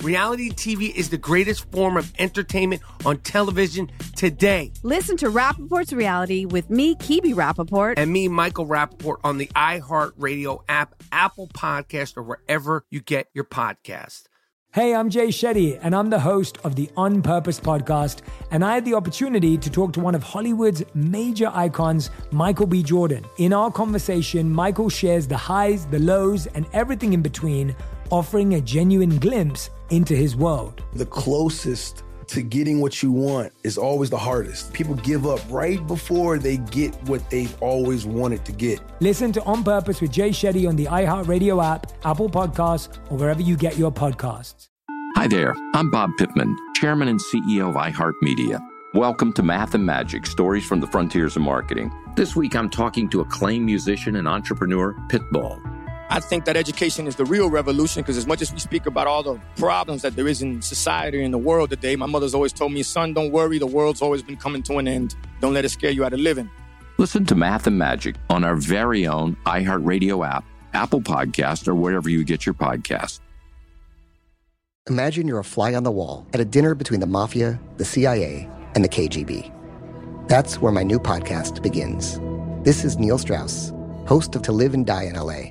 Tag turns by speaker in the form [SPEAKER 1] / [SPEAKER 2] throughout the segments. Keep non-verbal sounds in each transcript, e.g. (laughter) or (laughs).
[SPEAKER 1] Reality TV is the greatest form of entertainment on television today.
[SPEAKER 2] Listen to Rappaport's Reality with me, Kibi Rappaport.
[SPEAKER 1] And me, Michael Rappaport, on the iHeartRadio app, Apple Podcast, or wherever you get your podcast.
[SPEAKER 3] Hey, I'm Jay Shetty, and I'm the host of the On Purpose podcast. And I had the opportunity to talk to one of Hollywood's major icons, Michael B. Jordan. In our conversation, Michael shares the highs, the lows, and everything in between, offering a genuine glimpse into his world.
[SPEAKER 4] the closest to getting what you want is always the hardest. People give up right before they get what they've always wanted to get.
[SPEAKER 3] Listen to On Purpose with Jay Shetty on the iHeartRadio app, Apple Podcasts, or wherever you get your podcasts.
[SPEAKER 5] Hi there, I'm Bob Pittman, Chairman and CEO of iHeartMedia. Welcome to Math and Magic Stories from the Frontiers of Marketing. This week I'm talking to acclaimed musician and entrepreneur, Pitbull.
[SPEAKER 6] I think that education is the real revolution because as much as we speak about all the problems that there is in society and the world today, my mother's always told me, son, don't worry, the world's always been coming to an end. Don't let it scare you out of living.
[SPEAKER 5] Listen to Math and Magic on our very own iHeartRadio app, Apple Podcast, or wherever you get your podcasts.
[SPEAKER 7] Imagine you're a fly on the wall at a dinner between the mafia, the CIA, and the KGB. That's where my new podcast begins. This is Neil Strauss, host of To Live and Die in LA,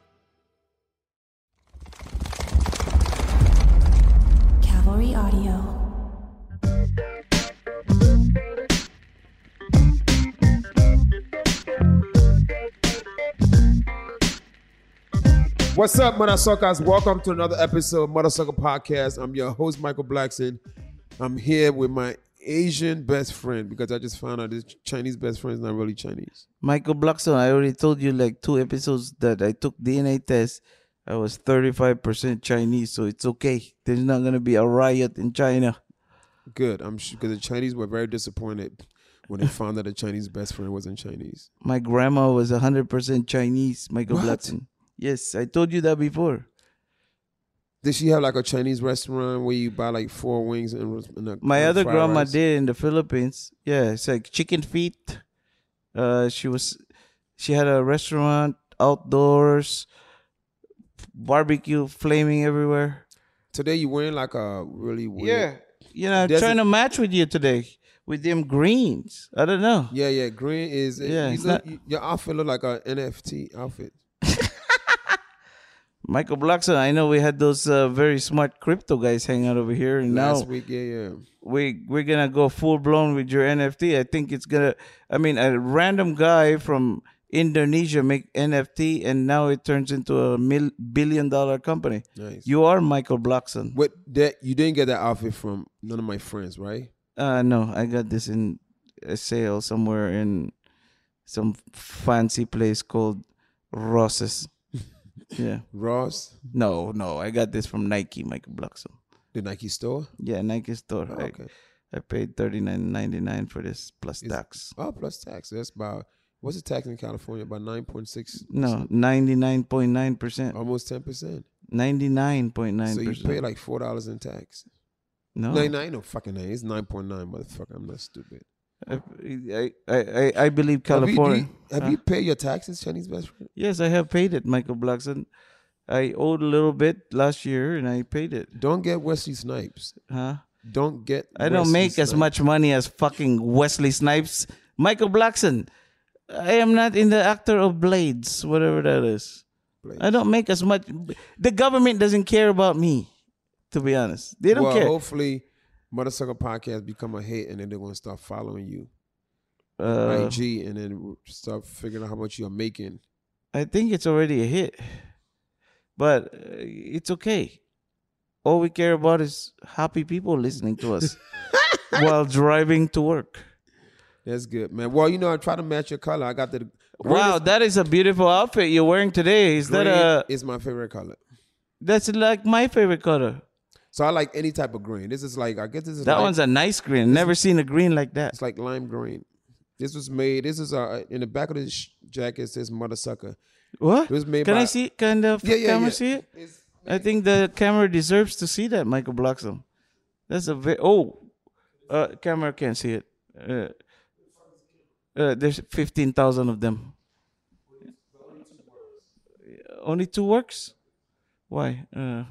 [SPEAKER 8] Cavalry Audio.
[SPEAKER 9] What's up, Mothersuckers? Welcome to another episode of Mothersucker Podcast. I'm your host, Michael Blackson. I'm here with my Asian best friend because I just found out this Chinese best friend is not really Chinese.
[SPEAKER 10] Michael Blackson, I already told you like two episodes that I took DNA test. I was 35% Chinese, so it's okay. There's not going to be a riot in China.
[SPEAKER 9] Good. I'm sure because the Chinese were very disappointed when they found out the Chinese best friend wasn't Chinese.
[SPEAKER 10] My grandma was 100% Chinese, Michael
[SPEAKER 9] What?
[SPEAKER 10] Blackson. Yes, I told you that before.
[SPEAKER 9] Did she have like a Chinese restaurant where you buy like four wings and, and a,
[SPEAKER 10] My
[SPEAKER 9] and
[SPEAKER 10] other
[SPEAKER 9] fried
[SPEAKER 10] grandma
[SPEAKER 9] rice?
[SPEAKER 10] did in the Philippines. Yeah, it's like chicken feet. Uh, she was, she had a restaurant outdoors, barbecue flaming everywhere.
[SPEAKER 9] Today you wearing like a Uh, really weird.
[SPEAKER 10] You know, I'm
[SPEAKER 9] Does
[SPEAKER 10] trying
[SPEAKER 9] it-
[SPEAKER 10] to match with you today with them greens. I don't know.
[SPEAKER 9] Yeah, yeah. Green is.
[SPEAKER 10] Yeah,
[SPEAKER 9] you
[SPEAKER 10] it's
[SPEAKER 9] look-
[SPEAKER 10] not-
[SPEAKER 9] your outfit look like a NFT outfit.
[SPEAKER 10] Michael Blackson, I know we had those uh, very smart crypto guys hang out over here, and
[SPEAKER 9] Last
[SPEAKER 10] now
[SPEAKER 9] week, yeah, yeah.
[SPEAKER 10] we we're gonna go full blown with your NFT. I think it's gonna. I mean, a random guy from Indonesia make NFT, and now it turns into a mil- billion dollar company.
[SPEAKER 9] Nice.
[SPEAKER 10] You are Michael Blackson.
[SPEAKER 9] What that you didn't get that outfit from none of my friends, right?
[SPEAKER 10] Uh, no, I got this in a sale somewhere in some fancy place called Ross's. yeah.
[SPEAKER 9] Ross,
[SPEAKER 10] No, no, I got this from Nike, Michael Blackson.
[SPEAKER 9] the Nike store.
[SPEAKER 10] Yeah, Nike store.
[SPEAKER 9] Oh,
[SPEAKER 10] I-
[SPEAKER 9] okay.
[SPEAKER 10] I, paid thirty nine ninety nine for this plus
[SPEAKER 9] Is-
[SPEAKER 10] tax.
[SPEAKER 9] Oh, plus tax. That's about what's the tax in California? About nine point six.
[SPEAKER 10] No, ninety nine point nine percent.
[SPEAKER 9] almost ten percent.
[SPEAKER 10] Ninety nine point nine
[SPEAKER 9] So you
[SPEAKER 10] percent.
[SPEAKER 9] pay like four dollars in tax.
[SPEAKER 10] no.
[SPEAKER 9] No, no, no, fucking nine. It's nine point nine, motherfucker. I'm not stupid.
[SPEAKER 10] I, I, I, I believe California.
[SPEAKER 9] Have, you, do you, have
[SPEAKER 10] Huh?
[SPEAKER 9] you paid your taxes, Chinese best friend?
[SPEAKER 10] Yes, I have paid it, Michael Blackson. I owed a little bit last year, and I paid it.
[SPEAKER 9] Don't get Wesley Snipes.
[SPEAKER 10] Huh?
[SPEAKER 9] Don't get.
[SPEAKER 10] I don't
[SPEAKER 9] Wesley
[SPEAKER 10] make as
[SPEAKER 9] Snipes.
[SPEAKER 10] much money as fucking Wesley Snipes. Michael Blackson, I am not in the actor of blades, whatever that is. I don't make as much. The government doesn't care about me, to be honest. They don't
[SPEAKER 9] well,
[SPEAKER 10] care.
[SPEAKER 9] Hopefully, Motherfucker Podcast become a hit, and then they're gonna start following you,
[SPEAKER 10] Uh,
[SPEAKER 9] IG, and then start figuring out how much you're making.
[SPEAKER 10] I think it's already a hit, but uh, it's okay. All we care about is happy people listening
[SPEAKER 9] (laughs)
[SPEAKER 10] to us while driving to work.
[SPEAKER 9] That's good, man. Well, you know, I try to match your color. I got the
[SPEAKER 10] Wow, that is a beautiful outfit you're wearing today. Is that
[SPEAKER 9] green
[SPEAKER 10] a?
[SPEAKER 9] is my favorite color.
[SPEAKER 10] That's like my favorite color.
[SPEAKER 9] So I like any type of green. This is like I guess this is
[SPEAKER 10] That
[SPEAKER 9] like-
[SPEAKER 10] one's a nice green. Never seen a green like that.
[SPEAKER 9] It's like lime green. This was made. This is uh, in the back of this sh- jacket. It says mother sucker.
[SPEAKER 10] What?
[SPEAKER 9] It was made.
[SPEAKER 10] Can
[SPEAKER 9] by,
[SPEAKER 10] I see? it? Can the f-
[SPEAKER 9] Yeah, yeah,
[SPEAKER 10] camera
[SPEAKER 9] yeah.
[SPEAKER 10] see it? I think the camera deserves to see that, Michael Bloxham. That's a very oh, uh, camera can't see it. Uh, uh, there's fifteen thousand of them. Only two works. Why? Uh,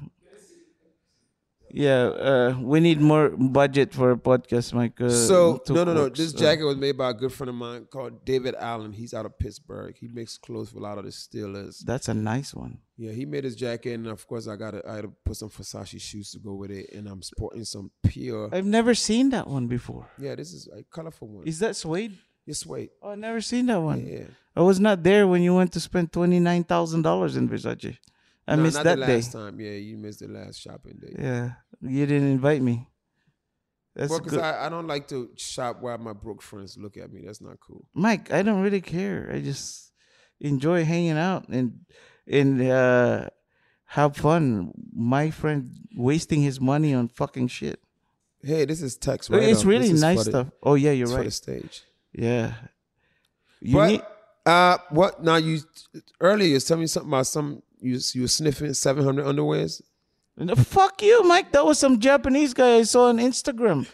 [SPEAKER 10] yeah, uh, we need more budget for a podcast, Mike. Uh,
[SPEAKER 9] so
[SPEAKER 10] two
[SPEAKER 9] no, no, no.
[SPEAKER 10] works.
[SPEAKER 9] This
[SPEAKER 10] Uh,
[SPEAKER 9] jacket was made by a good friend of mine called David Allen. He's out of Pittsburgh. He makes clothes for a lot of the Steelers.
[SPEAKER 10] that's a nice one.
[SPEAKER 9] Yeah, he made his jacket, and of course, I got to I had to put some Versace shoes to go with it, and I'm sporting some pure.
[SPEAKER 10] I've never seen that one before.
[SPEAKER 9] yeah, this is a colorful one.
[SPEAKER 10] Is that suede?
[SPEAKER 9] Yes, wait.
[SPEAKER 10] Oh, I never seen that one.
[SPEAKER 9] Yeah.
[SPEAKER 10] I was not there when you went to spend twenty nine thousand dollars in Versace. I
[SPEAKER 9] No,
[SPEAKER 10] missed
[SPEAKER 9] not
[SPEAKER 10] that
[SPEAKER 9] the
[SPEAKER 10] day.
[SPEAKER 9] last time. Yeah, you missed the last shopping day.
[SPEAKER 10] Yeah, you didn't invite me. That's
[SPEAKER 9] Well, 'cause
[SPEAKER 10] good.
[SPEAKER 9] I, I don't like to shop while my broke friends look at me. That's not cool.
[SPEAKER 10] Mike, I don't really care. I just enjoy hanging out and and uh, have fun. My friend wasting his money on fucking shit.
[SPEAKER 9] Hey, this is text.
[SPEAKER 10] Oh,
[SPEAKER 9] Right
[SPEAKER 10] it's
[SPEAKER 9] up.
[SPEAKER 10] really
[SPEAKER 9] This is
[SPEAKER 10] nice
[SPEAKER 9] for the-
[SPEAKER 10] stuff. Oh yeah, you're
[SPEAKER 9] it's For the
[SPEAKER 10] right.
[SPEAKER 9] stage.
[SPEAKER 10] Yeah. You
[SPEAKER 9] but
[SPEAKER 10] need
[SPEAKER 9] uh, what? Now you earlier you was telling me something about some you you were sniffing seven hundred underwears.
[SPEAKER 10] No, fuck you, Mike. That was some Japanese guy I saw on Instagram.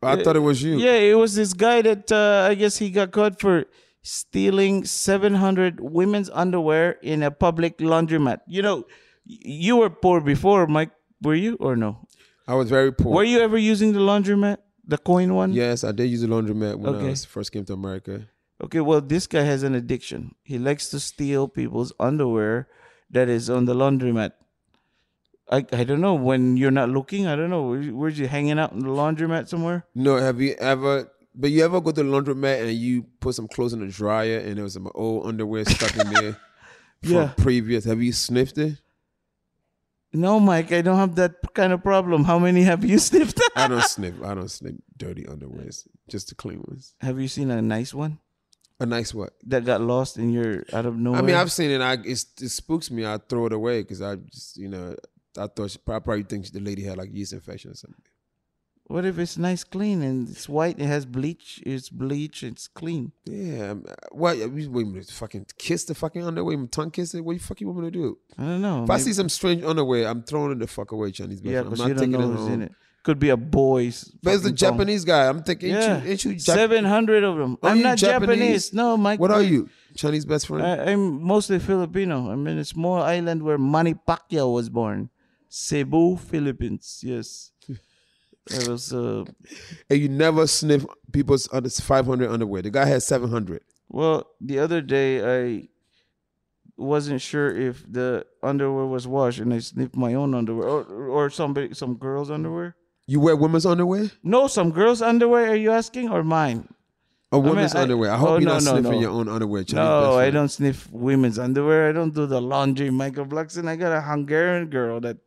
[SPEAKER 9] I thought it was you.
[SPEAKER 10] Yeah, it was this guy that uh, I guess he got caught for stealing 700 women's underwear in a public laundromat. You know, y- you were poor before, Mike. Were you or no?
[SPEAKER 9] I was very poor.
[SPEAKER 10] Were you ever using the laundromat, the coin one?
[SPEAKER 9] Yes, I did use a laundromat when
[SPEAKER 10] Okay.
[SPEAKER 9] I was, first came to America.
[SPEAKER 10] Okay, well, this guy has an addiction. He likes to steal people's underwear that is on the laundromat. I, I don't know when you're not looking. I don't know. Were were you hanging out in the laundromat somewhere?
[SPEAKER 9] No, have you ever? But you ever go to the laundromat and you put some clothes in the dryer and there was some old underwear stuck in there from
[SPEAKER 10] (laughs) Yeah.
[SPEAKER 9] previous? Have you sniffed it?
[SPEAKER 10] No, Mike, I don't have that kind of problem. How many have you (laughs) sniffed?
[SPEAKER 9] I don't sniff. I don't sniff dirty underwears. Just the clean ones.
[SPEAKER 10] Have you seen a nice one
[SPEAKER 9] A nice what?
[SPEAKER 10] that got lost in your out of nowhere?
[SPEAKER 9] I mean, I've seen it. I it's, it spooks me. I throw it away because I just you know I thought she, I probably think the lady had like yeast infection or something.
[SPEAKER 10] What if it's nice, clean, and it's white? It has bleach. It's bleach. It's clean.
[SPEAKER 9] Yeah. I'm- What? You wait a minute. Fucking kiss the fucking underwear. Even tongue kiss it. What the fuck you want me to do?
[SPEAKER 10] I don't know.
[SPEAKER 9] If I see some strange underwear, I'm throwing it the fuck away, Chinese.
[SPEAKER 10] yeah,
[SPEAKER 9] bathroom.
[SPEAKER 10] because
[SPEAKER 9] I'm
[SPEAKER 10] you
[SPEAKER 9] not
[SPEAKER 10] don't
[SPEAKER 9] taking
[SPEAKER 10] know who's
[SPEAKER 9] home.
[SPEAKER 10] in it. Could be a boy's.
[SPEAKER 9] But it's the
[SPEAKER 10] fucking tongue.
[SPEAKER 9] Japanese guy. I'm thinking, ain't
[SPEAKER 10] Yeah,
[SPEAKER 9] you, ain't you Jap-
[SPEAKER 10] seven hundred of them.
[SPEAKER 9] Are
[SPEAKER 10] I'm
[SPEAKER 9] you
[SPEAKER 10] not Japanese? No, Mike.
[SPEAKER 9] What are you? Chinese best friend?
[SPEAKER 10] I, I'm mostly Filipino. I'm in a small island where Manny Pacquiao was born, Cebu, Philippines.
[SPEAKER 9] (laughs)
[SPEAKER 10] Yes, I was. Uh,
[SPEAKER 9] and you never sniff people's under 500 underwear. The guy had 700.
[SPEAKER 10] Well, the other day I wasn't sure if the underwear was washed, and I sniffed my own underwear or, or somebody, some girl's underwear.
[SPEAKER 9] You wear women's underwear?
[SPEAKER 10] No, some girl's underwear. Are you asking or mine?
[SPEAKER 9] Or women's
[SPEAKER 10] I-
[SPEAKER 9] underwear? I
[SPEAKER 10] oh,
[SPEAKER 9] hope you're
[SPEAKER 10] no,
[SPEAKER 9] not
[SPEAKER 10] no,
[SPEAKER 9] sniffing
[SPEAKER 10] no.
[SPEAKER 9] your own underwear, Chinese best
[SPEAKER 10] no, I
[SPEAKER 9] friend.
[SPEAKER 10] don't sniff women's underwear. I don't do the laundry, Michael Blackson. I got a Hungarian girl that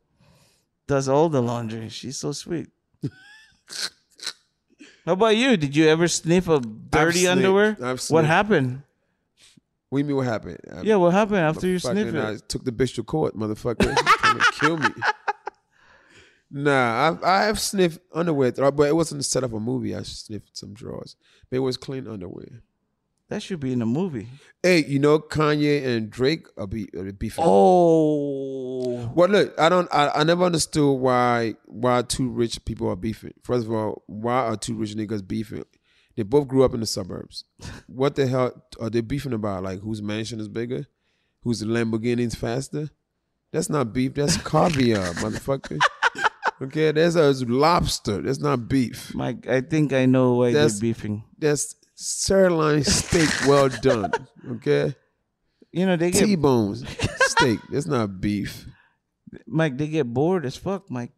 [SPEAKER 10] does all the laundry. She's so sweet. How about you? Did you ever sniff a dirty
[SPEAKER 9] sniffed.
[SPEAKER 10] underwear?
[SPEAKER 9] I've
[SPEAKER 10] what
[SPEAKER 9] sniffed.
[SPEAKER 10] happened?
[SPEAKER 9] What do you mean what happened? I-
[SPEAKER 10] Yeah, what happened after you
[SPEAKER 9] fucking-
[SPEAKER 10] sniffed it?
[SPEAKER 9] I took the bitch to court, motherfucker. (laughs) You're trying to kill me. Nah, I, I have sniffed underwear, th- but it wasn't set up a movie. I sniffed some drawers. But it was clean underwear.
[SPEAKER 10] That should be in a movie.
[SPEAKER 9] Hey, you know Kanye and Drake are be are beefing.
[SPEAKER 10] Oh.
[SPEAKER 9] Well, look, I don't. I, I never understood why why two rich people are beefing. First of all, why are two rich niggas beefing? They both grew up in the
[SPEAKER 10] (laughs)
[SPEAKER 9] suburbs. What the hell are they beefing about? Like whose mansion is bigger, whose Lamborghini's faster? That's not beef. That's
[SPEAKER 10] (laughs)
[SPEAKER 9] caviar, motherfucker. Okay, that's a lobster. That's not beef.
[SPEAKER 10] Mike, I think I know why
[SPEAKER 9] That's-
[SPEAKER 10] they're beefing.
[SPEAKER 9] That's sirloin steak well done. Okay.
[SPEAKER 10] You know they get
[SPEAKER 9] T-bones steak. That's not beef.
[SPEAKER 10] Mike, they get bored as fuck, Mike.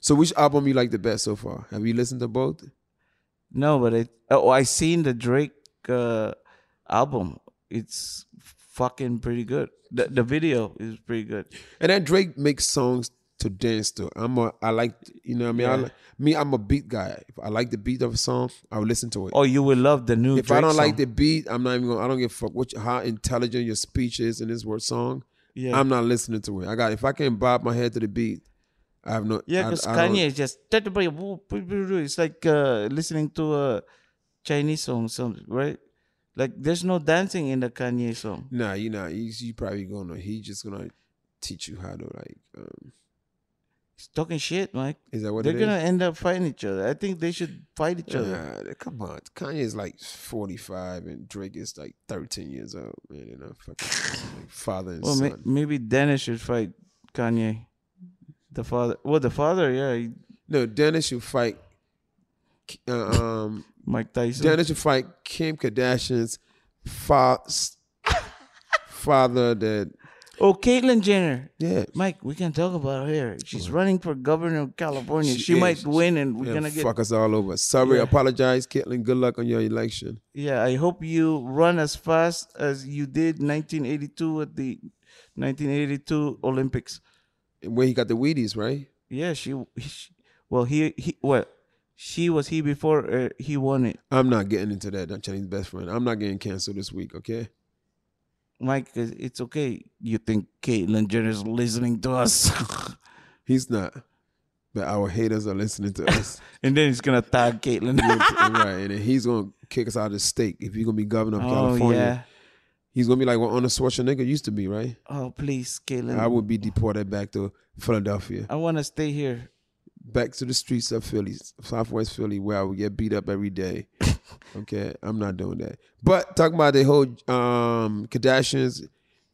[SPEAKER 9] So which album you like the best so far? Have you listened to both?
[SPEAKER 10] No, but I oh I seen the Drake uh, album. It's fucking pretty good. The, the video is Oh, pretty good.
[SPEAKER 9] And then Drake makes songs to dance to. I'm a I like you know what I mean. I
[SPEAKER 10] Yeah.
[SPEAKER 9] like, me I'm a beat guy. If I like the beat of a song, I will listen to it.
[SPEAKER 10] Oh, you will love the new.
[SPEAKER 9] if I
[SPEAKER 10] Drake
[SPEAKER 9] don't like
[SPEAKER 10] song.
[SPEAKER 9] the beat, I'm not even going. to I don't give a fuck what you- how intelligent your speech is in this word song.
[SPEAKER 10] Yeah.
[SPEAKER 9] I'm not listening to it. I got if I can bob my head to the beat, I have no.
[SPEAKER 10] Yeah,
[SPEAKER 9] I-
[SPEAKER 10] because
[SPEAKER 9] I don't-
[SPEAKER 10] Kanye is just it's like uh, listening to a Chinese song, something right? Like there's no dancing in the Kanye song.
[SPEAKER 9] Nah, you know he's you probably gonna he just gonna teach you how to like. Um,
[SPEAKER 10] He's talking shit, Mike.
[SPEAKER 9] Is that what
[SPEAKER 10] they're
[SPEAKER 9] it
[SPEAKER 10] gonna
[SPEAKER 9] is?
[SPEAKER 10] end up fighting each other? I think they should fight each other.
[SPEAKER 9] Nah, come on, Kanye is like 45 and Drake is like 13 years old. Man, you know, fucking like father and
[SPEAKER 10] Well,
[SPEAKER 9] son.
[SPEAKER 10] may- maybe Dennis should fight Kanye, the father. Well, the father, yeah, he-
[SPEAKER 9] No, Dennis should fight. uh, um,
[SPEAKER 10] Mike Tyson.
[SPEAKER 9] Dennis should fight Kim Kardashian's fa- s- father. That
[SPEAKER 10] Oh, Caitlyn Jenner.
[SPEAKER 9] Yeah.
[SPEAKER 10] Mike, we can talk about her. She's running for governor of California. She,
[SPEAKER 9] is.
[SPEAKER 10] might win, and we're
[SPEAKER 9] Yeah,
[SPEAKER 10] gonna get
[SPEAKER 9] fuck us all over. Sorry,
[SPEAKER 10] Yeah.
[SPEAKER 9] apologize, Caitlin. Good luck on your election.
[SPEAKER 10] Yeah, I hope you run as fast as you did 1982 at the 1982 Olympics.
[SPEAKER 9] Where he got the Wheaties, right?
[SPEAKER 10] Yeah, she. she well, he he what? She was he before uh, he won it.
[SPEAKER 9] I'm not getting into that. I'm Chinese best friend. I'm not getting canceled this week. Okay.
[SPEAKER 10] Mike, it's it's okay. You think Caitlyn Jenner's listening to us? (laughs)
[SPEAKER 9] He's not. But our haters are listening to us.
[SPEAKER 10] (laughs) and then he's gonna tag Caitlyn. (laughs)
[SPEAKER 9] right. And then he's gonna kick us out of the state if you're gonna be governor of
[SPEAKER 10] Oh,
[SPEAKER 9] California.
[SPEAKER 10] yeah.
[SPEAKER 9] He's gonna be like what Arnold Schwarzenegger used to be, right?
[SPEAKER 10] oh please, Caitlyn.
[SPEAKER 9] I would be deported back to Philadelphia,
[SPEAKER 10] I want to stay here.
[SPEAKER 9] back to the streets of Philly, Southwest Philly, where I would get beat up every
[SPEAKER 10] (laughs)
[SPEAKER 9] day. okay, I'm not doing that. But talking about the whole um, Kardashians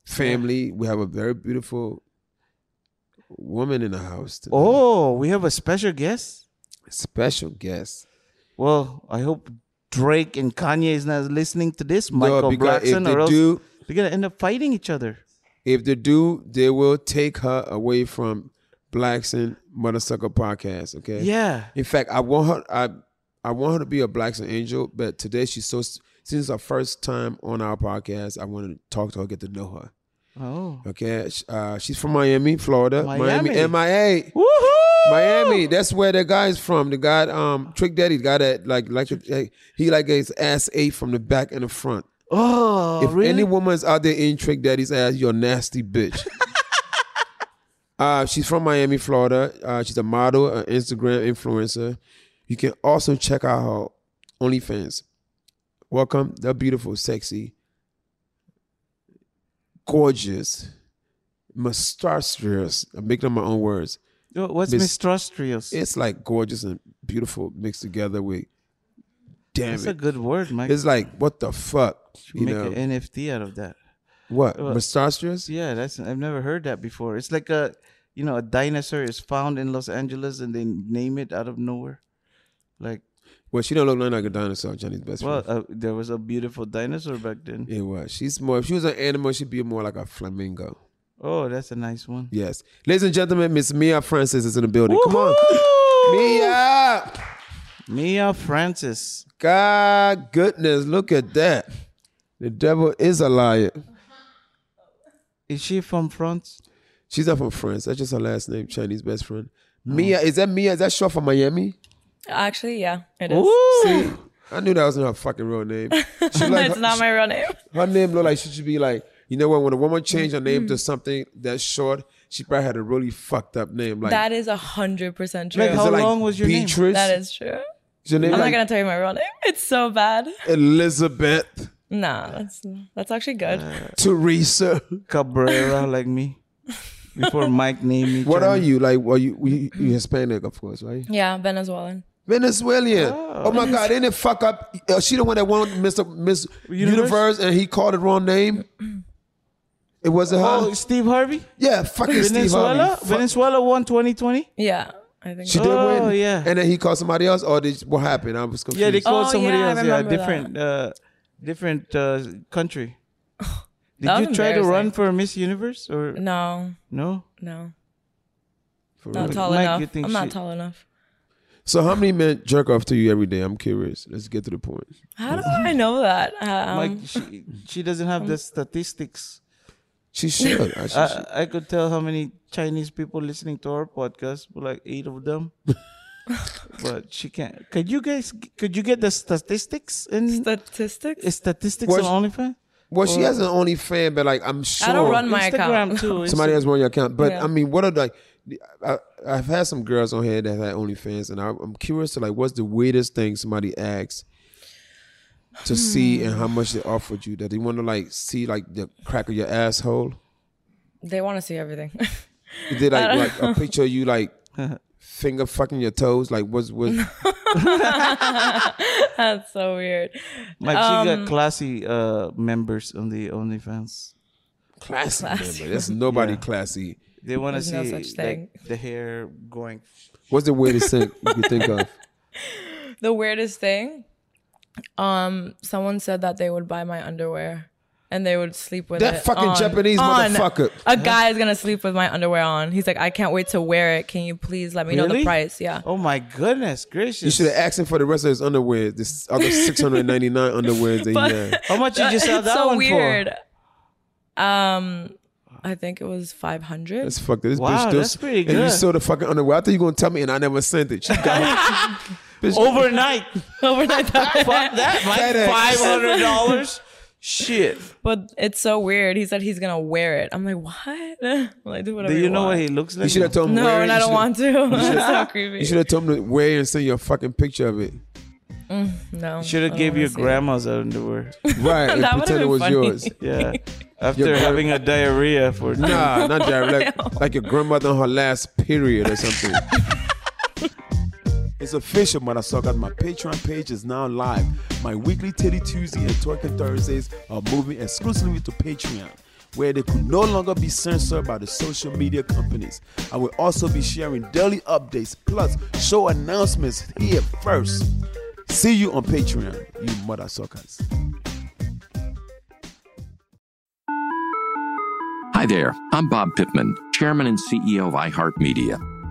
[SPEAKER 9] family, we have a very beautiful woman in the house. Today.
[SPEAKER 10] Oh, we have a special guest.
[SPEAKER 9] Special guest.
[SPEAKER 10] Well, I hope Drake and Kanye is not listening to this, Michael
[SPEAKER 9] because if
[SPEAKER 10] Blackson, or
[SPEAKER 9] they
[SPEAKER 10] else
[SPEAKER 9] do-
[SPEAKER 10] they're gonna end up fighting each other.
[SPEAKER 9] If they do, they will take her away from Blackson Mothersucker podcast. Okay.
[SPEAKER 10] Yeah.
[SPEAKER 9] In fact, I want her. I I want her to be a Blackson angel, but today she's so. Since her first time on our podcast, I want to talk to her, get to know her.
[SPEAKER 10] Oh.
[SPEAKER 9] Okay, Sh- uh, she's from Miami, Florida. Miami,
[SPEAKER 10] Miami.
[SPEAKER 9] MIA.
[SPEAKER 10] Woohoo!
[SPEAKER 9] Miami. That's where the guy's from. The guy, um, Trick Daddy, the guy that like like a, he like his ass ate from the back and the front.
[SPEAKER 10] Oh,
[SPEAKER 9] If
[SPEAKER 10] really?
[SPEAKER 9] any woman's out there in Trick Daddy's ass, you're a nasty
[SPEAKER 10] (laughs)
[SPEAKER 9] bitch. uh, she's from Miami, Florida. Uh, she's a model, an Instagram influencer. You can also check out her OnlyFans. Welcome, the beautiful, sexy, gorgeous, monstrous. I'm making up my own words.
[SPEAKER 10] Yo, What's
[SPEAKER 9] Miss-
[SPEAKER 10] mistrustrious?
[SPEAKER 9] It's like gorgeous and beautiful mixed together with damn
[SPEAKER 10] That's
[SPEAKER 9] it.
[SPEAKER 10] a good word, Mike.
[SPEAKER 9] it's like what the fuck,
[SPEAKER 10] Should
[SPEAKER 9] you
[SPEAKER 10] make
[SPEAKER 9] know?
[SPEAKER 10] an NFT out of that.
[SPEAKER 9] what
[SPEAKER 10] uh,
[SPEAKER 9] monstrous?
[SPEAKER 10] Yeah, that's I've never heard that before. It's like a you know a dinosaur is found in Los Angeles and they name it out of nowhere. Like,
[SPEAKER 9] Well, she don't look nothing like a dinosaur, Johnny's best
[SPEAKER 10] well,
[SPEAKER 9] friend.
[SPEAKER 10] uh, there was a beautiful dinosaur back then.
[SPEAKER 9] It was. She's more. If she was an animal, she'd be more like a flamingo.
[SPEAKER 10] Oh, that's a nice one.
[SPEAKER 9] Yes, ladies and gentlemen, Miss Mia Francis is in the building. Come on, Mia!
[SPEAKER 10] Mia Francis.
[SPEAKER 9] God goodness, look at that. The devil is a liar.
[SPEAKER 10] Is she from France?
[SPEAKER 9] She's not from France. That's just her last name, Chinese best friend.
[SPEAKER 10] Oh.
[SPEAKER 9] Mia, is that Mia? Is that short for Miami?
[SPEAKER 11] Actually, yeah, it is.
[SPEAKER 10] Ooh.
[SPEAKER 9] (laughs) I knew that wasn't her fucking real
[SPEAKER 11] (laughs)
[SPEAKER 9] name. She like
[SPEAKER 11] it's
[SPEAKER 9] her,
[SPEAKER 11] not my real name.
[SPEAKER 9] her name looked like she should be like, you know what? When a woman changed her
[SPEAKER 11] Mm-hmm.
[SPEAKER 9] name to something that's short, she probably had a really fucked up name. Like
[SPEAKER 11] that is a hundred percent true.
[SPEAKER 10] Like, how
[SPEAKER 9] it like
[SPEAKER 10] long was your name?
[SPEAKER 9] Beatrice?
[SPEAKER 11] that is true.
[SPEAKER 9] Is your name
[SPEAKER 11] I'm
[SPEAKER 9] like
[SPEAKER 11] not gonna tell you my real name. It's so bad.
[SPEAKER 9] Elizabeth
[SPEAKER 11] Nah, that's that's actually good.
[SPEAKER 9] Uh, Teresa?
[SPEAKER 10] Cabrera,
[SPEAKER 9] (laughs)
[SPEAKER 10] like me. Before Mike named me.
[SPEAKER 9] What
[SPEAKER 10] Johnny.
[SPEAKER 9] are you like? Well, you you you Hispanic, of course, right?
[SPEAKER 11] yeah, Venezuelan.
[SPEAKER 9] Venezuelan. Oh, my God! Didn't it fuck up? Uh, she the one that won Miss Miss Universe? and he called it wrong name. It wasn't her.
[SPEAKER 10] Oh, Steve Harvey?
[SPEAKER 9] Uh-huh. yeah, fucking Steve
[SPEAKER 10] Venezuela?
[SPEAKER 9] Harvey. Fuck-
[SPEAKER 10] Venezuela won 2020?
[SPEAKER 11] Yeah, I think.
[SPEAKER 9] She
[SPEAKER 11] (laughs) so.
[SPEAKER 9] did win. And then he called somebody else, or did what happened? I was confused.
[SPEAKER 10] oh, Yeah, they called somebody
[SPEAKER 11] Oh, yeah, I
[SPEAKER 10] else. Yeah,
[SPEAKER 11] remember
[SPEAKER 10] different, uh, different uh, country. Did
[SPEAKER 11] That
[SPEAKER 10] you
[SPEAKER 11] was
[SPEAKER 10] try to run
[SPEAKER 11] embarrassing.
[SPEAKER 10] for Miss Universe or
[SPEAKER 11] No,
[SPEAKER 10] no?
[SPEAKER 11] no,
[SPEAKER 9] For
[SPEAKER 11] not
[SPEAKER 9] real.
[SPEAKER 11] tall
[SPEAKER 10] Mike,
[SPEAKER 11] enough.
[SPEAKER 10] you think
[SPEAKER 11] I'm not
[SPEAKER 10] she-
[SPEAKER 11] tall enough.
[SPEAKER 9] So how many men jerk off to you every day? I'm curious. Let's get to the point.
[SPEAKER 11] How do I know that? Um,
[SPEAKER 10] Mike, she, she doesn't have the statistics.
[SPEAKER 9] She
[SPEAKER 10] (laughs)
[SPEAKER 9] should. I, she should.
[SPEAKER 10] I, I could tell how many Chinese people listening to our podcast, but like eight of
[SPEAKER 9] (laughs)
[SPEAKER 10] them. but she can't. Could you guys? Could you get the statistics and
[SPEAKER 11] statistics?
[SPEAKER 10] statistics
[SPEAKER 9] Was-
[SPEAKER 10] on OnlyFans?
[SPEAKER 9] Well, she
[SPEAKER 10] Or-
[SPEAKER 9] has an OnlyFans, but like I'm sure
[SPEAKER 11] I don't run my
[SPEAKER 10] Instagram
[SPEAKER 11] account. (laughs)
[SPEAKER 10] too. It's-
[SPEAKER 9] somebody has run your account. But
[SPEAKER 11] Yeah.
[SPEAKER 9] I mean, what are like? I, I've had some girls on here that had OnlyFans, and I, I'm curious to like, what's the weirdest thing somebody asks to
[SPEAKER 10] Hmm.
[SPEAKER 9] see, and how much they offered you? That they want to like see like the crack of your asshole.
[SPEAKER 11] they want to see everything.
[SPEAKER 9] Is it
[SPEAKER 11] (laughs)
[SPEAKER 10] (laughs)
[SPEAKER 11] I
[SPEAKER 9] like
[SPEAKER 11] don't
[SPEAKER 9] like a picture of you like finger fucking your toes? Like what's
[SPEAKER 10] (laughs)
[SPEAKER 9] what?
[SPEAKER 11] (laughs) That's so weird. Um,
[SPEAKER 10] Mike, she got classy uh, members on the OnlyFans.
[SPEAKER 9] classy, member. That's nobody classy.
[SPEAKER 10] They want to
[SPEAKER 11] There's
[SPEAKER 10] see
[SPEAKER 11] no such thing.
[SPEAKER 10] like, the hair going.
[SPEAKER 9] What's the weirdest thing you could think
[SPEAKER 10] (laughs)
[SPEAKER 9] of?
[SPEAKER 11] The weirdest thing, um, someone said that they would buy my underwear and they would sleep with
[SPEAKER 9] That
[SPEAKER 11] it
[SPEAKER 9] fucking
[SPEAKER 11] on-
[SPEAKER 9] Japanese
[SPEAKER 11] on.
[SPEAKER 9] motherfucker.
[SPEAKER 11] A guy is gonna sleep with my underwear on. He's like, I can't wait to wear it. Can you please let me know the
[SPEAKER 10] Really?
[SPEAKER 11] price? Yeah.
[SPEAKER 10] Oh my goodness gracious!
[SPEAKER 9] You should have asked him for the rest of his underwear. This
[SPEAKER 10] (laughs)
[SPEAKER 9] other six hundred ninety nine underwear that he
[SPEAKER 11] But-
[SPEAKER 9] had.
[SPEAKER 10] How much did you sell
[SPEAKER 11] it's
[SPEAKER 10] that
[SPEAKER 11] so
[SPEAKER 10] one
[SPEAKER 11] weird.
[SPEAKER 10] for?
[SPEAKER 11] Um, I think it was five hundred.
[SPEAKER 9] That's fucked. This
[SPEAKER 10] Wow,
[SPEAKER 9] bitch still.
[SPEAKER 10] that's pretty
[SPEAKER 9] And you
[SPEAKER 10] good.
[SPEAKER 9] saw the fucking underwear. I thought you were gonna tell me, and I never sent it. She
[SPEAKER 10] (laughs)
[SPEAKER 9] got bitch,
[SPEAKER 10] Overnight,
[SPEAKER 11] (laughs) Overnight.
[SPEAKER 10] fuck that,
[SPEAKER 9] (laughs)
[SPEAKER 10] Mike.
[SPEAKER 9] FedEx.
[SPEAKER 10] Five hundred dollars. Shit.
[SPEAKER 11] But it's so weird. He said he's gonna wear it. I'm like, what? (laughs) I'm like, do whatever.
[SPEAKER 10] Do you know
[SPEAKER 11] want.
[SPEAKER 10] what he looks like?
[SPEAKER 9] You should have told him.
[SPEAKER 11] No,
[SPEAKER 9] where
[SPEAKER 11] and
[SPEAKER 9] you
[SPEAKER 11] I don't
[SPEAKER 9] shoulda-
[SPEAKER 11] want to.
[SPEAKER 9] (laughs)
[SPEAKER 11] It's so
[SPEAKER 9] You
[SPEAKER 11] creepy.
[SPEAKER 9] should have told him to wear it and send you a fucking picture of it.
[SPEAKER 11] Mm, no.
[SPEAKER 10] Should have gave your grandma's underwear.
[SPEAKER 9] Right, and
[SPEAKER 11] (laughs) That would've
[SPEAKER 9] pretend it
[SPEAKER 11] been
[SPEAKER 9] was
[SPEAKER 11] funny.
[SPEAKER 9] yours.
[SPEAKER 10] Yeah.
[SPEAKER 11] (laughs)
[SPEAKER 10] After
[SPEAKER 9] Your
[SPEAKER 10] having a diarrhea for
[SPEAKER 9] Nah, not that. Like, like your grandmother on her last period or something.
[SPEAKER 12] It's official, motherfuckers. My Patreon page is now live. My weekly Titty Tuesday and Twerking Thursdays are moving exclusively to Patreon, where they could no longer be censored by the social media companies. I will also be sharing daily updates plus show announcements here first. See you on Patreon, you motherfuckers.
[SPEAKER 5] Hi there, I'm Bob Pittman, Chairman and CEO of iHeartMedia.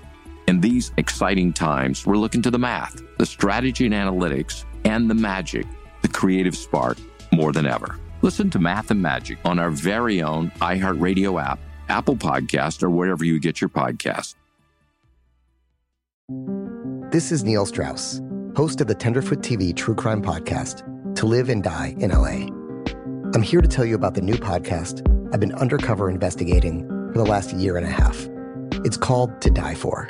[SPEAKER 5] In these exciting times, we're looking to the math, the strategy and analytics, and the magic, the creative spark, more than ever. Listen to Math and Magic on our very own iHeartRadio app, Apple Podcast, or wherever you get your podcasts.
[SPEAKER 7] This is Neil Strauss, host of the Tenderfoot TV True Crime Podcast, To Live and Die in LA. I'm here to tell you about the new podcast I've been undercover investigating for the last year and a half. It's called To Die For.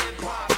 [SPEAKER 13] a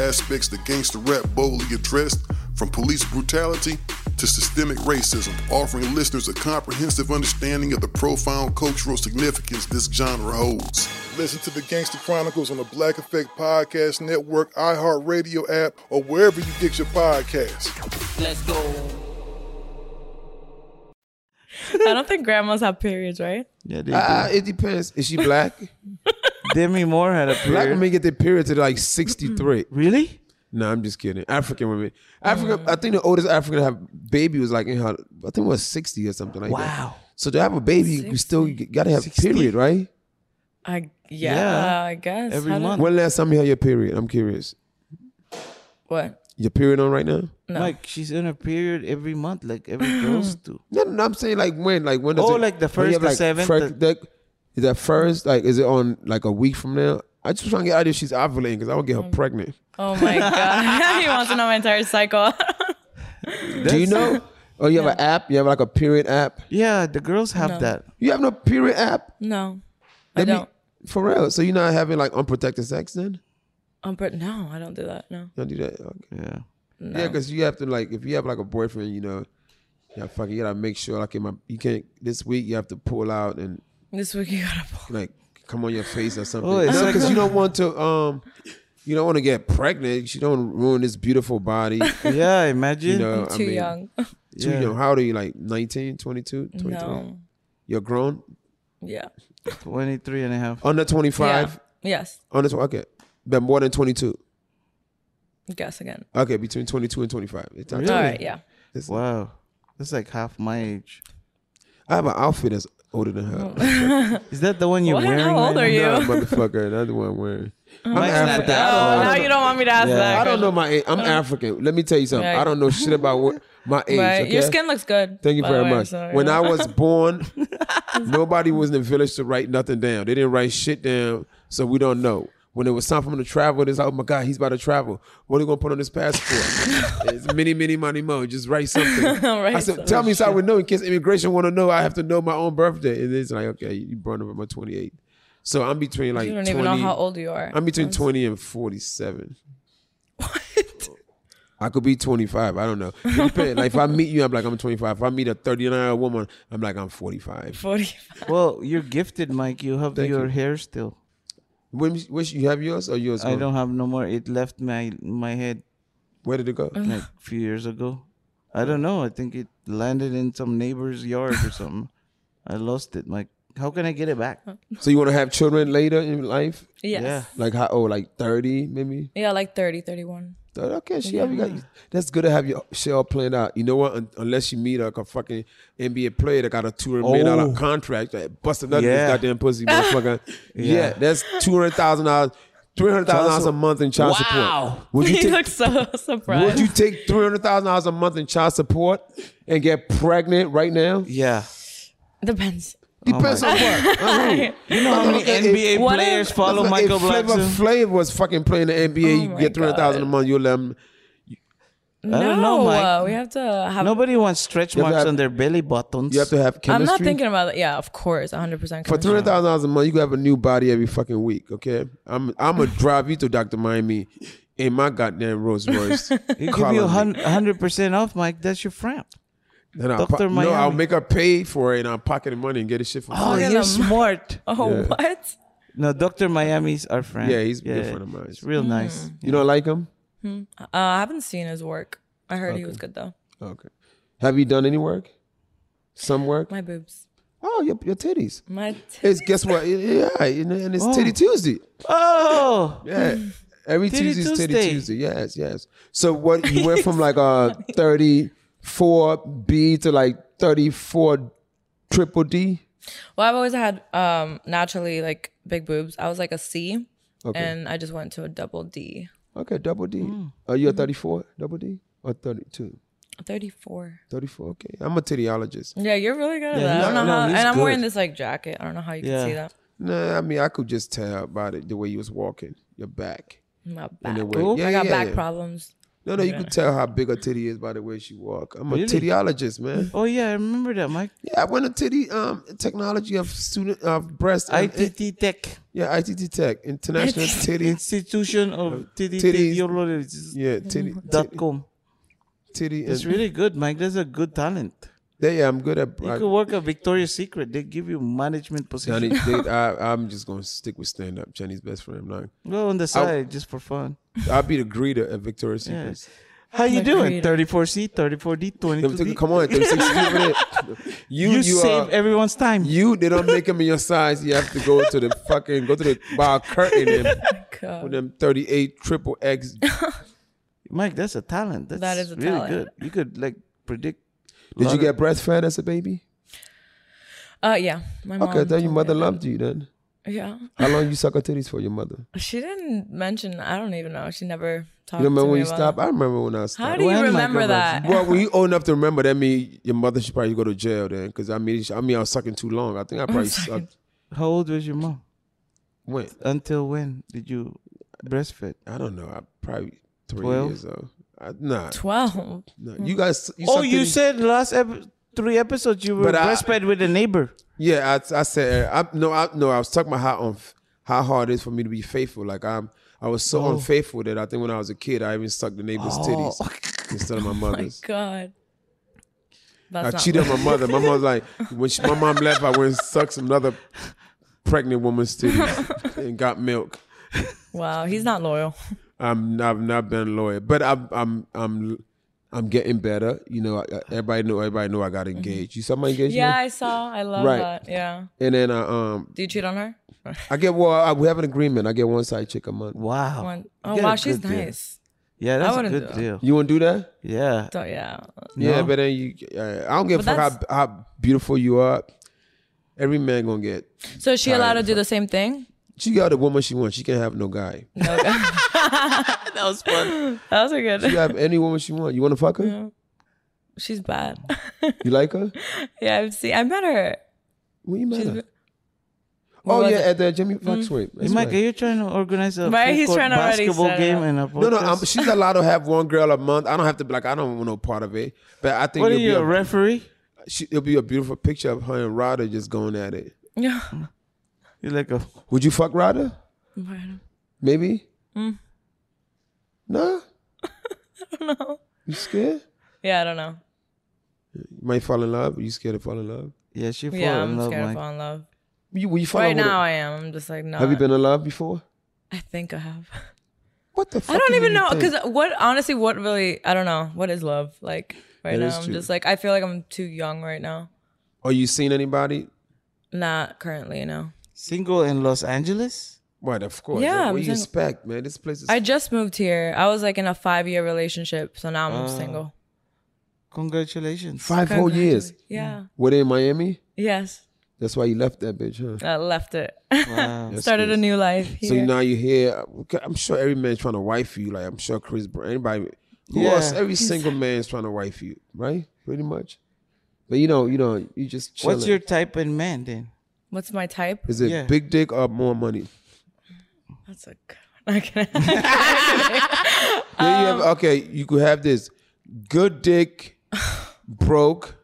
[SPEAKER 13] aspects that gangster rap boldly addressed, from police brutality to systemic racism, offering listeners a comprehensive understanding of the profound cultural significance this genre holds. Listen to the Gangster Chronicles on the Black Effect Podcast Network, iHeartRadio app, or wherever you get your podcasts.
[SPEAKER 14] Let's go.
[SPEAKER 11] I don't think grandmas have periods, right?
[SPEAKER 9] Yeah,
[SPEAKER 11] they
[SPEAKER 9] uh,
[SPEAKER 11] do.
[SPEAKER 9] it depends. Is she black? Demi Moore had a Black
[SPEAKER 10] period.
[SPEAKER 9] women get their period to like sixty three.
[SPEAKER 10] really?
[SPEAKER 9] No, I'm just kidding. African women, African. I think the oldest African to have baby was like in her. I think it was sixty or something like that.
[SPEAKER 10] Wow.
[SPEAKER 9] So to have a baby, you still got to have period, right?
[SPEAKER 11] I yeah, I guess How did-
[SPEAKER 9] When last time you had your period? I'm curious.
[SPEAKER 11] What?
[SPEAKER 9] Your period on right now?
[SPEAKER 11] No.
[SPEAKER 10] Like she's in her period every month, like every
[SPEAKER 11] (gasps)
[SPEAKER 10] girl's do.
[SPEAKER 9] No, no, no, I'm saying like when, like when does
[SPEAKER 10] Oh,
[SPEAKER 9] it?
[SPEAKER 10] like the
[SPEAKER 9] when you
[SPEAKER 10] first,
[SPEAKER 9] have,
[SPEAKER 10] the
[SPEAKER 9] like,
[SPEAKER 10] seventh,
[SPEAKER 9] fir-
[SPEAKER 10] the-
[SPEAKER 9] the- is that first? Like, is it on like a week from now? I just trying to get out if she's ovulating because I want to get her pregnant.
[SPEAKER 11] Oh my god, (laughs) he wants to know my entire cycle. (laughs)
[SPEAKER 10] (laughs)
[SPEAKER 9] Do you know? Oh, you have an app? You have like a period app?
[SPEAKER 10] Yeah, the girls have
[SPEAKER 11] No.
[SPEAKER 10] that.
[SPEAKER 9] You have no period app?
[SPEAKER 11] no,
[SPEAKER 9] I don't. for real. So you're not having like unprotected sex then?
[SPEAKER 11] um, but no, I don't do that. No,
[SPEAKER 9] You don't do that? Okay.
[SPEAKER 10] Yeah.
[SPEAKER 9] Yeah, because you have to like if you have like a boyfriend, you know, yeah, fucking you gotta make sure like in my you can't this week you have to pull out and
[SPEAKER 11] this week you gotta.
[SPEAKER 9] like come on your face or something.
[SPEAKER 10] Oh, it's
[SPEAKER 9] no,
[SPEAKER 10] like-
[SPEAKER 9] because you don't want to um you don't want to get pregnant. You don't ruin this beautiful body.
[SPEAKER 10] (laughs) Yeah, imagine.
[SPEAKER 9] You know,
[SPEAKER 11] I'm
[SPEAKER 9] I
[SPEAKER 11] too
[SPEAKER 9] mean,
[SPEAKER 11] young.
[SPEAKER 9] Too
[SPEAKER 10] Yeah.
[SPEAKER 9] young. How old are you? Like 19, 22, 23?
[SPEAKER 11] No.
[SPEAKER 9] You're grown?
[SPEAKER 11] Yeah.
[SPEAKER 10] 23 and a half.
[SPEAKER 9] Under 25?
[SPEAKER 11] Yeah. Yes.
[SPEAKER 9] Under tw- okay. But more than 22.
[SPEAKER 11] Guess again.
[SPEAKER 9] Okay, between 22 and 25. It's not
[SPEAKER 11] Really? All
[SPEAKER 9] 20.
[SPEAKER 11] right, yeah.
[SPEAKER 10] wow. That's like half my age.
[SPEAKER 9] I have an outfit that's older than her.
[SPEAKER 10] (laughs) Is that the one you're
[SPEAKER 11] Oh. What? How
[SPEAKER 10] wearing?
[SPEAKER 11] old
[SPEAKER 10] right
[SPEAKER 11] are
[SPEAKER 10] now?
[SPEAKER 9] Nah, motherfucker. That's the one I'm wearing. I'm
[SPEAKER 10] Mike's not
[SPEAKER 9] African. I
[SPEAKER 10] that
[SPEAKER 9] don't
[SPEAKER 11] Oh, now
[SPEAKER 9] know.
[SPEAKER 11] you don't want me to ask
[SPEAKER 9] Yeah.
[SPEAKER 11] that. Oh.
[SPEAKER 9] I don't
[SPEAKER 11] question.
[SPEAKER 9] know my age. I'm African. Let me tell you something.
[SPEAKER 11] Yeah.
[SPEAKER 9] I don't know shit about what, my age.
[SPEAKER 11] Right. Your
[SPEAKER 9] okay?
[SPEAKER 11] skin looks good,
[SPEAKER 9] Thank you
[SPEAKER 11] by the
[SPEAKER 9] very
[SPEAKER 11] way,
[SPEAKER 9] much.
[SPEAKER 11] so, you
[SPEAKER 9] when
[SPEAKER 11] know.
[SPEAKER 9] I was born, nobody was in the village to write nothing down. They didn't write shit down, so we don't know. When it was time for him to travel, it's like, oh my God, he's about to travel. What are you gonna put on his
[SPEAKER 15] (laughs)
[SPEAKER 9] passport? it's many, many, money more. Just write something.
[SPEAKER 11] (laughs) Write
[SPEAKER 9] I said,
[SPEAKER 11] something.
[SPEAKER 9] tell me so I would know in case immigration want to know. I have to know my own birthday. And it's like, okay, you born November 28. So I'm between like
[SPEAKER 11] You don't
[SPEAKER 9] 20,
[SPEAKER 11] even know how old you are.
[SPEAKER 9] I'm between 20 and 47. I could be 25. I don't know. It depends. like if I meet you, I'm like I'm 25. If I meet a 39 year old woman, I'm like I'm 45.
[SPEAKER 11] 45.
[SPEAKER 10] Well, you're gifted, Mike. You have
[SPEAKER 9] Thank
[SPEAKER 10] your
[SPEAKER 9] you.
[SPEAKER 10] hair still.
[SPEAKER 9] When, which you have yours or yours?
[SPEAKER 10] I
[SPEAKER 9] gone?
[SPEAKER 10] don't have no more. It left my my head.
[SPEAKER 9] Where did it go?
[SPEAKER 10] Like a few years ago. I don't know. I think it landed in some neighbor's yard or something. I lost it, Mike. How can I get it back?
[SPEAKER 9] So you want to have children later in life?
[SPEAKER 11] Yes. Yeah.
[SPEAKER 9] Like how old? Like 30 maybe.
[SPEAKER 11] Yeah, like 30, 31.
[SPEAKER 9] Thought, Okay, she
[SPEAKER 11] Yeah.
[SPEAKER 9] have you got, that's good to have your shit all planned out. You know what? Un- unless you meet like a fucking NBA player that got a two hundred million dollar
[SPEAKER 10] Oh.
[SPEAKER 9] contract that busted nothing
[SPEAKER 10] Yeah.
[SPEAKER 9] this goddamn pussy
[SPEAKER 10] (laughs)
[SPEAKER 9] motherfucker. yeah.
[SPEAKER 10] Yeah.
[SPEAKER 9] that's two hundred thousand dollars, three hundred thousand dollars a
[SPEAKER 10] Child
[SPEAKER 9] month in child
[SPEAKER 10] Wow.
[SPEAKER 9] support. Would you
[SPEAKER 11] (laughs) he
[SPEAKER 9] take,
[SPEAKER 11] looks so surprised.
[SPEAKER 9] would you take three hundred thousand dollars a month in child support and get pregnant right now?
[SPEAKER 10] Yeah.
[SPEAKER 11] Depends.
[SPEAKER 9] Depends on what. Uh-huh.
[SPEAKER 10] (laughs) You know how many
[SPEAKER 9] Motherfucker,
[SPEAKER 10] NBA
[SPEAKER 9] if-
[SPEAKER 10] players follow
[SPEAKER 9] motherfucker,
[SPEAKER 10] Michael
[SPEAKER 9] if Flavor
[SPEAKER 10] Blackson?
[SPEAKER 9] Flav was fucking playing the
[SPEAKER 11] Oh
[SPEAKER 9] NBA. you get three hundred thousand a month. um, You let him.
[SPEAKER 10] I don't know,
[SPEAKER 11] No,
[SPEAKER 10] Mike.
[SPEAKER 11] uh, we have to have.
[SPEAKER 10] Nobody wants stretch
[SPEAKER 9] You have to
[SPEAKER 10] marks
[SPEAKER 9] have-
[SPEAKER 10] on their belly buttons.
[SPEAKER 9] You have to have chemistry.
[SPEAKER 11] I'm not thinking about that. Yeah, of course, 100. percent
[SPEAKER 9] For three hundred thousand dollars a month, you can have a new body every fucking week. Okay, I'm I'm
[SPEAKER 11] (laughs)
[SPEAKER 9] gonna drive you to Doctor Miami in my goddamn Rolls Royce.
[SPEAKER 10] (laughs) He give
[SPEAKER 9] Calling
[SPEAKER 10] you
[SPEAKER 9] me.
[SPEAKER 10] hundred percent off, Mike. That's your framp.
[SPEAKER 9] Then I'll
[SPEAKER 10] Dr.
[SPEAKER 9] po-
[SPEAKER 10] Miami.
[SPEAKER 9] No, I'll make her pay for it, and I'll pocket the money and get the shit for
[SPEAKER 10] Oh,
[SPEAKER 9] free.
[SPEAKER 10] you're smart.
[SPEAKER 11] (laughs) Oh,
[SPEAKER 9] Yeah.
[SPEAKER 11] what?
[SPEAKER 10] No, Doctor Miami's our friend.
[SPEAKER 9] Yeah, he's a good friend of mine.
[SPEAKER 10] It's
[SPEAKER 11] Mm.
[SPEAKER 10] real nice.
[SPEAKER 9] You don't like him?
[SPEAKER 11] Hmm. Uh, I haven't seen his work. I heard he was good though.
[SPEAKER 9] Okay. Have you done any work? Some work?
[SPEAKER 11] My boobs.
[SPEAKER 9] Oh, your, your titties.
[SPEAKER 11] My
[SPEAKER 9] It's guess what? Yeah, and, and it's
[SPEAKER 11] Oh.
[SPEAKER 9] Titty Tuesday.
[SPEAKER 10] Oh,
[SPEAKER 9] Yeah. Every
[SPEAKER 10] Titty
[SPEAKER 9] Tuesday's Titty
[SPEAKER 10] Tuesday.
[SPEAKER 9] Tuesday. Yes, yes. So what you went from like
[SPEAKER 11] (laughs)
[SPEAKER 9] uh thirty four B to like thirty four triple D?
[SPEAKER 11] Well, I've always had um naturally like big boobs. I was like a C,
[SPEAKER 9] Okay.
[SPEAKER 11] and I just went to a double D.
[SPEAKER 9] Okay, double D.
[SPEAKER 11] Mm.
[SPEAKER 9] Are you a 34? Double D? Or 32?
[SPEAKER 11] 34.
[SPEAKER 9] 34, okay. I'm a tittyologist.
[SPEAKER 11] Yeah, you're really good at
[SPEAKER 9] Yeah,
[SPEAKER 11] that. I
[SPEAKER 9] he's-
[SPEAKER 11] don't know
[SPEAKER 9] no,
[SPEAKER 11] how.
[SPEAKER 9] he's
[SPEAKER 11] Uh, And I'm
[SPEAKER 9] good.
[SPEAKER 11] wearing this like jacket. I don't know how you can see that.
[SPEAKER 9] Nah, I mean, I could just tell about it the way you was walking, your back.
[SPEAKER 11] My
[SPEAKER 9] And the
[SPEAKER 11] back.
[SPEAKER 9] way-
[SPEAKER 11] Ooh.
[SPEAKER 9] yeah,
[SPEAKER 11] I got
[SPEAKER 9] yeah,
[SPEAKER 11] back
[SPEAKER 9] yeah.
[SPEAKER 11] problems.
[SPEAKER 9] No, no, you
[SPEAKER 11] Yeah.
[SPEAKER 9] could tell how big a titty is by the way she walk. I'm
[SPEAKER 10] Really?
[SPEAKER 9] a tittyologist, man.
[SPEAKER 10] Oh yeah, I remember that, Mike.
[SPEAKER 9] Yeah, I went to titty um technology of student of breast um, and-
[SPEAKER 10] ITT Tech.
[SPEAKER 9] eh, Yeah, ITT Tech, International Titty
[SPEAKER 10] Institution of Titty Technologies.
[SPEAKER 9] Yeah, titty
[SPEAKER 10] Mm-hmm. dot com.
[SPEAKER 9] Titty.
[SPEAKER 10] It's
[SPEAKER 9] and-
[SPEAKER 10] really good, Mike. That's a good talent.
[SPEAKER 9] Yeah, yeah, I'm good at.
[SPEAKER 10] You
[SPEAKER 9] I-
[SPEAKER 10] could work at Victoria's Secret. They give you management
[SPEAKER 9] Johnny,
[SPEAKER 10] position. (laughs)
[SPEAKER 9] dude, I, I'm just gonna stick with stand up. Jenny's best friend. I'm not.
[SPEAKER 10] Go on the side just for fun.
[SPEAKER 9] I'll, I'll be the greeter at Victoria's
[SPEAKER 10] Yeah.
[SPEAKER 9] Secret.
[SPEAKER 10] How you
[SPEAKER 9] The
[SPEAKER 10] doing?
[SPEAKER 9] greeter.
[SPEAKER 10] Thirty four C, thirty four D, twenty two D.
[SPEAKER 9] Come on, 36
[SPEAKER 10] (laughs)
[SPEAKER 9] over there. You,
[SPEAKER 10] You save
[SPEAKER 9] everyone's time. You, they don't make them in your size. You have to go to the fucking go to the bar curtain
[SPEAKER 11] (laughs)
[SPEAKER 9] and with them 38 triple X.
[SPEAKER 10] (laughs) Mike, that's a talent. That's
[SPEAKER 11] That is a
[SPEAKER 10] really
[SPEAKER 11] talent.
[SPEAKER 10] good. You could like predict.
[SPEAKER 9] Did
[SPEAKER 10] lot
[SPEAKER 9] you
[SPEAKER 10] of-
[SPEAKER 9] get breastfed as a baby?
[SPEAKER 11] Uh, yeah. My mom.
[SPEAKER 9] okay, then your mother loved you then.
[SPEAKER 11] Yeah.
[SPEAKER 9] How long you suck her titties for your mother?
[SPEAKER 11] She didn't mention. I don't even know. She never
[SPEAKER 9] You
[SPEAKER 11] talked.
[SPEAKER 9] remember
[SPEAKER 11] to me
[SPEAKER 9] when you
[SPEAKER 11] about
[SPEAKER 9] stopped?
[SPEAKER 11] it.
[SPEAKER 9] I remember when I stopped.
[SPEAKER 11] do you When, Michael remember Jackson? that?
[SPEAKER 9] Well,
[SPEAKER 11] (laughs)
[SPEAKER 9] when you old enough to remember, that mean your mother should probably go to jail then. Because I mean, I mean, I was sucking too long. I think I probably
[SPEAKER 10] sorry.
[SPEAKER 9] sucked.
[SPEAKER 10] How old was your mom?
[SPEAKER 9] When?
[SPEAKER 10] Until when did you breastfeed?
[SPEAKER 9] I don't know. I probably three
[SPEAKER 10] 12?
[SPEAKER 9] years old. I, nah,
[SPEAKER 11] Twelve.
[SPEAKER 9] No, you guys. You
[SPEAKER 10] oh,
[SPEAKER 9] sucked
[SPEAKER 10] you
[SPEAKER 9] titties-
[SPEAKER 10] said last ep- three episodes you were
[SPEAKER 9] But I-
[SPEAKER 10] breastfed with a neighbor.
[SPEAKER 9] Yeah, I, I said I, no. I no. I was talking about how on how hard it is for me to be faithful. Like I'm, I was so
[SPEAKER 10] Oh.
[SPEAKER 9] unfaithful that I think when I was a kid, I even sucked the neighbor's
[SPEAKER 10] Oh.
[SPEAKER 9] titties instead
[SPEAKER 10] (laughs)
[SPEAKER 9] of my mother's.
[SPEAKER 11] Oh God. That's
[SPEAKER 9] I
[SPEAKER 11] not
[SPEAKER 9] cheated on
[SPEAKER 11] (laughs) what-
[SPEAKER 9] my mother. My mom was
[SPEAKER 10] (laughs)
[SPEAKER 9] like, when she, my mom left, I went and sucked some another pregnant woman's
[SPEAKER 10] (laughs)
[SPEAKER 9] titties and got milk.
[SPEAKER 11] Wow, he's not loyal.
[SPEAKER 9] I'm I've not been loyal, but I'm I'm I'm I'm getting better. You know, I, I- everybody know everybody know I got engaged. You saw my engagement?
[SPEAKER 11] Mm-hmm. Yeah, I saw. I love
[SPEAKER 9] Right.
[SPEAKER 11] that. Yeah.
[SPEAKER 9] And then I um
[SPEAKER 11] Do you cheat on her?
[SPEAKER 9] I get well I, we have an agreement. I get one side chick a month.
[SPEAKER 10] Wow.
[SPEAKER 11] One- oh, wow, she's nice.
[SPEAKER 10] Yeah,
[SPEAKER 11] that's I a wouldn't good do it. deal.
[SPEAKER 9] You want to do that?
[SPEAKER 10] Yeah.
[SPEAKER 11] So, yeah.
[SPEAKER 9] Yeah,
[SPEAKER 10] No.
[SPEAKER 9] but then you uh, I don't give a
[SPEAKER 11] But
[SPEAKER 9] fuck how, how beautiful you are. Every man gonna get.
[SPEAKER 11] So is she
[SPEAKER 9] tired
[SPEAKER 11] allowed to
[SPEAKER 9] of
[SPEAKER 11] do the
[SPEAKER 9] (laughs)
[SPEAKER 11] same thing?
[SPEAKER 9] She got the woman she wants. She can't have no
[SPEAKER 11] (laughs)
[SPEAKER 9] guy.
[SPEAKER 11] that was fun. (laughs) That was a good.
[SPEAKER 9] She can have any woman she want. You want to fuck her?
[SPEAKER 11] She's bad. (laughs)
[SPEAKER 9] You like her?
[SPEAKER 11] Yeah, I've seen. I met her.
[SPEAKER 9] When you met
[SPEAKER 11] She's
[SPEAKER 9] her?
[SPEAKER 11] ve- Where
[SPEAKER 9] Oh
[SPEAKER 11] was
[SPEAKER 9] yeah,
[SPEAKER 11] it?
[SPEAKER 9] at the Jimmy Fox
[SPEAKER 10] Mm.
[SPEAKER 9] Wait,
[SPEAKER 10] Hey, Mike, are you trying to organize a
[SPEAKER 11] Right,
[SPEAKER 10] full
[SPEAKER 11] he's
[SPEAKER 10] court
[SPEAKER 11] trying to already
[SPEAKER 10] basketball
[SPEAKER 11] set it
[SPEAKER 10] game
[SPEAKER 11] up.
[SPEAKER 10] and a
[SPEAKER 9] No, no, I'm,
[SPEAKER 10] podcast?
[SPEAKER 9] she's allowed to have one girl a month. I don't have to be like I don't want no part of it. But I think
[SPEAKER 10] What are
[SPEAKER 9] it'll be
[SPEAKER 10] you,
[SPEAKER 9] a
[SPEAKER 10] a referee?
[SPEAKER 9] She, it'll be a beautiful picture of her and Ryder just going at it.
[SPEAKER 10] (laughs)
[SPEAKER 11] Yeah.
[SPEAKER 10] You're like a.
[SPEAKER 9] Would you fuck Ryder? Maybe.
[SPEAKER 11] Mm.
[SPEAKER 9] No.
[SPEAKER 11] (laughs) I don't know.
[SPEAKER 9] You scared?
[SPEAKER 11] Yeah, I don't know.
[SPEAKER 9] You might fall in love. Are you scared to fall in love?
[SPEAKER 10] Yeah, she
[SPEAKER 11] yeah, I'm scared of falling in love.
[SPEAKER 9] You, will you fall
[SPEAKER 11] right
[SPEAKER 9] in love with
[SPEAKER 11] now,
[SPEAKER 9] a-
[SPEAKER 11] I am. I'm just like no.
[SPEAKER 9] Have you been in love before?
[SPEAKER 11] I think I have.
[SPEAKER 9] (laughs) What the?
[SPEAKER 11] I don't
[SPEAKER 9] do
[SPEAKER 11] even
[SPEAKER 9] you
[SPEAKER 11] know
[SPEAKER 9] think?
[SPEAKER 11] because what honestly, what really? I don't know. What is love like right
[SPEAKER 9] That
[SPEAKER 11] now?
[SPEAKER 9] is
[SPEAKER 11] I'm
[SPEAKER 9] true.
[SPEAKER 11] just like I feel like I'm too young right now.
[SPEAKER 9] Are you seen anybody?
[SPEAKER 11] Not currently, no.
[SPEAKER 10] Single in Los Angeles?
[SPEAKER 9] Right, of course.
[SPEAKER 11] Yeah,
[SPEAKER 9] Like,
[SPEAKER 11] I'm
[SPEAKER 9] what do you
[SPEAKER 11] single.
[SPEAKER 9] expect, man? This place is.
[SPEAKER 11] I just moved here. I was like in a five year relationship, so now I'm
[SPEAKER 9] Ah.
[SPEAKER 11] single.
[SPEAKER 10] Congratulations.
[SPEAKER 9] Five whole years. Mm.
[SPEAKER 11] Yeah.
[SPEAKER 9] Were they in Miami?
[SPEAKER 11] Yes,
[SPEAKER 9] That's why you left that bitch, huh?
[SPEAKER 11] I left it. (laughs)
[SPEAKER 9] Wow. That's
[SPEAKER 11] Started a
[SPEAKER 9] good.
[SPEAKER 11] new life here.
[SPEAKER 9] So now you're here. Okay, I'm sure every man's trying to wife you. Like I'm sure Chris, Brown, anybody, who
[SPEAKER 10] Yeah.
[SPEAKER 9] else? Every single man's trying to wife you, right? Pretty much. But you know, you know, you just. Chilling.
[SPEAKER 10] What's your type in man then?
[SPEAKER 11] What's my type?
[SPEAKER 9] Is it big dick or more
[SPEAKER 11] (laughs)
[SPEAKER 9] money?
[SPEAKER 11] That's a. I'm
[SPEAKER 9] (laughs)
[SPEAKER 11] kidding.
[SPEAKER 9] Then you have, okay, you could have this good
[SPEAKER 11] (laughs)
[SPEAKER 9] dick, broke,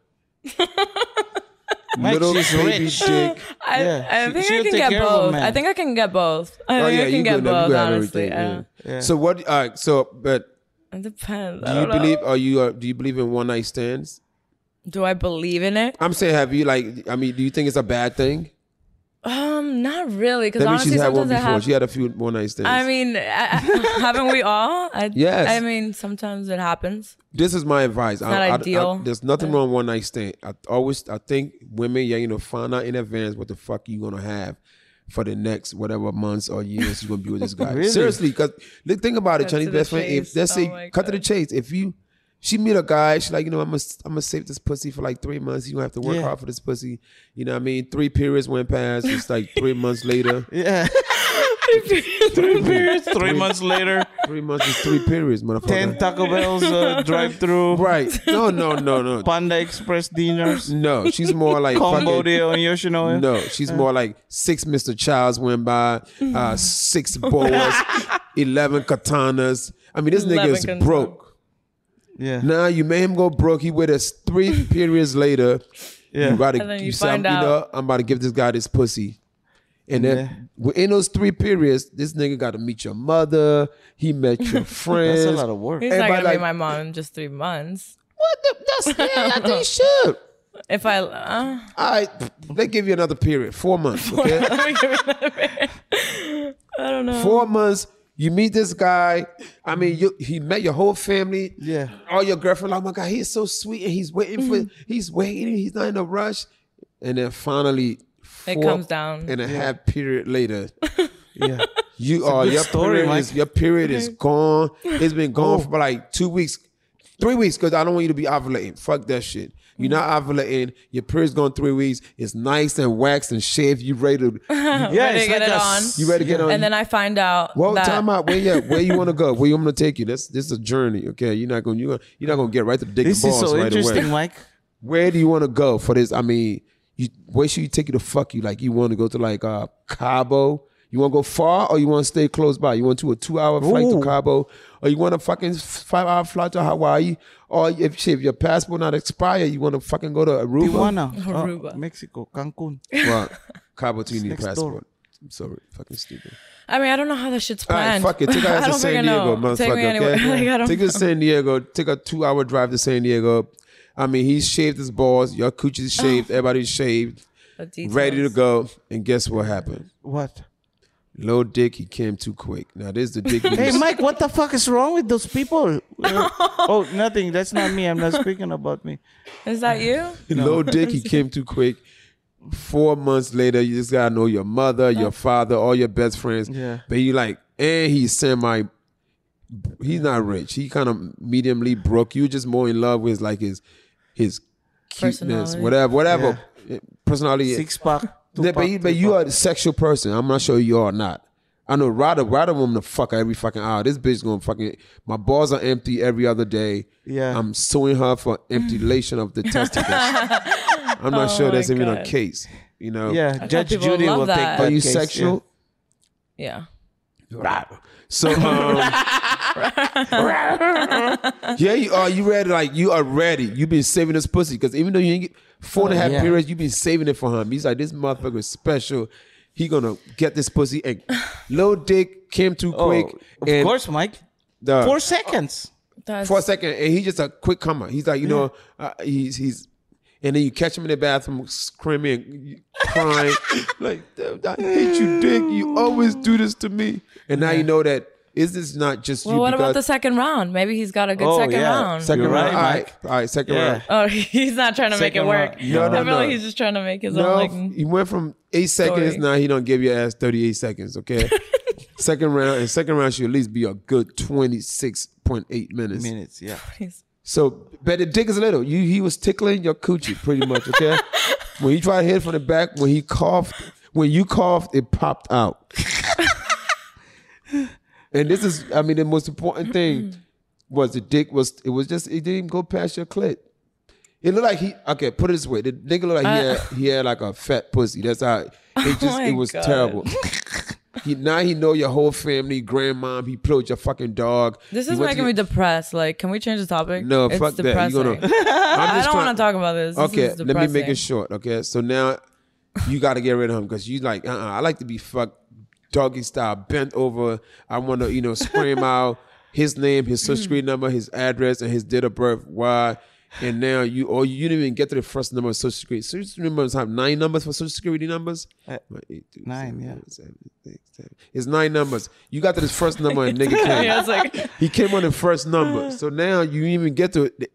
[SPEAKER 10] Mike,
[SPEAKER 9] little
[SPEAKER 10] she's
[SPEAKER 9] baby
[SPEAKER 10] rich.
[SPEAKER 9] dick.
[SPEAKER 11] (laughs) (laughs) I,
[SPEAKER 10] Yeah,
[SPEAKER 11] I
[SPEAKER 10] she-
[SPEAKER 11] think I
[SPEAKER 10] she'll take
[SPEAKER 11] can get
[SPEAKER 10] care of a
[SPEAKER 11] both.
[SPEAKER 10] man.
[SPEAKER 11] I think I can get both. I think I Oh, can get
[SPEAKER 9] good enough.
[SPEAKER 11] both.
[SPEAKER 9] Oh, You have
[SPEAKER 11] honestly,
[SPEAKER 9] everything,
[SPEAKER 11] yeah.
[SPEAKER 10] Yeah.
[SPEAKER 9] So what? All right. So, but
[SPEAKER 11] It depends.
[SPEAKER 9] do
[SPEAKER 11] I
[SPEAKER 9] you
[SPEAKER 11] don't know.
[SPEAKER 9] believe? Are you? Uh, do you believe in one night stands?
[SPEAKER 11] Do I believe in it?
[SPEAKER 9] I'm saying, have you like? I mean, do you think it's a bad thing?
[SPEAKER 11] Um, not really. Because
[SPEAKER 9] that means
[SPEAKER 11] honestly,
[SPEAKER 9] she's had one
[SPEAKER 11] sometimes I
[SPEAKER 9] before.
[SPEAKER 11] have.
[SPEAKER 9] She had a few one night stands.
[SPEAKER 11] I mean, (laughs) I, I- haven't we all? I,
[SPEAKER 9] Yes.
[SPEAKER 11] I mean, sometimes it happens.
[SPEAKER 9] this is my advice.
[SPEAKER 11] It's not ideal,
[SPEAKER 9] there's nothing wrong with one night stand. I always I think women, yeah, you know, find out in advance what the fuck you gonna have for the next whatever months or years you're gonna be with
[SPEAKER 10] (laughs)
[SPEAKER 9] this guy.
[SPEAKER 10] Really?
[SPEAKER 9] Seriously, because think about it,
[SPEAKER 10] Cut
[SPEAKER 9] Chinese
[SPEAKER 10] to the
[SPEAKER 9] best friend. If
[SPEAKER 10] chase.
[SPEAKER 9] let's
[SPEAKER 10] Oh
[SPEAKER 9] say
[SPEAKER 10] my
[SPEAKER 9] cut to the chase, if you she meet a guy, she like, you know, I'm gonna I'm gonna save this pussy for like three months. You gonna have to work
[SPEAKER 10] Yeah.
[SPEAKER 9] hard for this pussy. You know what I mean? Three periods went past. It's like three months later.
[SPEAKER 10] (laughs) Yeah.
[SPEAKER 9] (laughs)
[SPEAKER 10] three periods. Three months later.
[SPEAKER 9] Three months is three periods, motherfucker.
[SPEAKER 10] Ten Taco Bell's uh, drive-through.
[SPEAKER 9] Right. No, no, no, no.
[SPEAKER 10] Panda Express dinners.
[SPEAKER 9] No, she's
[SPEAKER 10] (laughs)
[SPEAKER 9] more like
[SPEAKER 10] Combo
[SPEAKER 9] fucking-
[SPEAKER 10] deal on Yoshinoya.
[SPEAKER 9] No, she's more like six Mr. Childs went by, uh, six
[SPEAKER 10] (laughs)
[SPEAKER 9] boas, eleven katanas. I mean, this nigga
[SPEAKER 10] 11
[SPEAKER 9] is
[SPEAKER 10] katanas.
[SPEAKER 9] broke.
[SPEAKER 10] Yeah.
[SPEAKER 9] Now you made him go broke. He with us
[SPEAKER 10] (laughs)
[SPEAKER 9] three periods later.
[SPEAKER 10] Yeah.
[SPEAKER 9] You about
[SPEAKER 10] And
[SPEAKER 9] to
[SPEAKER 10] then
[SPEAKER 9] you,
[SPEAKER 10] you
[SPEAKER 9] say,
[SPEAKER 10] find
[SPEAKER 9] you know,
[SPEAKER 10] out.
[SPEAKER 9] I'm about to give this guy this pussy. And then within those three periods, this nigga got to meet your mother. He met
[SPEAKER 10] (laughs)
[SPEAKER 9] your friends.
[SPEAKER 11] He's not
[SPEAKER 9] Everybody
[SPEAKER 11] gonna be
[SPEAKER 9] like,
[SPEAKER 11] my mom in just three months.
[SPEAKER 9] What? The, that's yeah, I think you should.
[SPEAKER 11] Uh-huh. If I, uh,
[SPEAKER 9] I they give you another period, four months. Okay?
[SPEAKER 11] (laughs) I don't know.
[SPEAKER 9] Four months. You meet this guy. I mean, you, he met your whole family.
[SPEAKER 10] Yeah.
[SPEAKER 9] All your girlfriend. Like, oh my God, he's so sweet, and he's waiting for. He's waiting. He's not in a rush. (laughs) And then finally,
[SPEAKER 11] It
[SPEAKER 9] four
[SPEAKER 11] comes down.
[SPEAKER 9] and a
[SPEAKER 11] Yeah.
[SPEAKER 9] half period later.
[SPEAKER 10] (laughs) yeah.
[SPEAKER 9] You
[SPEAKER 10] a
[SPEAKER 9] are
[SPEAKER 10] good
[SPEAKER 9] your
[SPEAKER 10] story,
[SPEAKER 9] period.
[SPEAKER 10] Mike. Oh.
[SPEAKER 9] Is, your period
[SPEAKER 11] (laughs)
[SPEAKER 9] is gone. It's been gone for like two weeks, three weeks. Because I don't want you to be ovulating. Fuck that shit. You're not
[SPEAKER 11] Mm-hmm.
[SPEAKER 9] ovulating. Your period's gone three weeks. It's nice and waxed and shaved. You ready to?
[SPEAKER 11] yeah,
[SPEAKER 9] it's
[SPEAKER 11] get
[SPEAKER 9] like
[SPEAKER 11] it
[SPEAKER 9] a-
[SPEAKER 11] on.
[SPEAKER 9] You ready to get on?
[SPEAKER 11] And then I find out.
[SPEAKER 9] Well,
[SPEAKER 11] that,
[SPEAKER 9] time out. Where you at? Where you want to go? Where you want to take you? This this is a journey. Okay, you're not gonna you gonna you're not gonna get right to the dick
[SPEAKER 10] This
[SPEAKER 9] and
[SPEAKER 10] is
[SPEAKER 9] balls
[SPEAKER 10] so
[SPEAKER 9] right
[SPEAKER 10] interesting,
[SPEAKER 9] away.
[SPEAKER 10] Mike.
[SPEAKER 9] Where do you want to go for this? I mean, you where should you take you to fuck you? Like you want to go to like uh Cabo? You want to go far or you want to stay close by? You want to a two hour flight
[SPEAKER 10] Ooh.
[SPEAKER 9] to Cabo, or you want a fucking five hour flight to Hawaii, or if shit, if your passport not expire, you want to fucking go to Aruba.
[SPEAKER 11] (laughs)
[SPEAKER 10] Tijuana, uh, Mexico, Cancun.
[SPEAKER 9] Well, Cabo to you need
[SPEAKER 10] Next door.
[SPEAKER 9] passport. I'm sorry, fucking stupid.
[SPEAKER 11] I mean, I don't know how this shit's
[SPEAKER 9] All right,
[SPEAKER 11] planned.
[SPEAKER 9] fuck it. Take
[SPEAKER 11] (laughs)
[SPEAKER 9] her
[SPEAKER 11] I
[SPEAKER 9] ass to
[SPEAKER 11] don't
[SPEAKER 9] San
[SPEAKER 11] freaking
[SPEAKER 9] Diego,
[SPEAKER 11] know.
[SPEAKER 9] motherfucker.
[SPEAKER 11] Take me anywhere.
[SPEAKER 9] okay?
[SPEAKER 11] (laughs) Like, I don't
[SPEAKER 9] Take her to San Diego. Take a two-hour drive to San Diego. I mean, he shaved his balls. Your coochie's shaved. Everybody's shaved.
[SPEAKER 11] Oh. The details.
[SPEAKER 9] Ready to go. And guess what happened?
[SPEAKER 10] What?
[SPEAKER 9] Low dick. He came too quick. Now this is the dick.
[SPEAKER 10] Hey,
[SPEAKER 9] you-
[SPEAKER 10] Mike, what the fuck is wrong with those
[SPEAKER 11] (laughs)
[SPEAKER 10] people? Uh, oh, nothing. That's not me. I'm not speaking about me.
[SPEAKER 11] Is that you?
[SPEAKER 9] Low dick.
[SPEAKER 10] (laughs)
[SPEAKER 9] He came too quick. Four months later, you just gotta know your mother, your father, all your best friends.
[SPEAKER 10] Yeah.
[SPEAKER 9] But you like, and he's semi. He's not rich. He kind of mediumly broke. You just more in love with like his his cuteness,
[SPEAKER 10] Personality.
[SPEAKER 9] whatever, whatever
[SPEAKER 10] Yeah.
[SPEAKER 9] personality.
[SPEAKER 10] Six pack. two
[SPEAKER 9] Yeah, but
[SPEAKER 10] pack,
[SPEAKER 9] you,
[SPEAKER 10] three
[SPEAKER 9] but you are a sexual person. I'm not sure you are not. I know Rada Rada woman to fuck her every fucking hour. This bitch gonna fucking my balls are empty every other day.
[SPEAKER 10] Yeah.
[SPEAKER 9] I'm suing her for emulation
[SPEAKER 10] (laughs)
[SPEAKER 9] of the testicles. I'm
[SPEAKER 10] Oh
[SPEAKER 9] not sure that's even a case. You know.
[SPEAKER 10] Yeah, I thought Judge people Judy love will take that.
[SPEAKER 9] Are you
[SPEAKER 10] that case,
[SPEAKER 9] sexual?
[SPEAKER 11] Yeah.
[SPEAKER 9] So
[SPEAKER 10] (laughs)
[SPEAKER 9] um, yeah, you are. You ready? Like you are ready. You've been saving this pussy because even though you ain't get four and a
[SPEAKER 10] Oh,
[SPEAKER 9] half
[SPEAKER 10] yeah.
[SPEAKER 9] periods, you've been saving it for him. He's like, this motherfucker is special. He gonna get this pussy. And little dick came too
[SPEAKER 10] Oh,
[SPEAKER 9] quick.
[SPEAKER 10] of
[SPEAKER 9] and
[SPEAKER 10] course, Mike.
[SPEAKER 9] the-
[SPEAKER 10] Four seconds.
[SPEAKER 9] for a second, and he's just a quick comer. He's like, you know, uh, he's he's, and then you catch him in the bathroom screaming,
[SPEAKER 10] (laughs)
[SPEAKER 9] crying, like, "Damn, I hate you, Dick. You always do this to me. And now you know that is this not just
[SPEAKER 11] Well,
[SPEAKER 9] you?
[SPEAKER 11] what about the
[SPEAKER 9] because-
[SPEAKER 11] second round? Maybe he's got a good second round.
[SPEAKER 9] Second
[SPEAKER 10] Oh, You're
[SPEAKER 9] round,
[SPEAKER 10] right,
[SPEAKER 9] all right, all right, second
[SPEAKER 10] Yeah.
[SPEAKER 9] round.
[SPEAKER 11] Oh, he's not trying to make
[SPEAKER 10] Second
[SPEAKER 11] it work.
[SPEAKER 9] round. No, no,
[SPEAKER 11] I feel like
[SPEAKER 9] no.
[SPEAKER 11] he's just trying to make his
[SPEAKER 9] No,
[SPEAKER 11] own.
[SPEAKER 10] mm.
[SPEAKER 11] Like,
[SPEAKER 9] he went from eight seconds.
[SPEAKER 11] story.
[SPEAKER 9] Now he don't give your ass thirty-eight seconds. Okay, second round and second round should at least be a good twenty-six point eight minutes.
[SPEAKER 10] Minutes, yeah.
[SPEAKER 9] So, but the dick is little. You he was tickling your coochie pretty much.
[SPEAKER 10] (laughs)
[SPEAKER 9] Okay, when he tried to hit it from the back, when he coughed, when you coughed, it popped out. and this is, I mean, the most important thing was the dick was it was just it didn't even go past your clit. It looked like he okay. Put it this way, the nigga looked like
[SPEAKER 10] Uh.
[SPEAKER 9] he, had, he had like a fat pussy. That's
[SPEAKER 10] (laughs)
[SPEAKER 9] how it just
[SPEAKER 10] Oh my
[SPEAKER 9] it was
[SPEAKER 10] God.
[SPEAKER 9] terrible. He, now he know your whole family, grandmom. He played your fucking dog.
[SPEAKER 11] this
[SPEAKER 9] He went
[SPEAKER 11] is
[SPEAKER 9] to
[SPEAKER 11] making
[SPEAKER 9] your-
[SPEAKER 11] me depressed. Like, can we change the topic?
[SPEAKER 9] No,
[SPEAKER 11] it's
[SPEAKER 9] fuck that. You
[SPEAKER 11] depressing.
[SPEAKER 9] gonna- I'm
[SPEAKER 11] I
[SPEAKER 9] just
[SPEAKER 11] don't
[SPEAKER 9] trying-
[SPEAKER 11] want to talk about this. This
[SPEAKER 9] Okay,
[SPEAKER 11] is
[SPEAKER 9] let me make
[SPEAKER 11] depressing.
[SPEAKER 9] it short. Okay, so now you got to get rid of him because you like, uh, uh I like to be fucked doggy style, bent over. I want to, you know, scream out his name, his social security number, his address, and his date of birth. Why? And now you, or you didn't even get to the first number of social security. Social security numbers have nine numbers for social security numbers. One, eight, two,
[SPEAKER 10] Nine, yeah.
[SPEAKER 9] It's nine numbers. You got to this first number and nigga
[SPEAKER 11] (laughs)
[SPEAKER 9] came.
[SPEAKER 10] Yeah, it's like-
[SPEAKER 9] he came on the first
[SPEAKER 11] (sighs)
[SPEAKER 9] number. So now you didn't even get to the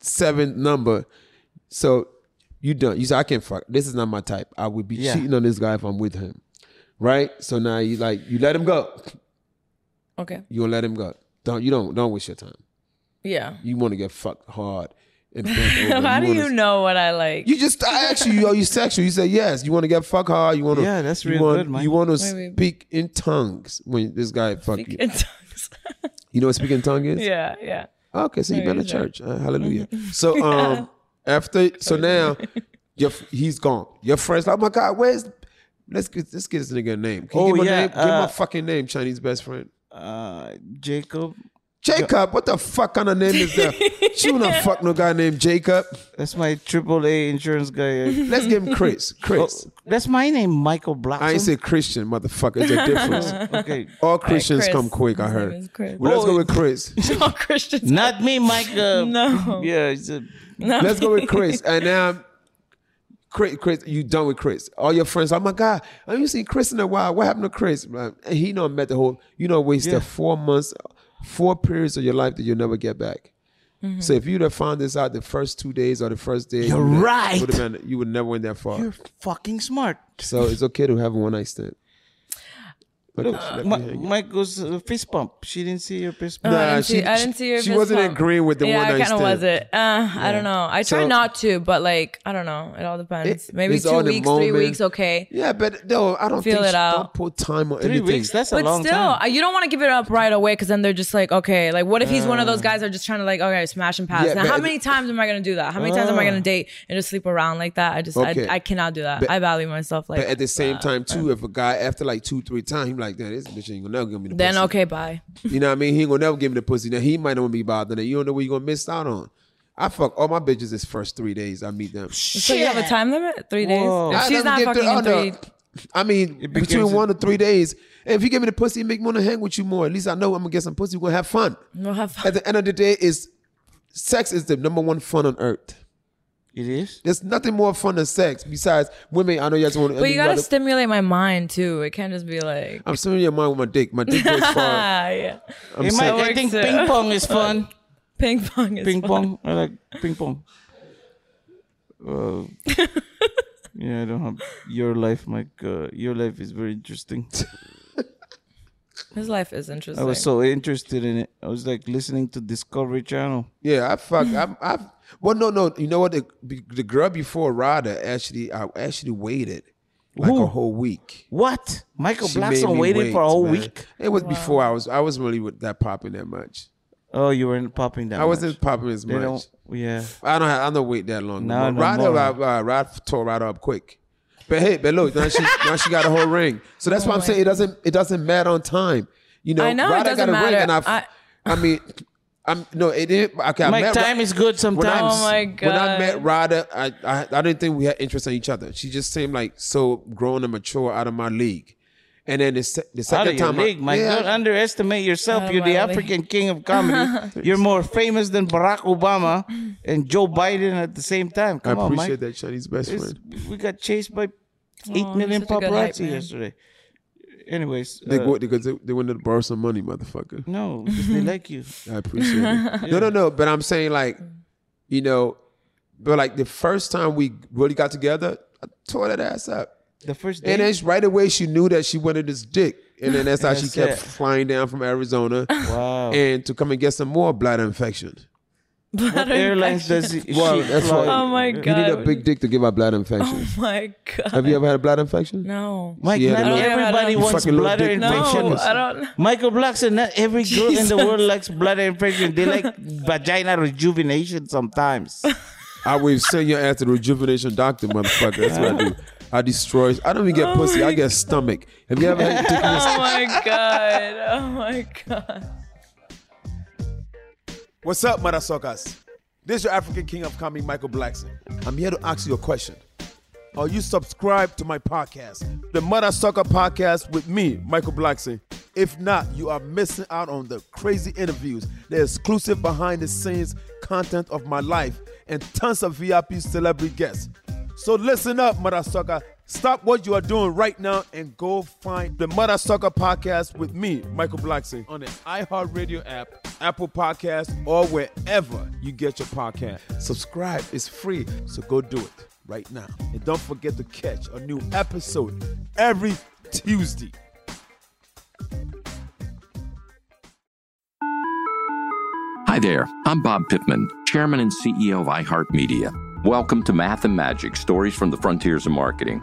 [SPEAKER 9] seventh number. So you done. You say I can't fuck. This is not my type. I would be
[SPEAKER 10] Yeah.
[SPEAKER 9] cheating on this guy if I'm with him. Right? So now you like you let him go.
[SPEAKER 11] Okay.
[SPEAKER 9] You gonna let him go. Don't you don't don't waste your time.
[SPEAKER 11] Yeah.
[SPEAKER 9] You wanna get fucked hard. and
[SPEAKER 11] (laughs)
[SPEAKER 9] bent over.
[SPEAKER 11] How do
[SPEAKER 9] wanna-
[SPEAKER 11] you know what I like?
[SPEAKER 9] You just I asked you, yo, you sexual. You said yes. You want to get fuck hard. You want to
[SPEAKER 11] Yeah, that's
[SPEAKER 9] you
[SPEAKER 11] real
[SPEAKER 9] want,
[SPEAKER 11] good, Mike.
[SPEAKER 9] You want to
[SPEAKER 11] Wait, wait.
[SPEAKER 9] speak in tongues when this guy fuck you.
[SPEAKER 11] in tongues. (laughs)
[SPEAKER 9] You know what speaking in tongue is?
[SPEAKER 11] Yeah, yeah.
[SPEAKER 9] Okay, so you've been to
[SPEAKER 11] Praise God.
[SPEAKER 9] church. Uh,
[SPEAKER 11] (laughs)
[SPEAKER 9] hallelujah. So um after so now your f- he's gone. Your friends like, oh my God, where's let's get let's get this nigga a name. Can you
[SPEAKER 10] Oh,
[SPEAKER 9] give him a
[SPEAKER 10] yeah,
[SPEAKER 9] name? give him
[SPEAKER 10] uh,
[SPEAKER 9] a fucking name, Chinese best friend. Uh
[SPEAKER 10] Jacob.
[SPEAKER 9] Jacob, what the fuck kind of name is
[SPEAKER 11] (laughs)
[SPEAKER 9] that? she wanna fuck no guy named Jacob.
[SPEAKER 10] That's my AAA insurance guy.
[SPEAKER 9] (laughs) Let's give him Chris. Chris.
[SPEAKER 10] that's my name, Michael Black.
[SPEAKER 9] I ain't say Christian, motherfucker. It's a difference.
[SPEAKER 10] (laughs) okay.
[SPEAKER 9] All Christians
[SPEAKER 10] Chris.
[SPEAKER 9] come quick, I
[SPEAKER 10] His name
[SPEAKER 9] heard.
[SPEAKER 10] is Chris.
[SPEAKER 11] (laughs)
[SPEAKER 9] Well, let's
[SPEAKER 10] Oh,
[SPEAKER 9] go with Chris.
[SPEAKER 11] All Christians.
[SPEAKER 10] (laughs) Not me, Mike. (laughs) Uh,
[SPEAKER 11] No.
[SPEAKER 10] Yeah. It's a,
[SPEAKER 11] No.
[SPEAKER 9] Let's go with
[SPEAKER 10] (laughs)
[SPEAKER 9] Chris. And um, Chris, Chris, you done with Chris. All your friends, oh my God, I haven't seen Chris in a while. What happened to Chris? Like, And he not met the whole, you know, wasted
[SPEAKER 12] Yeah.
[SPEAKER 9] four months, four periods of your life that you'll never get back.
[SPEAKER 10] Mm-hmm.
[SPEAKER 12] Mhm.
[SPEAKER 9] So if you'd have found this out the first two days or the first day,
[SPEAKER 10] You're
[SPEAKER 9] you would've-
[SPEAKER 10] right.
[SPEAKER 9] would've been- you would never went that far.
[SPEAKER 10] You're fucking smart.
[SPEAKER 9] so it's okay to have a one night stand. Okay,
[SPEAKER 10] Look,
[SPEAKER 9] let me
[SPEAKER 10] Ma-
[SPEAKER 9] hang it.
[SPEAKER 10] Mike goes uh, fist pump. She didn't see your fist
[SPEAKER 11] No,
[SPEAKER 10] pump.
[SPEAKER 11] I didn't see, I didn't see your
[SPEAKER 9] she
[SPEAKER 11] fist
[SPEAKER 9] wasn't
[SPEAKER 11] bump.
[SPEAKER 9] agreeing with the
[SPEAKER 11] yeah,
[SPEAKER 9] one-night
[SPEAKER 11] I kind of
[SPEAKER 9] stand.
[SPEAKER 11] wasn't. Uh, I don't know. I try
[SPEAKER 9] So-
[SPEAKER 11] not to, but like I don't know. It all depends.
[SPEAKER 9] It-
[SPEAKER 11] Maybe
[SPEAKER 9] it's all
[SPEAKER 11] two
[SPEAKER 9] the
[SPEAKER 11] weeks, three
[SPEAKER 9] moment.
[SPEAKER 11] weeks, okay.
[SPEAKER 9] Yeah, but no, I don't
[SPEAKER 11] Feel
[SPEAKER 9] think
[SPEAKER 11] it
[SPEAKER 9] she-
[SPEAKER 11] out.
[SPEAKER 9] Don't put time on
[SPEAKER 10] Three
[SPEAKER 9] anything.
[SPEAKER 10] weeks, that's
[SPEAKER 11] but still, uh, you don't want to give it up right away because then they're just like, okay, like what if he's one of those
[SPEAKER 9] Uh.
[SPEAKER 11] guys that are just trying to like, okay, smash and pass.
[SPEAKER 9] Yeah,
[SPEAKER 11] now,
[SPEAKER 9] but-
[SPEAKER 11] how many times am I gonna do that? How many times am I
[SPEAKER 9] Ah.
[SPEAKER 11] gonna date and just sleep around like that? I just,
[SPEAKER 9] Okay.
[SPEAKER 11] I, I cannot do that.
[SPEAKER 9] But-
[SPEAKER 11] I value myself like.
[SPEAKER 9] but at the same time, too, if a guy after like two, three times, he like, damn, this bitch ain't gonna never give me the
[SPEAKER 11] then
[SPEAKER 9] pussy.
[SPEAKER 11] okay, bye.
[SPEAKER 9] You know what I mean? He ain't gonna never give me the pussy. Now he might not be bothering it. You don't know what you gonna miss out on. I fuck all my bitches this first three days I meet them.
[SPEAKER 11] So you have a time limit, three
[SPEAKER 9] Whoa. I
[SPEAKER 11] days. If she's
[SPEAKER 9] don't
[SPEAKER 11] not
[SPEAKER 9] get
[SPEAKER 11] fucking
[SPEAKER 9] through-
[SPEAKER 11] in
[SPEAKER 9] oh,
[SPEAKER 11] three.
[SPEAKER 9] no. I mean,
[SPEAKER 10] becomes
[SPEAKER 9] between
[SPEAKER 10] a-
[SPEAKER 9] one to three days. And if you give me the pussy, it make me wanna hang with you more. At least I know I'm gonna get some pussy. We're gonna have fun.
[SPEAKER 11] We'll have fun.
[SPEAKER 9] At the end of the day, is sex is the number one fun on earth.
[SPEAKER 10] It is.
[SPEAKER 9] There's nothing more fun than sex. Besides women, I know you guys want.
[SPEAKER 11] But you gotta stimulate my mind too. It can't just be like. Ah,
[SPEAKER 9] I'm swimming your mind with my dick. My dick
[SPEAKER 11] (laughs)
[SPEAKER 9] goes far.
[SPEAKER 11] yeah.
[SPEAKER 9] I'm Hey, Mike, saying- I
[SPEAKER 11] That
[SPEAKER 10] think
[SPEAKER 11] works, uh,
[SPEAKER 10] ping
[SPEAKER 11] too.
[SPEAKER 10] pong
[SPEAKER 11] (laughs)
[SPEAKER 10] is fun.
[SPEAKER 11] ping pong is
[SPEAKER 10] ping
[SPEAKER 11] fun.
[SPEAKER 10] pong. I like ping pong.
[SPEAKER 11] (laughs)
[SPEAKER 10] Uh, yeah, I don't have your life, Mike. Uh, your life is very interesting.
[SPEAKER 11] His life is interesting.
[SPEAKER 10] I was
[SPEAKER 11] (laughs)
[SPEAKER 10] so interested in it. I was like listening to Discovery Channel.
[SPEAKER 9] Yeah, I
[SPEAKER 10] (laughs)
[SPEAKER 9] fuck. I'm, I've well, no, no. You know what? The, the girl before Rada actually, I actually waited like a whole week.
[SPEAKER 10] What? Michael
[SPEAKER 9] She
[SPEAKER 10] Blackson
[SPEAKER 9] made me
[SPEAKER 10] waited for a
[SPEAKER 9] wait,
[SPEAKER 10] whole
[SPEAKER 9] man.
[SPEAKER 10] week?
[SPEAKER 9] It was before I was. I was really with that popping that much.
[SPEAKER 10] Oh, you weren't popping that.
[SPEAKER 9] I wasn't popping as
[SPEAKER 10] They
[SPEAKER 9] much.
[SPEAKER 10] don't- yeah.
[SPEAKER 9] I don't. I don't wait that long. No,
[SPEAKER 10] No, no
[SPEAKER 9] Rada,
[SPEAKER 10] more.
[SPEAKER 9] I, uh, Rada tore Rada up quick. But hey, but look, now she now she got a whole ring. So that's why I'm saying it doesn't it doesn't matter on time. You know,
[SPEAKER 11] I know, it
[SPEAKER 9] Rada got
[SPEAKER 11] doesn't
[SPEAKER 9] a ring,
[SPEAKER 11] matter.
[SPEAKER 9] and I, I, mean, I'm no, it didn't. Okay, I
[SPEAKER 10] Mike,
[SPEAKER 9] met Ra-
[SPEAKER 10] time is good sometimes.
[SPEAKER 11] Oh my
[SPEAKER 9] When I
[SPEAKER 11] God.
[SPEAKER 9] met Rada, I, I I didn't think we had interest in each other. She just seemed like so grown and mature, out of my league. And then the, se- the
[SPEAKER 10] Out
[SPEAKER 9] second
[SPEAKER 10] of your
[SPEAKER 9] time,
[SPEAKER 10] league,
[SPEAKER 9] I,
[SPEAKER 10] Mike.
[SPEAKER 9] Yeah, (laughs)
[SPEAKER 10] Don't underestimate yourself.
[SPEAKER 11] Oh,
[SPEAKER 9] Out of
[SPEAKER 10] You're the
[SPEAKER 9] my league.
[SPEAKER 10] African king of
[SPEAKER 11] (laughs)
[SPEAKER 10] comedy. You're more famous than Barack Obama and Joe Biden at the same time.
[SPEAKER 9] I
[SPEAKER 10] Come on,
[SPEAKER 9] appreciate
[SPEAKER 10] Mike.
[SPEAKER 9] that Chinese best
[SPEAKER 10] It's-
[SPEAKER 9] friend.
[SPEAKER 10] We got chased by eight
[SPEAKER 11] Oh, you're
[SPEAKER 10] million
[SPEAKER 11] such a good hype
[SPEAKER 10] paparazzi
[SPEAKER 11] man.
[SPEAKER 10] yesterday. Anyways,
[SPEAKER 9] They
[SPEAKER 10] uh,
[SPEAKER 9] go because they, they wanted to borrow some money, motherfucker.
[SPEAKER 10] no, because they like you.
[SPEAKER 9] (laughs) I
[SPEAKER 10] (laughs)
[SPEAKER 9] appreciate it. No, no, no. But I'm saying like, you know, but like the first time we really got together, I tore that ass up.
[SPEAKER 10] The first
[SPEAKER 9] And then
[SPEAKER 10] date?
[SPEAKER 9] she- right away she knew that she wanted this dick. And then that's how she
[SPEAKER 10] That's
[SPEAKER 9] kept
[SPEAKER 10] it.
[SPEAKER 9] flying down from Arizona.
[SPEAKER 10] (laughs) Wow.
[SPEAKER 9] And to come and get some more bladder infection.
[SPEAKER 10] What airlines does he,
[SPEAKER 9] Well,
[SPEAKER 10] she
[SPEAKER 9] that's
[SPEAKER 10] fly?
[SPEAKER 9] why
[SPEAKER 11] Oh my
[SPEAKER 9] You need a
[SPEAKER 11] God.
[SPEAKER 9] big dick to give out bladder infection.
[SPEAKER 11] (laughs) Oh my god.
[SPEAKER 9] Have you ever had a bladder infection?
[SPEAKER 11] No.
[SPEAKER 10] Mike,
[SPEAKER 9] Yeah,
[SPEAKER 10] not
[SPEAKER 9] they-
[SPEAKER 10] everybody
[SPEAKER 9] You
[SPEAKER 10] wants
[SPEAKER 9] fucking little
[SPEAKER 10] bladder
[SPEAKER 9] dick.
[SPEAKER 10] infection.
[SPEAKER 11] No, I
[SPEAKER 10] (laughs)
[SPEAKER 11] don't.
[SPEAKER 10] Michael Blackson, not every girl in the world
[SPEAKER 11] Jesus.
[SPEAKER 10] likes bladder infection. They
[SPEAKER 11] (laughs)
[SPEAKER 10] like vagina rejuvenation sometimes.
[SPEAKER 9] I will send your ass to the rejuvenation doctor, motherfucker. That's what I do. I destroy. I don't even get
[SPEAKER 11] Oh
[SPEAKER 9] pussy.
[SPEAKER 11] my
[SPEAKER 9] I get stomach. Have you ever had dick in your
[SPEAKER 11] (laughs) Oh my god. Oh my god.
[SPEAKER 12] What's up, mother suckers? This is your African king of comedy, Michael Blackson. I'm here to ask you a question. Are you subscribed to my podcast, the Mother Sucker Podcast with me, Michael Blackson? If not, you are missing out on the crazy interviews, the exclusive behind the scenes content of my life, and tons of VIP celebrity guests. So listen up, Mother Sucker. Stop what you are doing right now and go find the Mother Sucker Podcast with me, Michael Blackson, on the iHeartRadio app, Apple Podcasts, or wherever you get your podcast. Subscribe, it's free, so go do it right now. And don't forget to catch a new episode every Tuesday.
[SPEAKER 5] Hi, Hi there, I'm Bob Pittman, Chairman and CEO of iHeartMedia. Welcome to Math and Magic Stories from the Frontiers of Marketing.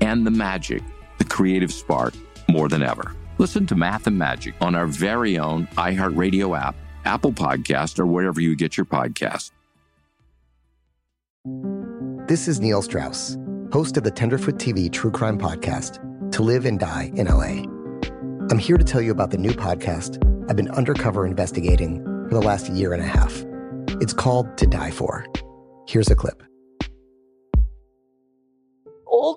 [SPEAKER 5] and the magic, the creative spark, more than ever. Listen to Math and Magic on our very own iHeartRadio app, Apple Podcast, or wherever you get your podcast.
[SPEAKER 7] This is Neil Strauss, host of the Tenderfoot TV True Crime Podcast, To Live and Die in LA. I'm here to tell you about the new podcast I've been undercover investigating for the last year and a half. It's called To Die For. Here's a clip.
[SPEAKER 14] all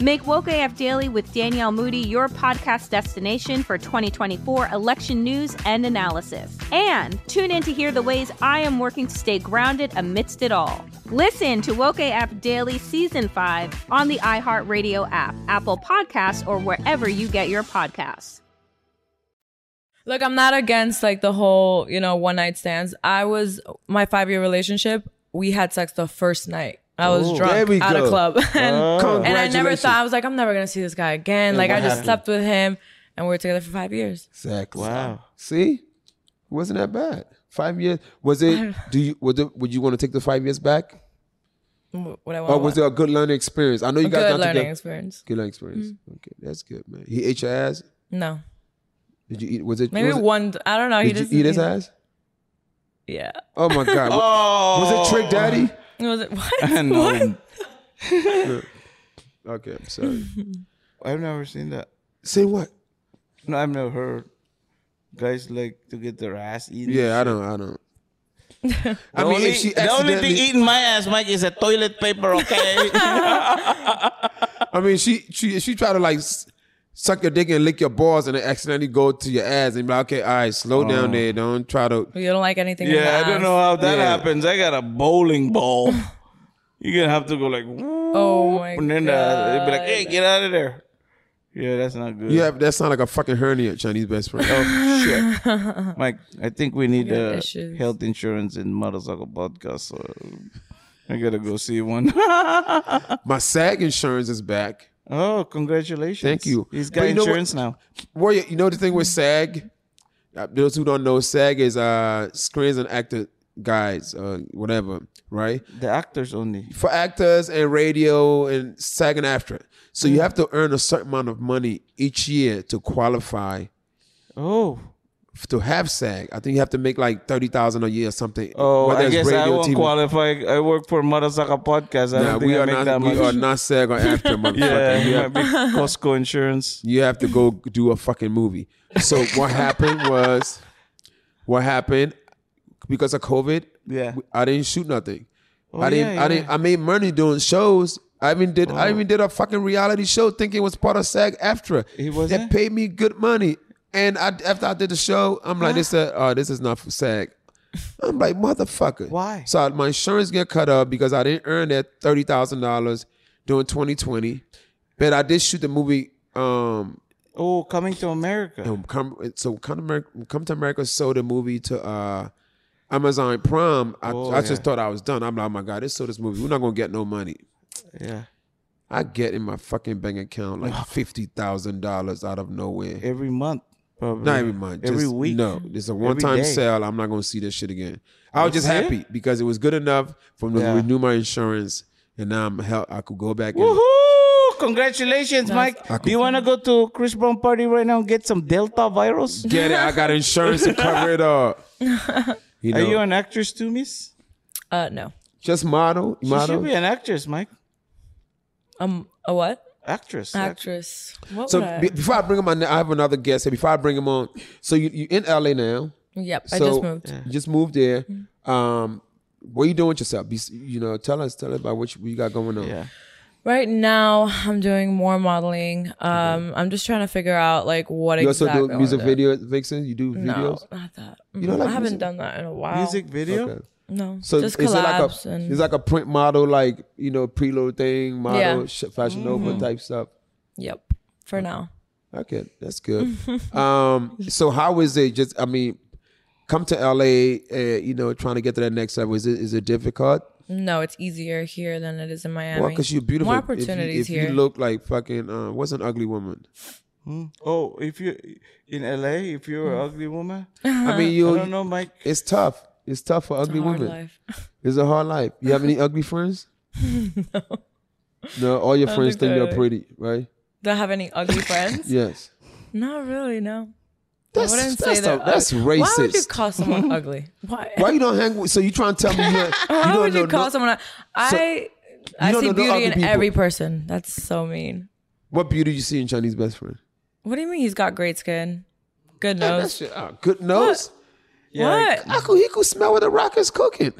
[SPEAKER 16] Make Woke AF Daily with Danielle Moody your podcast destination for 2024 election news and analysis. And tune in to hear the ways I am working to stay grounded amidst it all. Listen to Woke AF Daily Season 5 on the iHeartRadio app, Apple Podcasts, or wherever you get your podcasts.
[SPEAKER 11] Look, I'm not against like the whole, you know, one night stands. I was my five year relationship. We had sex the first night. I was
[SPEAKER 17] Ooh. There
[SPEAKER 11] drunk
[SPEAKER 17] we
[SPEAKER 11] at a
[SPEAKER 17] go.
[SPEAKER 9] (laughs)
[SPEAKER 11] club, and,
[SPEAKER 17] Oh.
[SPEAKER 11] and I never
[SPEAKER 17] Congratulations.
[SPEAKER 11] thought I was like, I'm never gonna see this guy again.
[SPEAKER 9] And
[SPEAKER 11] like
[SPEAKER 9] what
[SPEAKER 11] I just
[SPEAKER 9] happened?
[SPEAKER 11] slept with him, and we were together for five years.
[SPEAKER 9] Sex. Wow. See, wasn't that bad. Five years. Was it? Do you? Would, it, would you want to take the five years back,
[SPEAKER 11] What I want.
[SPEAKER 9] or Oh, was it a good learning experience? I know you
[SPEAKER 11] A
[SPEAKER 9] guys
[SPEAKER 11] good
[SPEAKER 9] not
[SPEAKER 11] learning
[SPEAKER 9] together-
[SPEAKER 11] experience. Mm-hmm.
[SPEAKER 9] Good learning experience. Okay, that's good, man. He ate your ass.
[SPEAKER 11] No,
[SPEAKER 9] Did you eat? Was it?
[SPEAKER 11] maybe
[SPEAKER 9] was it-
[SPEAKER 11] one. I don't know. He
[SPEAKER 9] Did
[SPEAKER 11] just
[SPEAKER 9] you eat his ass?
[SPEAKER 11] Yeah.
[SPEAKER 9] Oh my god.
[SPEAKER 11] Oh.
[SPEAKER 9] Was it Trick Daddy?
[SPEAKER 11] (laughs) Was it what?
[SPEAKER 9] No.
[SPEAKER 11] What?
[SPEAKER 9] okay, I'm sorry.
[SPEAKER 10] (laughs) I've never seen that.
[SPEAKER 9] Say what?
[SPEAKER 10] No, I've never heard guys like to get their ass eaten.
[SPEAKER 9] Yeah, I don't. I
[SPEAKER 11] (laughs)
[SPEAKER 9] don't.
[SPEAKER 10] The
[SPEAKER 9] mean,
[SPEAKER 10] only,
[SPEAKER 9] if she
[SPEAKER 10] the only thing
[SPEAKER 9] accidentally-
[SPEAKER 10] eating my ass, Mike, is a toilet paper. Okay.
[SPEAKER 9] I mean, she she she try to like s- suck your dick and lick your balls, and it accidentally go to your ass, and be like, okay, all right, slow down
[SPEAKER 10] Oh.
[SPEAKER 9] there. Don't try to.
[SPEAKER 11] (laughs) You don't like anything. in
[SPEAKER 10] (laughs)
[SPEAKER 11] the
[SPEAKER 10] yeah, I don't
[SPEAKER 11] ass.
[SPEAKER 10] know how that
[SPEAKER 9] Yeah.
[SPEAKER 10] happens. I got a bowling ball. You're gonna have to go like,
[SPEAKER 11] Oh my
[SPEAKER 10] and then uh, they'd be like, "Hey, get out of there." Yeah, that's not good.
[SPEAKER 9] You have that sound like a fucking hernia, Chinese best friend. Oh shit.
[SPEAKER 10] (laughs) Mike, I think we need
[SPEAKER 9] got
[SPEAKER 10] uh,
[SPEAKER 9] issues.
[SPEAKER 10] health insurance in motorcycle podcast. So I gotta go see one. (laughs)
[SPEAKER 9] My SAG insurance is back.
[SPEAKER 10] Oh, congratulations!
[SPEAKER 9] Thank you.
[SPEAKER 10] He's
[SPEAKER 9] But
[SPEAKER 10] got
[SPEAKER 9] you know what-
[SPEAKER 10] insurance now.
[SPEAKER 9] Well, you you know the thing with SAG. Uh, Those who don't know, SAG is uh screens and actor guides, uh, whatever, right?
[SPEAKER 10] The actors only
[SPEAKER 9] for actors and radio and SAG and after. So
[SPEAKER 10] Mm.
[SPEAKER 9] you have to earn a certain amount of money each year to qualify.
[SPEAKER 10] Oh,
[SPEAKER 9] f- to have SAG, I think you have to make like thirty thousand a year or something.
[SPEAKER 10] Oh,
[SPEAKER 9] whether
[SPEAKER 10] I
[SPEAKER 9] it's
[SPEAKER 10] guess I
[SPEAKER 9] radio,
[SPEAKER 10] won't
[SPEAKER 9] TV.
[SPEAKER 10] qualify. I work for Marasaka Podcast. I
[SPEAKER 9] Nah,
[SPEAKER 10] don't think
[SPEAKER 9] we
[SPEAKER 10] I
[SPEAKER 9] are
[SPEAKER 10] make
[SPEAKER 9] not.
[SPEAKER 10] that
[SPEAKER 9] we
[SPEAKER 10] much.
[SPEAKER 9] are not SAG or
[SPEAKER 10] (laughs)
[SPEAKER 9] after motherfucker.
[SPEAKER 10] Yeah,
[SPEAKER 9] You
[SPEAKER 10] it
[SPEAKER 9] have-
[SPEAKER 10] might (laughs) be Costco insurance.
[SPEAKER 9] You have to go do a fucking movie. So what happened was, what happened because of COVID?
[SPEAKER 10] Yeah.
[SPEAKER 9] I didn't shoot nothing.
[SPEAKER 10] Oh,
[SPEAKER 9] I didn't.
[SPEAKER 10] yeah,
[SPEAKER 9] I didn't. I made money doing shows. I even did. I
[SPEAKER 10] Oh.
[SPEAKER 9] even did a fucking reality show thinking it was part of SAG after. It was. That paid me good money. And I, after I did the show, I'm like, this, uh, oh, this is not for SAG. I'm like, motherfucker. Why? So my insurance get cut up because I didn't earn that thirty thousand dollars during 2020, but I did shoot the movie. Um,
[SPEAKER 10] oh, coming to America.
[SPEAKER 9] come, so come to America. Come to America. Sold the movie to uh, Amazon Prime. I,
[SPEAKER 10] Oh,
[SPEAKER 9] I just
[SPEAKER 10] yeah.
[SPEAKER 9] thought I was done. I'm like, oh my god, this sold this movie. We're not gonna get no money.
[SPEAKER 10] Yeah.
[SPEAKER 9] I get in my fucking bank account like fifty thousand dollars out of nowhere
[SPEAKER 10] every month. Probably.
[SPEAKER 9] Not every month.
[SPEAKER 10] Every
[SPEAKER 9] just-
[SPEAKER 10] week.
[SPEAKER 9] No, it's a
[SPEAKER 10] Every
[SPEAKER 9] one time
[SPEAKER 10] day.
[SPEAKER 9] sale. I'm not going to see this shit again. I was
[SPEAKER 10] That's
[SPEAKER 9] just
[SPEAKER 10] it?
[SPEAKER 9] happy because it was good enough for me
[SPEAKER 10] Yeah.
[SPEAKER 9] to renew my insurance, and now I'm hel- I could go back. And,
[SPEAKER 10] Woohoo! Congratulations,
[SPEAKER 9] I
[SPEAKER 10] Mike. Do you want to go to Chris Brown party right now and get some Delta virus?
[SPEAKER 9] get it. I got insurance to cover it
[SPEAKER 10] (laughs)
[SPEAKER 9] up. (laughs) You
[SPEAKER 10] Are
[SPEAKER 9] know,
[SPEAKER 10] you an actress too, Miss?
[SPEAKER 11] Uh, no.
[SPEAKER 9] just model,
[SPEAKER 10] She
[SPEAKER 9] model.
[SPEAKER 10] should be an actress, Mike.
[SPEAKER 11] Um, a what?
[SPEAKER 10] Actress.
[SPEAKER 11] Actress. What
[SPEAKER 9] so
[SPEAKER 11] would I?
[SPEAKER 9] be- before I bring him on, I have another guest here. Before I bring him on, so you you in LA now?
[SPEAKER 11] Yep, I
[SPEAKER 9] So
[SPEAKER 11] just moved. Mm-hmm.
[SPEAKER 9] You just moved there. Um, what are you doing with yourself? Be- you know, tell us, tell us about what you, what you got going on. Yeah.
[SPEAKER 11] Right now, I'm doing more modeling. Um, I'm just trying to figure out like what
[SPEAKER 9] you also
[SPEAKER 11] exactly.
[SPEAKER 9] do
[SPEAKER 11] I
[SPEAKER 9] music
[SPEAKER 11] wanna do.
[SPEAKER 9] videos, Vixen. You do
[SPEAKER 11] No,
[SPEAKER 9] videos.
[SPEAKER 11] not that.
[SPEAKER 9] You don't
[SPEAKER 11] Mm,
[SPEAKER 9] like
[SPEAKER 11] I haven't
[SPEAKER 9] music?
[SPEAKER 11] done that in a while.
[SPEAKER 10] Music video?
[SPEAKER 9] Okay.
[SPEAKER 11] No.
[SPEAKER 9] So
[SPEAKER 11] just
[SPEAKER 9] is it like
[SPEAKER 11] collabs
[SPEAKER 9] a
[SPEAKER 11] and
[SPEAKER 9] it's like a print model, like you know, preload thing, model,
[SPEAKER 11] Yeah.
[SPEAKER 9] sh fashion over
[SPEAKER 11] Mhm.
[SPEAKER 9] type stuff.
[SPEAKER 11] yep. For now.
[SPEAKER 9] Okay, that's good. um, so how is it? Just I mean, come to LA, uh, you know, trying to get to that next level. Is it is it difficult?
[SPEAKER 11] No, it's easier here than it is in Miami.
[SPEAKER 9] Well, because you're beautiful.
[SPEAKER 11] More
[SPEAKER 9] If you- if
[SPEAKER 11] opportunities
[SPEAKER 9] you,
[SPEAKER 11] here.
[SPEAKER 9] look like fucking uh, what's an ugly woman?
[SPEAKER 10] Hmm? Oh, if you in LA, if you're an ugly woman,
[SPEAKER 9] I mean, you.
[SPEAKER 10] I don't know, Mike.
[SPEAKER 9] It's tough. It's tough for ugly
[SPEAKER 10] hard
[SPEAKER 9] women.
[SPEAKER 10] life.
[SPEAKER 11] (laughs)
[SPEAKER 9] It's a hard life. You have any ugly friends? no. No, all your
[SPEAKER 11] I don't
[SPEAKER 9] friends
[SPEAKER 11] think
[SPEAKER 9] think
[SPEAKER 11] I-
[SPEAKER 9] you're pretty, right?
[SPEAKER 11] Do I have any ugly
[SPEAKER 9] (laughs)
[SPEAKER 11] friends?
[SPEAKER 9] Yes.
[SPEAKER 11] Not really. No.
[SPEAKER 9] That's-
[SPEAKER 11] I wouldn't
[SPEAKER 9] that's
[SPEAKER 11] say they're
[SPEAKER 9] the- that's
[SPEAKER 11] ugly. Why would you
[SPEAKER 9] racist. (laughs)
[SPEAKER 11] call someone ugly? Why?
[SPEAKER 9] Why you don't
[SPEAKER 11] (laughs)
[SPEAKER 9] hang with? So you trying to tell me you, don't- you
[SPEAKER 11] Why
[SPEAKER 9] don't
[SPEAKER 11] would
[SPEAKER 9] know
[SPEAKER 11] you call
[SPEAKER 9] no-
[SPEAKER 11] someone? ugly? I I
[SPEAKER 9] don't
[SPEAKER 11] see
[SPEAKER 9] know no
[SPEAKER 11] beauty
[SPEAKER 9] ugly
[SPEAKER 11] in
[SPEAKER 9] people.
[SPEAKER 11] every person. That's so mean.
[SPEAKER 9] What beauty you see in Chinese best friend?
[SPEAKER 11] What do you mean? He's got great skin, good
[SPEAKER 9] Yeah, that
[SPEAKER 11] nose.
[SPEAKER 9] shit- ah, good nose.
[SPEAKER 11] What?
[SPEAKER 9] I could, he could smell what the rock is cooking.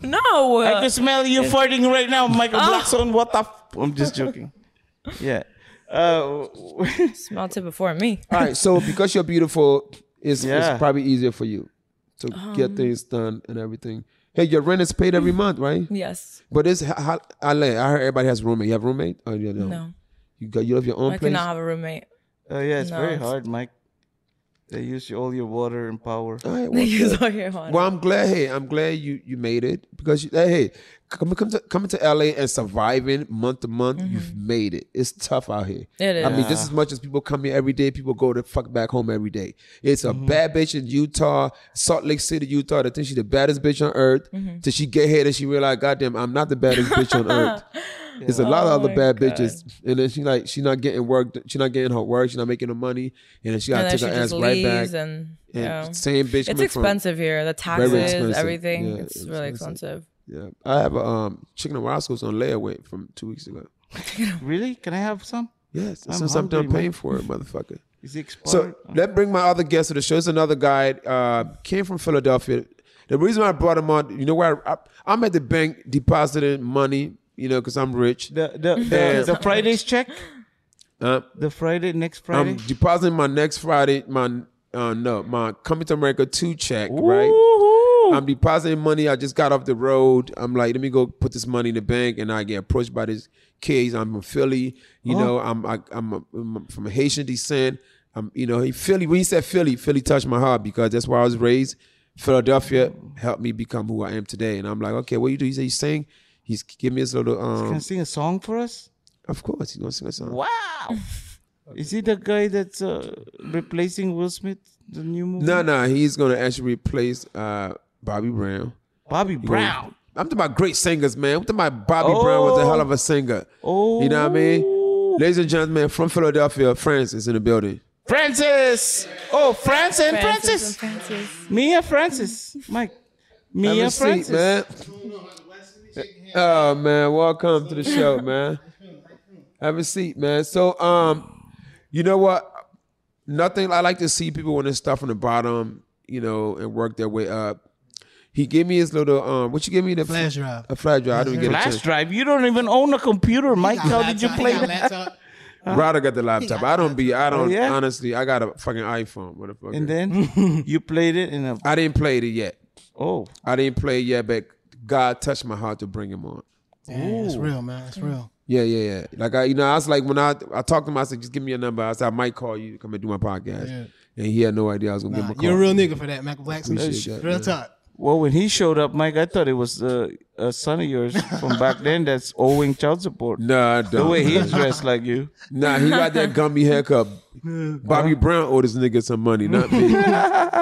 [SPEAKER 11] No.
[SPEAKER 10] I can smell you farting right now, Michael
[SPEAKER 11] Oh.
[SPEAKER 10] Blackson. What the? F- I'm just
[SPEAKER 11] (laughs)
[SPEAKER 10] joking. Yeah. Uh,
[SPEAKER 11] Smelled it before me.
[SPEAKER 9] (laughs) All right, so
[SPEAKER 11] (laughs)
[SPEAKER 9] because you're beautiful, it's,
[SPEAKER 10] Yeah.
[SPEAKER 9] it's probably easier for you to
[SPEAKER 11] Um.
[SPEAKER 9] get things done and everything. Hey, your rent is paid
[SPEAKER 11] (clears throat)
[SPEAKER 9] every month, right?
[SPEAKER 11] Yes.
[SPEAKER 9] But it's ho- ho- LA. I heard everybody has roommate. You have roommate? Oh, yeah, no.
[SPEAKER 11] No.
[SPEAKER 9] You got you have your own
[SPEAKER 11] I
[SPEAKER 9] place.
[SPEAKER 11] cannot have a roommate.
[SPEAKER 9] Uh,
[SPEAKER 10] Oh yeah, it's
[SPEAKER 11] No,
[SPEAKER 10] very
[SPEAKER 11] it's-
[SPEAKER 10] hard, Mike. They use all your water and power.
[SPEAKER 9] well,
[SPEAKER 11] (laughs) They use
[SPEAKER 9] good.
[SPEAKER 11] all your water.
[SPEAKER 9] Well, I'm glad. Hey, I'm glad you you made it because you, hey, coming come to coming to LA and surviving month to month, you've made it. It's tough out here.
[SPEAKER 11] Mm-hmm. It
[SPEAKER 9] I mean,
[SPEAKER 11] is.
[SPEAKER 9] just as much as people come here every day, people go to fuck back home every day. It's a
[SPEAKER 11] Mm-hmm.
[SPEAKER 9] bad bitch in Utah, Salt Lake City, Utah. That thinks she's the baddest bitch on earth.
[SPEAKER 11] Mhm.
[SPEAKER 9] Till she get here, that she realize, goddamn, I'm not the baddest bitch on
[SPEAKER 11] (laughs)
[SPEAKER 9] earth. There's a lot
[SPEAKER 11] Oh
[SPEAKER 9] of other
[SPEAKER 11] my
[SPEAKER 9] bad bitches, and then she like she not getting work, she not getting her work, she not making her money, and then she
[SPEAKER 11] And
[SPEAKER 9] gotta
[SPEAKER 11] then
[SPEAKER 9] take
[SPEAKER 11] she
[SPEAKER 9] her ass
[SPEAKER 11] just
[SPEAKER 9] right back.
[SPEAKER 11] leaves and, you know.
[SPEAKER 9] same bitch.
[SPEAKER 11] It's
[SPEAKER 9] coming from-
[SPEAKER 11] expensive here. The
[SPEAKER 9] Very
[SPEAKER 11] taxes,
[SPEAKER 9] expensive.
[SPEAKER 11] everything.
[SPEAKER 9] Yeah,
[SPEAKER 11] it's really expensive.
[SPEAKER 9] Yeah, I have a um, chicken and Roscoe's on layaway from two weeks ago.
[SPEAKER 10] Really? Can I have some?
[SPEAKER 9] Yes,
[SPEAKER 10] I'm
[SPEAKER 9] since I'm done
[SPEAKER 10] hungry,
[SPEAKER 9] paying
[SPEAKER 10] Mike.
[SPEAKER 9] for it, motherfucker.
[SPEAKER 10] Is he
[SPEAKER 9] So
[SPEAKER 10] expired?
[SPEAKER 9] let bring my other guest to the show. It's another guy. Uh, came from Philadelphia. The reason why I brought him on, you know, where I, I, am at the bank depositing money, you know, because I'm rich.
[SPEAKER 10] The the, the,
[SPEAKER 9] And-
[SPEAKER 10] the Friday's check.
[SPEAKER 9] Uh,
[SPEAKER 10] the Friday next Friday.
[SPEAKER 9] I'm depositing my next Friday. My uh, no, my coming to America two check. Right. I'm depositing money. I just got off the road. I'm like, let me go put this money in the bank, and I get approached by this kids. I'm from Philly. You
[SPEAKER 10] Oh.
[SPEAKER 9] know, I'm I, I'm, a, I'm from Haitian descent. I'm you know, he- Philly. When he said Philly, Philly touched my heart because that's where I was raised. Philadelphia helped me become who I am today, and I'm like, okay, what you do? He said, you sing. He's give me his little um.
[SPEAKER 10] Can sing a song for us?
[SPEAKER 9] Of course, he's gonna sing a song.
[SPEAKER 10] Wow.
[SPEAKER 17] (laughs)
[SPEAKER 10] Is he the guy that's uh, replacing Will Smith? The new movie.
[SPEAKER 9] No, no, he's gonna actually replace uh, Bobby Brown.
[SPEAKER 10] Bobby
[SPEAKER 9] He
[SPEAKER 10] Brown.
[SPEAKER 9] gonna- I'm talking about great singers, man. I'm talking about Bobby Brown was a hell of a singer.
[SPEAKER 10] Oh.
[SPEAKER 9] You know what I mean? Ladies and gentlemen, from Philadelphia, France is in the building.
[SPEAKER 10] Francis. Oh, France and
[SPEAKER 17] Francis
[SPEAKER 10] Francis.
[SPEAKER 17] and Francis.
[SPEAKER 10] Mia
[SPEAKER 17] (laughs)
[SPEAKER 10] Francis. Mike. Mia
[SPEAKER 9] Have a seat,
[SPEAKER 10] Francis.
[SPEAKER 9] man. Oh man, welcome to the show, man. Have a seat, man. So, um, you know what? Nothing. I like to see people when they start from the bottom, you know, and work their way up. He gave me his little um. What you give me the
[SPEAKER 10] Flash drive.
[SPEAKER 9] A flash drive. I didn't get a
[SPEAKER 10] Flash
[SPEAKER 9] chance.
[SPEAKER 10] drive. You don't even own a computer, Mike. How did you play that?
[SPEAKER 9] Ryder got the laptop. I don't be. I don't.
[SPEAKER 10] Uh-huh. Oh, yeah?
[SPEAKER 9] Honestly, I got a fucking iPhone. Motherfucker. (laughs)
[SPEAKER 10] And then you played it in a.
[SPEAKER 9] I didn't play it yet.
[SPEAKER 10] Oh.
[SPEAKER 9] I didn't play it yet, but God touched my heart to bring him on.
[SPEAKER 15] Damn, it's real, man. It's real.
[SPEAKER 9] Yeah, yeah, yeah. Like I, you know, I was like when I I talked to him, I said, just give me a number. I said I might call you to come and do my podcast.
[SPEAKER 15] Yeah.
[SPEAKER 9] And he had no idea I was gonna give him a call.
[SPEAKER 15] You're a real nigga for that, Michael Blackson.
[SPEAKER 9] Appreciate that,
[SPEAKER 15] real
[SPEAKER 9] man.
[SPEAKER 15] talk.
[SPEAKER 10] Well, when he showed up, Mike, I thought it was uh, a son of yours from back then that's owing child support.
[SPEAKER 9] No, I
[SPEAKER 10] The
[SPEAKER 9] don't.
[SPEAKER 10] way he's dressed like you.
[SPEAKER 9] Nah, he got
[SPEAKER 10] (laughs)
[SPEAKER 9] that gummy
[SPEAKER 15] (laughs)
[SPEAKER 9] haircut. Bobby Brown owed this nigga some money, not me.
[SPEAKER 10] (laughs)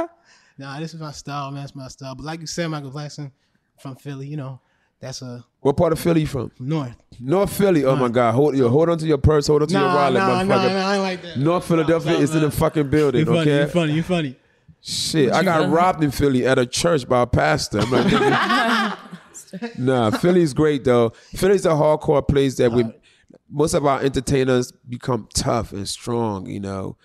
[SPEAKER 15] Nah, this is my style, man. That's my style. But like you said, Michael Blackson from Philly, you know, that's a
[SPEAKER 9] what part of Philly you from?
[SPEAKER 15] North.
[SPEAKER 9] North Philly. Oh my God! Hold your hold on to your purse. Hold on to your
[SPEAKER 15] Nah,
[SPEAKER 9] wallet,
[SPEAKER 15] nah,
[SPEAKER 9] motherfucker.
[SPEAKER 15] nah, nah, I ain't like that.
[SPEAKER 9] North Philadelphia is in the fucking building.
[SPEAKER 15] You funny,
[SPEAKER 9] okay.
[SPEAKER 15] you funny, you funny.
[SPEAKER 9] Shit,
[SPEAKER 15] What
[SPEAKER 9] I
[SPEAKER 15] you
[SPEAKER 9] got
[SPEAKER 15] done?
[SPEAKER 9] robbed in Philly at a church by a pastor. I'm like,
[SPEAKER 15] (laughs)
[SPEAKER 9] nigga, nah, Philly's great though. Philly's a hardcore place that we most of our entertainers become tough and strong. You know,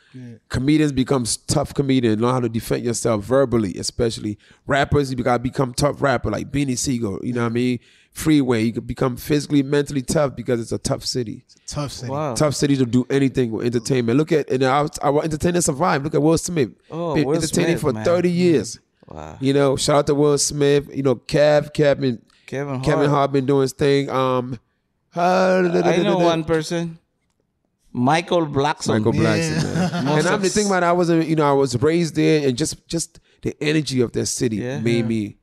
[SPEAKER 9] comedians become s- tough comedians, know how to defend yourself verbally, especially rappers. You gotta become tough rapper like Beanie Siegel. You know what I mean? Freeway, you could become physically, mentally tough because it's a tough city.
[SPEAKER 15] Tough city.
[SPEAKER 9] Tough city to do anything with entertainment. Look at and our, our entertainers survived. Look at Will Smith.
[SPEAKER 10] Oh,
[SPEAKER 9] Been
[SPEAKER 10] Will
[SPEAKER 9] entertaining
[SPEAKER 10] Smith,
[SPEAKER 9] for
[SPEAKER 10] man.
[SPEAKER 9] 30 years.
[SPEAKER 10] Wow.
[SPEAKER 9] You know, shout out to Will Smith. You know, Kev, Kevin,
[SPEAKER 10] Kevin
[SPEAKER 9] Kevin
[SPEAKER 10] Hart.
[SPEAKER 9] Hart been doing his thing. Um,
[SPEAKER 10] I know one person. Michael Blackson.
[SPEAKER 9] Michael Blackson.
[SPEAKER 15] (laughs)
[SPEAKER 9] man. and I'm the thing about it, I wasn't, you know, I was raised there, and just just the energy of that city made me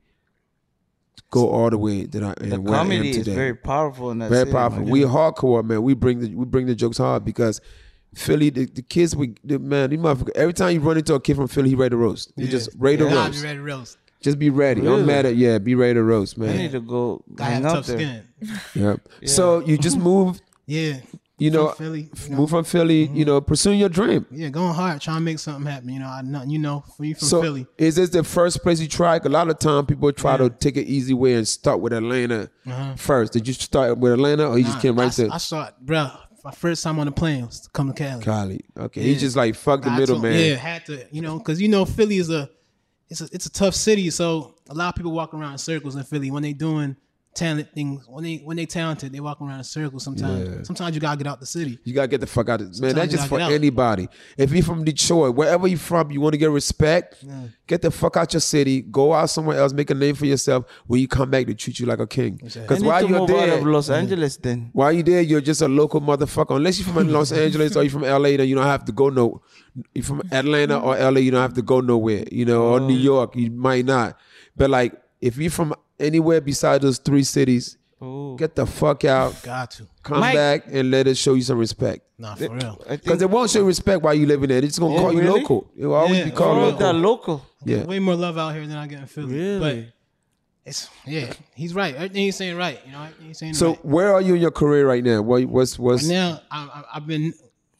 [SPEAKER 9] go all the way that I
[SPEAKER 10] The
[SPEAKER 9] am where I am
[SPEAKER 10] comedy
[SPEAKER 9] today.
[SPEAKER 10] is very powerful in that
[SPEAKER 9] Very
[SPEAKER 10] city,
[SPEAKER 9] powerful.
[SPEAKER 10] Mike.
[SPEAKER 9] We hardcore, man. We bring the we bring the jokes hard because Philly, the, the kids, we the, man, these motherfucker. Every time you run into a kid from Philly, he ready to roast. You just ready to
[SPEAKER 15] Nah, I be
[SPEAKER 9] roast.
[SPEAKER 15] ready to roast.
[SPEAKER 9] Just be ready.
[SPEAKER 10] Really?
[SPEAKER 9] I'm mad at yeah. Be ready to roast, man.
[SPEAKER 10] I need to go.
[SPEAKER 15] Gotta
[SPEAKER 10] hang
[SPEAKER 15] have
[SPEAKER 10] out
[SPEAKER 15] tough
[SPEAKER 10] there.
[SPEAKER 15] skin.
[SPEAKER 9] Yep. So you
[SPEAKER 15] (laughs)
[SPEAKER 9] just moved.
[SPEAKER 15] Yeah.
[SPEAKER 9] You
[SPEAKER 15] From
[SPEAKER 9] know,
[SPEAKER 15] Philly,
[SPEAKER 9] f-
[SPEAKER 15] you Mm-hmm.
[SPEAKER 9] move from Philly. You know, pursuing your dream.
[SPEAKER 15] Yeah, going hard, trying to make something happen. You know, I know you know, for you from
[SPEAKER 9] so
[SPEAKER 15] Philly.
[SPEAKER 9] is this the first place you tried? 'Cause A lot of time people try to take it easy way and start with Atlanta
[SPEAKER 15] Uh-huh.
[SPEAKER 9] first. Did you start with Atlanta or oh, you just
[SPEAKER 15] Nah,
[SPEAKER 9] came right
[SPEAKER 15] I,
[SPEAKER 9] to
[SPEAKER 15] I saw it, bro. My first time on the plane was to come to Cali.
[SPEAKER 9] Cali? Okay,
[SPEAKER 15] Yeah.
[SPEAKER 9] he's just like fuck the
[SPEAKER 15] I
[SPEAKER 9] middle
[SPEAKER 15] told-
[SPEAKER 9] man.
[SPEAKER 15] Yeah, had to, you know, because you know Philly is a it's a it's a tough city, so a lot of people walk around in circles in Philly when they doing talent things. When they when they talented, they walk around in circles. Sometimes
[SPEAKER 9] Yeah.
[SPEAKER 15] sometimes you gotta get out the city.
[SPEAKER 9] You gotta get the fuck out of man.
[SPEAKER 15] Sometimes
[SPEAKER 9] That's
[SPEAKER 15] you
[SPEAKER 9] just
[SPEAKER 15] gotta
[SPEAKER 9] for
[SPEAKER 15] get out.
[SPEAKER 9] anybody. If you're from Detroit, wherever you're from, you want to get respect. Get the fuck out your city. Go out somewhere else. Make a name for yourself. When you come back, they treat you like a king.
[SPEAKER 10] I
[SPEAKER 9] Because
[SPEAKER 10] need
[SPEAKER 9] while
[SPEAKER 10] to
[SPEAKER 9] you're
[SPEAKER 10] move
[SPEAKER 9] there,
[SPEAKER 10] out of Los Angeles then.
[SPEAKER 9] while you're there, you're just a local motherfucker. Unless you're from
[SPEAKER 15] (laughs)
[SPEAKER 9] Los Angeles or you're from LA, then you don't have to go no. You're from Atlanta or LA, you don't have to go nowhere. You know, or New York, you might not. But like, if you're from anywhere besides those three cities, get the fuck out.
[SPEAKER 15] Got to.
[SPEAKER 9] Come
[SPEAKER 15] Mike-
[SPEAKER 9] back and let us show you some respect.
[SPEAKER 15] Nah, for real.
[SPEAKER 9] Because they won't show you respect while you living there. They're just gonna
[SPEAKER 15] Oh,
[SPEAKER 9] call you
[SPEAKER 15] really?
[SPEAKER 9] local. It will always
[SPEAKER 15] Yeah.
[SPEAKER 9] be called
[SPEAKER 15] Oh,
[SPEAKER 9] local.
[SPEAKER 15] that
[SPEAKER 10] local.
[SPEAKER 9] Yeah.
[SPEAKER 15] Way more love out here than I get in Philly.
[SPEAKER 10] Really?
[SPEAKER 15] But it's yeah, he's right. Everything he's saying right. You know, everything he's saying
[SPEAKER 9] So
[SPEAKER 15] right.
[SPEAKER 9] where are you in your career right now? What, what's what's
[SPEAKER 15] Right now I, I, I've been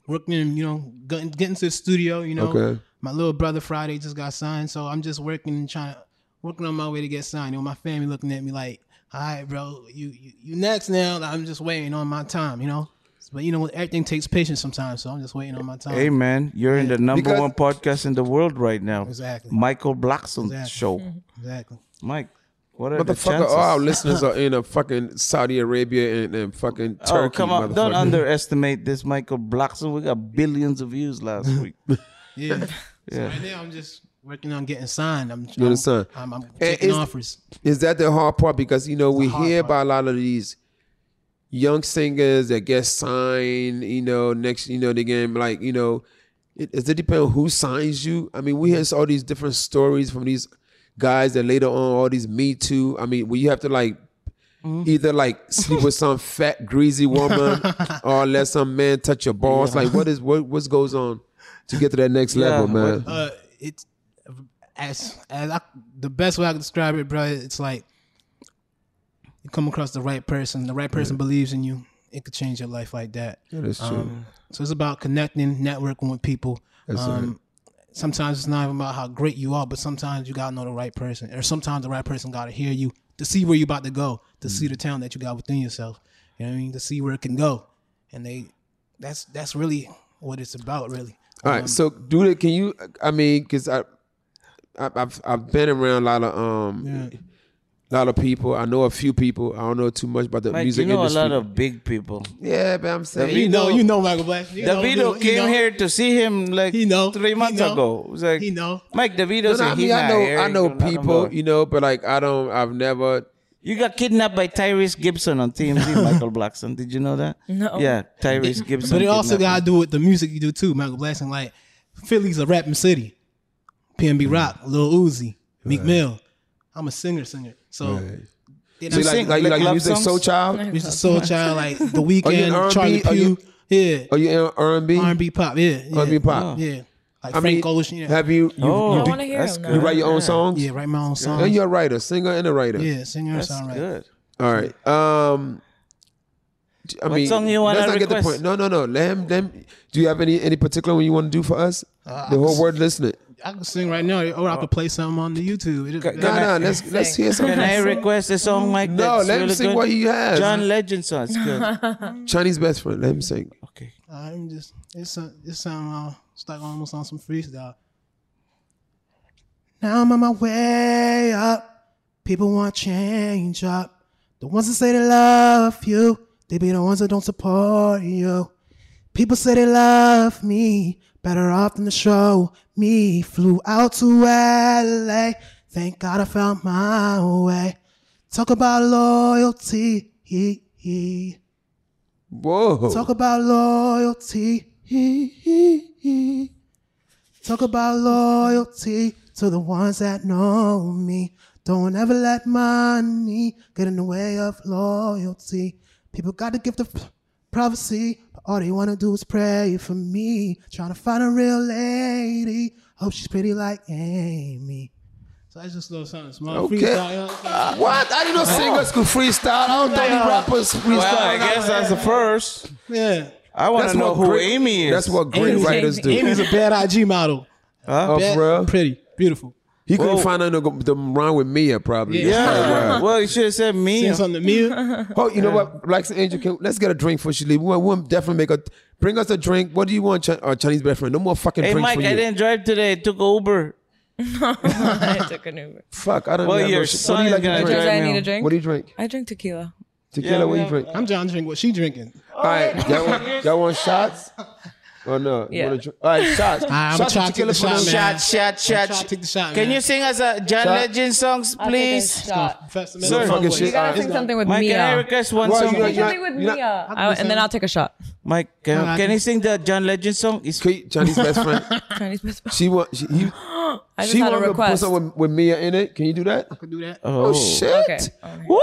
[SPEAKER 15] working, you know, getting, getting to the studio. You know,
[SPEAKER 9] Okay.
[SPEAKER 15] my little brother Friday just got signed, so I'm just working and trying working on my way to get signed. You know, my family looking at me like, "All right, bro, you you, you next now." I'm just waiting on my time. You know, but you know, everything takes patience sometimes, so I'm just waiting on my time.
[SPEAKER 10] Hey man, you're in the number
[SPEAKER 15] Because-
[SPEAKER 10] one podcast in the world right now.
[SPEAKER 15] Exactly.
[SPEAKER 10] Michael Blackson
[SPEAKER 15] Exactly. Mm.
[SPEAKER 10] show. Oh,
[SPEAKER 15] Exactly.
[SPEAKER 10] Mike, what are the
[SPEAKER 9] motherfucker?
[SPEAKER 10] chances?
[SPEAKER 9] All our listeners are in a fucking Saudi Arabia and, and fucking
[SPEAKER 10] Oh,
[SPEAKER 9] Turkey.
[SPEAKER 10] come on! Don't
[SPEAKER 9] motherfucker.
[SPEAKER 10] underestimate this Michael Blackson. We got billions of views last
[SPEAKER 9] (laughs)
[SPEAKER 10] week.
[SPEAKER 15] Yeah. So
[SPEAKER 10] Yeah.
[SPEAKER 15] right now I'm just working on getting signed. I'm
[SPEAKER 9] You understand?
[SPEAKER 15] I'm, I'm, I'm
[SPEAKER 9] And
[SPEAKER 15] taking
[SPEAKER 9] is-
[SPEAKER 15] offers.
[SPEAKER 9] Is that the hard part? Because you know we
[SPEAKER 15] hard
[SPEAKER 9] hear about a lot of these young singers that get signed. You know, next you know they get like you know, it, does it depend on who signs you? I mean, we hear all these different stories from these guys that later on all these Me Too. I mean, where you have to like
[SPEAKER 15] Mm-hmm.
[SPEAKER 9] either like sleep with
[SPEAKER 15] (laughs)
[SPEAKER 9] some fat greasy woman or let some man touch your balls.
[SPEAKER 15] Yeah.
[SPEAKER 9] Like, what is what what goes on to get to that next level, man?
[SPEAKER 15] Uh, it's as as I, the best way I can describe it, bro. It's like you come across the right person. The right person believes in you. It could change your life like that. Um,
[SPEAKER 9] That is true.
[SPEAKER 15] so it's about connecting, networking with people.
[SPEAKER 9] That's
[SPEAKER 15] um, Sometimes it's not even about how great you are, but sometimes you gotta know the right person, or sometimes the right person gotta hear you to see where you about to go, to
[SPEAKER 9] Mm.
[SPEAKER 15] see the talent that you got within yourself. You know what I mean? To see where it can go, and they, that's that's really what it's about, really.
[SPEAKER 9] All right, so do it. Can you? I mean, because I, I, I've I've been around a lot of um,
[SPEAKER 10] Yeah.
[SPEAKER 9] lot of people. I know a few people. I don't know too much about the
[SPEAKER 10] Mike,
[SPEAKER 9] music
[SPEAKER 10] you know
[SPEAKER 9] industry.
[SPEAKER 10] a lot of big people.
[SPEAKER 9] Yeah, but I'm saying
[SPEAKER 15] you know, you know, Michael Black. You know,
[SPEAKER 10] Davido
[SPEAKER 15] you know, you
[SPEAKER 10] came
[SPEAKER 15] know.
[SPEAKER 10] here to see him like three months
[SPEAKER 15] know.
[SPEAKER 10] ago. It was like
[SPEAKER 15] He know.
[SPEAKER 10] Mike Davido
[SPEAKER 9] No, no, I
[SPEAKER 10] said he
[SPEAKER 9] mean, I
[SPEAKER 10] not
[SPEAKER 9] know,
[SPEAKER 10] here.
[SPEAKER 9] I know
[SPEAKER 10] He don't
[SPEAKER 9] people,
[SPEAKER 10] know.
[SPEAKER 9] you know, but like I don't. I've never.
[SPEAKER 10] You got kidnapped by Tyrese Gibson
[SPEAKER 9] (laughs)
[SPEAKER 10] on TMZ, Michael Blackson. Did you know that?
[SPEAKER 11] No.
[SPEAKER 10] Yeah, Tyrese Gibson.
[SPEAKER 15] But it also
[SPEAKER 10] kidnapped
[SPEAKER 15] got to do with the music you do too, Michael Blackson. Like Philly's a rapping city.
[SPEAKER 10] Mm.
[SPEAKER 15] PNB Rock, Lil Uzi, Meek
[SPEAKER 9] Right.
[SPEAKER 15] Mill. (laughs) I'm a singer, singer. So.
[SPEAKER 9] Right.
[SPEAKER 15] they
[SPEAKER 9] So you
[SPEAKER 15] done-
[SPEAKER 9] like- like- you like Like love music soul songs? child?
[SPEAKER 15] Music Soul Child, Um, like (laughs) The
[SPEAKER 9] Are you
[SPEAKER 15] Weeknd,
[SPEAKER 9] R&B?
[SPEAKER 15] Charlie
[SPEAKER 9] Are you-
[SPEAKER 15] Puth. Yeah.
[SPEAKER 9] Are you in R&B?
[SPEAKER 15] R&B pop, yeah. yeah.
[SPEAKER 9] R&B pop.
[SPEAKER 15] Yeah. Like
[SPEAKER 9] I mean,
[SPEAKER 15] Frank Ocean. Yeah.
[SPEAKER 9] Have you? you,
[SPEAKER 15] Oh.
[SPEAKER 9] you
[SPEAKER 15] I
[SPEAKER 9] do-
[SPEAKER 15] wanna hear
[SPEAKER 9] that's
[SPEAKER 15] him
[SPEAKER 9] good.
[SPEAKER 15] now.
[SPEAKER 9] You write your own
[SPEAKER 15] Yeah.
[SPEAKER 9] songs.
[SPEAKER 15] Yeah, write my own songs.
[SPEAKER 9] And you're a writer, singer, and a writer.
[SPEAKER 15] Yeah, singer and That's songwriter. good.
[SPEAKER 9] All right. Um, d- I
[SPEAKER 15] What
[SPEAKER 9] mean,
[SPEAKER 15] song you wanna
[SPEAKER 9] let's not get the
[SPEAKER 15] request?
[SPEAKER 9] point. No, no, no. Let him. Let him. Do you have any any particular one you want to do for us?
[SPEAKER 15] Uh,
[SPEAKER 9] the
[SPEAKER 15] I
[SPEAKER 9] whole
[SPEAKER 15] just-
[SPEAKER 9] word listening.
[SPEAKER 15] I can sing right now, or I could play something on the YouTube. It-
[SPEAKER 9] Can- can I- let's- let's hear something.
[SPEAKER 10] Can I request a song like
[SPEAKER 9] No,
[SPEAKER 10] that?
[SPEAKER 9] let him sing what he has.
[SPEAKER 10] John Legend song. It's good.
[SPEAKER 9] Chinese best friend. Let him sing.
[SPEAKER 15] I'm just it's a, it's sound uh, stuck almost on some freestyle. Now I'm on my way up. People want change up. The ones that say they love you, they be the ones that don't support you. People say they love me, better off than to show me. Flew out to LA, thank God I found my way. Talk about loyalty.
[SPEAKER 9] Whoa.
[SPEAKER 15] Talk about (laughs) loyalty. Talk about loyalty to the ones that know me. Don't ever let money get in the way of loyalty. People got the gift of privacy, but all they wanna do is pray for me. Trying to find a real lady. Hope she's pretty like Amy. So that's just a little something small.
[SPEAKER 9] Okay. Ah, What? I didn't know singers could freestyle. I don't think
[SPEAKER 15] Yeah.
[SPEAKER 9] rappers freestyle.
[SPEAKER 10] Well, I guess that's the first.
[SPEAKER 15] Yeah.
[SPEAKER 10] I want
[SPEAKER 9] That's
[SPEAKER 10] to know
[SPEAKER 9] what
[SPEAKER 10] who
[SPEAKER 9] great-
[SPEAKER 10] Amy is.
[SPEAKER 9] that's what great Amy's- writers do.
[SPEAKER 15] Amy's a bad IG model.
[SPEAKER 9] Oh,
[SPEAKER 15] Bad-
[SPEAKER 9] for real?
[SPEAKER 15] Pretty. Beautiful.
[SPEAKER 9] He couldn't
[SPEAKER 15] Whoa.
[SPEAKER 9] find out no go- them wrong with Mia probably.
[SPEAKER 10] Yeah. Yeah. Well, you should have said Mia.
[SPEAKER 15] Send something to
[SPEAKER 10] (laughs)
[SPEAKER 15] Mia.
[SPEAKER 9] Oh, you know what, Blacks and Angel, can, let's get a drink before she leaves. We'll, we'll definitely make a bring us a drink. What do you want, Chi- uh, Chinese best friend? No more fucking
[SPEAKER 10] Hey,
[SPEAKER 9] drinks
[SPEAKER 10] Mike,
[SPEAKER 9] for you.
[SPEAKER 10] I didn't drive today. I took
[SPEAKER 11] (laughs)
[SPEAKER 10] Uber.
[SPEAKER 11] I took an Uber.
[SPEAKER 9] Fuck, I don't.
[SPEAKER 10] Well,
[SPEAKER 9] have
[SPEAKER 10] your
[SPEAKER 9] no shit.
[SPEAKER 10] son
[SPEAKER 9] what do you
[SPEAKER 10] is
[SPEAKER 9] like to
[SPEAKER 10] gonna
[SPEAKER 9] drink?
[SPEAKER 11] Does I need a drink?
[SPEAKER 9] What do you drink?
[SPEAKER 11] I drink tequila.
[SPEAKER 9] Tequila. what do you drink?
[SPEAKER 15] I'm trying to drink what she drinking.
[SPEAKER 9] All right, y'all want,
[SPEAKER 10] (laughs)
[SPEAKER 9] y'all want shots? Oh no, you
[SPEAKER 10] Yeah.
[SPEAKER 9] want to drink? All right, shots.
[SPEAKER 15] I'm
[SPEAKER 9] shots
[SPEAKER 15] trying
[SPEAKER 9] of
[SPEAKER 15] to
[SPEAKER 9] tequila
[SPEAKER 15] take the
[SPEAKER 9] for
[SPEAKER 15] shot,
[SPEAKER 9] them.
[SPEAKER 15] man.
[SPEAKER 10] Shot, shot, shot.
[SPEAKER 15] Try to take the shot,
[SPEAKER 10] Can
[SPEAKER 15] man.
[SPEAKER 10] you sing us a John
[SPEAKER 15] Shot?
[SPEAKER 10] Legend songs,
[SPEAKER 11] I'll take a
[SPEAKER 10] please?
[SPEAKER 11] shot.
[SPEAKER 15] Festival.
[SPEAKER 10] Sir,
[SPEAKER 9] fucking shit.
[SPEAKER 11] You gotta
[SPEAKER 9] Alright.
[SPEAKER 11] sing something with
[SPEAKER 10] Mike,
[SPEAKER 11] Mia.
[SPEAKER 10] can I request one
[SPEAKER 9] Well,
[SPEAKER 10] song?
[SPEAKER 9] you're
[SPEAKER 11] Sing
[SPEAKER 9] not-
[SPEAKER 11] something with
[SPEAKER 9] you're not-
[SPEAKER 11] Mia. I- and then I'll take a shot.
[SPEAKER 10] Mike, can,
[SPEAKER 11] Alright.
[SPEAKER 10] can you sing the John Legend song? It's
[SPEAKER 9] Chinese best
[SPEAKER 10] (laughs)
[SPEAKER 9] friend.
[SPEAKER 11] (laughs) Chinese best friend.
[SPEAKER 9] She want. She, he, (gasps)
[SPEAKER 11] I just
[SPEAKER 9] she
[SPEAKER 11] had a
[SPEAKER 9] wanted to put
[SPEAKER 11] request.
[SPEAKER 9] something with, with Mia in it. Can you do that? I
[SPEAKER 15] can do that.
[SPEAKER 9] Oh,
[SPEAKER 10] Oh.
[SPEAKER 9] shit!
[SPEAKER 11] Okay.
[SPEAKER 10] Woo!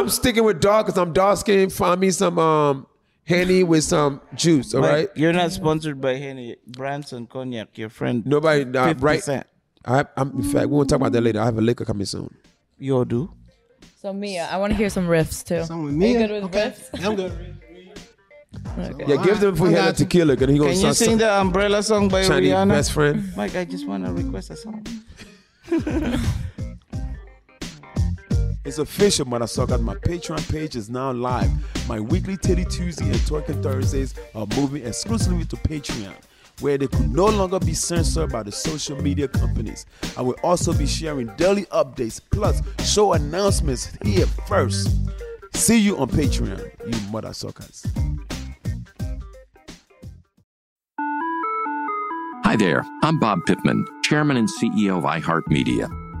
[SPEAKER 9] I'm sticking with dark because I'm dark skinned. Find me some um henny with some juice. All
[SPEAKER 10] Mike,
[SPEAKER 9] right.
[SPEAKER 10] You're not sponsored by Henny Branson Cognac, your friend.
[SPEAKER 9] Nobody. Nah, right.
[SPEAKER 10] 50%.
[SPEAKER 9] I, I'm in fact. We'll talk about that later. I have a liquor coming soon.
[SPEAKER 10] You all do.
[SPEAKER 11] So Mia, I want to hear some riffs too.
[SPEAKER 15] Song with
[SPEAKER 11] Are
[SPEAKER 15] Mia?
[SPEAKER 11] you good with riffs?
[SPEAKER 15] I'm
[SPEAKER 11] (laughs)
[SPEAKER 15] good.
[SPEAKER 9] Yeah, give them for
[SPEAKER 10] I
[SPEAKER 9] he
[SPEAKER 10] got
[SPEAKER 9] had a
[SPEAKER 10] you.
[SPEAKER 9] tequila. Cause he gonna
[SPEAKER 10] Can you
[SPEAKER 9] start
[SPEAKER 10] sing the Umbrella song by
[SPEAKER 9] Chinese
[SPEAKER 10] Rihanna?
[SPEAKER 9] best friend.
[SPEAKER 10] Mike, I just want to request a song.
[SPEAKER 12] (laughs) It's official, mother sucker. My Patreon page is now live. My weekly Titty Tuesday and Twerking Thursdays are moving exclusively to Patreon, where they could no longer be censored by the social media companies. I will also be sharing daily updates plus show announcements here first. See you on Patreon, you mother suckers.
[SPEAKER 5] Hi there, I'm Bob Pittman, Chairman and CEO of iHeartMedia.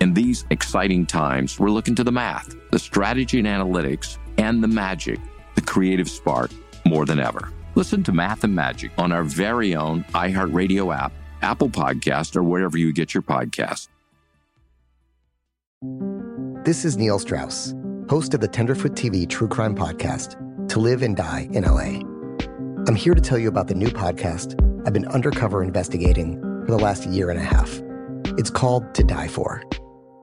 [SPEAKER 5] In these exciting times, we're looking to the math, the strategy and analytics, and the magic, the creative spark, more than ever. Listen to Math and Magic on our very own iHeartRadio app, Apple Podcast, or wherever you get your podcast.
[SPEAKER 7] This is Neil Strauss, host of the Tenderfoot TV True Crime Podcast, To Live and Die in LA. I'm here to tell you about the new podcast I've been undercover investigating for the last year and a half. It's called To Die For.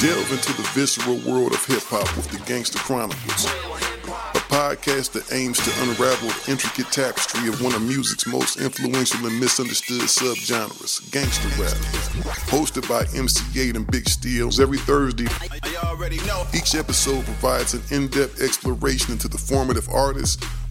[SPEAKER 13] Delve into the visceral world of hip hop with the Gangster Chronicles, a podcast that aims to unravel the intricate tapestry of one of music's most influential and misunderstood subgenres, gangster rap. Hosted by MC8 and Big Steels every Thursday. Each episode provides an in depth exploration into the formative artists,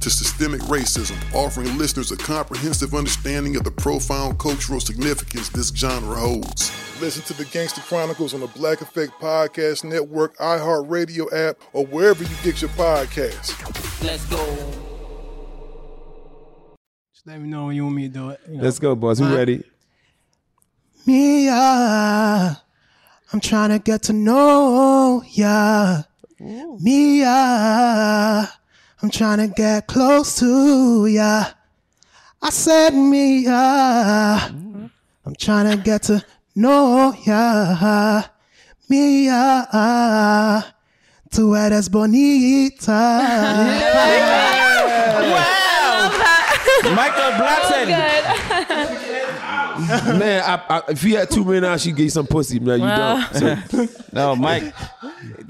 [SPEAKER 13] to systemic racism, offering listeners a comprehensive understanding of the profound cultural significance this genre holds. Listen to the Gangster Chronicles on the Black Effect Podcast Network, iHeartRadio app, or wherever you get your podcasts.
[SPEAKER 14] Let's go.
[SPEAKER 15] Just let me know when you want me to do it. you know.
[SPEAKER 9] Let's go, boys. We
[SPEAKER 15] My-
[SPEAKER 9] ready?
[SPEAKER 15] Mia, I'm trying to get to know ya. Mia, I'm trying to get close to ya. I said, Mia, I'm trying to get to know ya. Mia, tu eres bonita.
[SPEAKER 9] Michael Blackson. (laughs) Man, I, I, if you had two men now, she'd get you some pussy. Now you don't. So,
[SPEAKER 10] (laughs) no, Mike.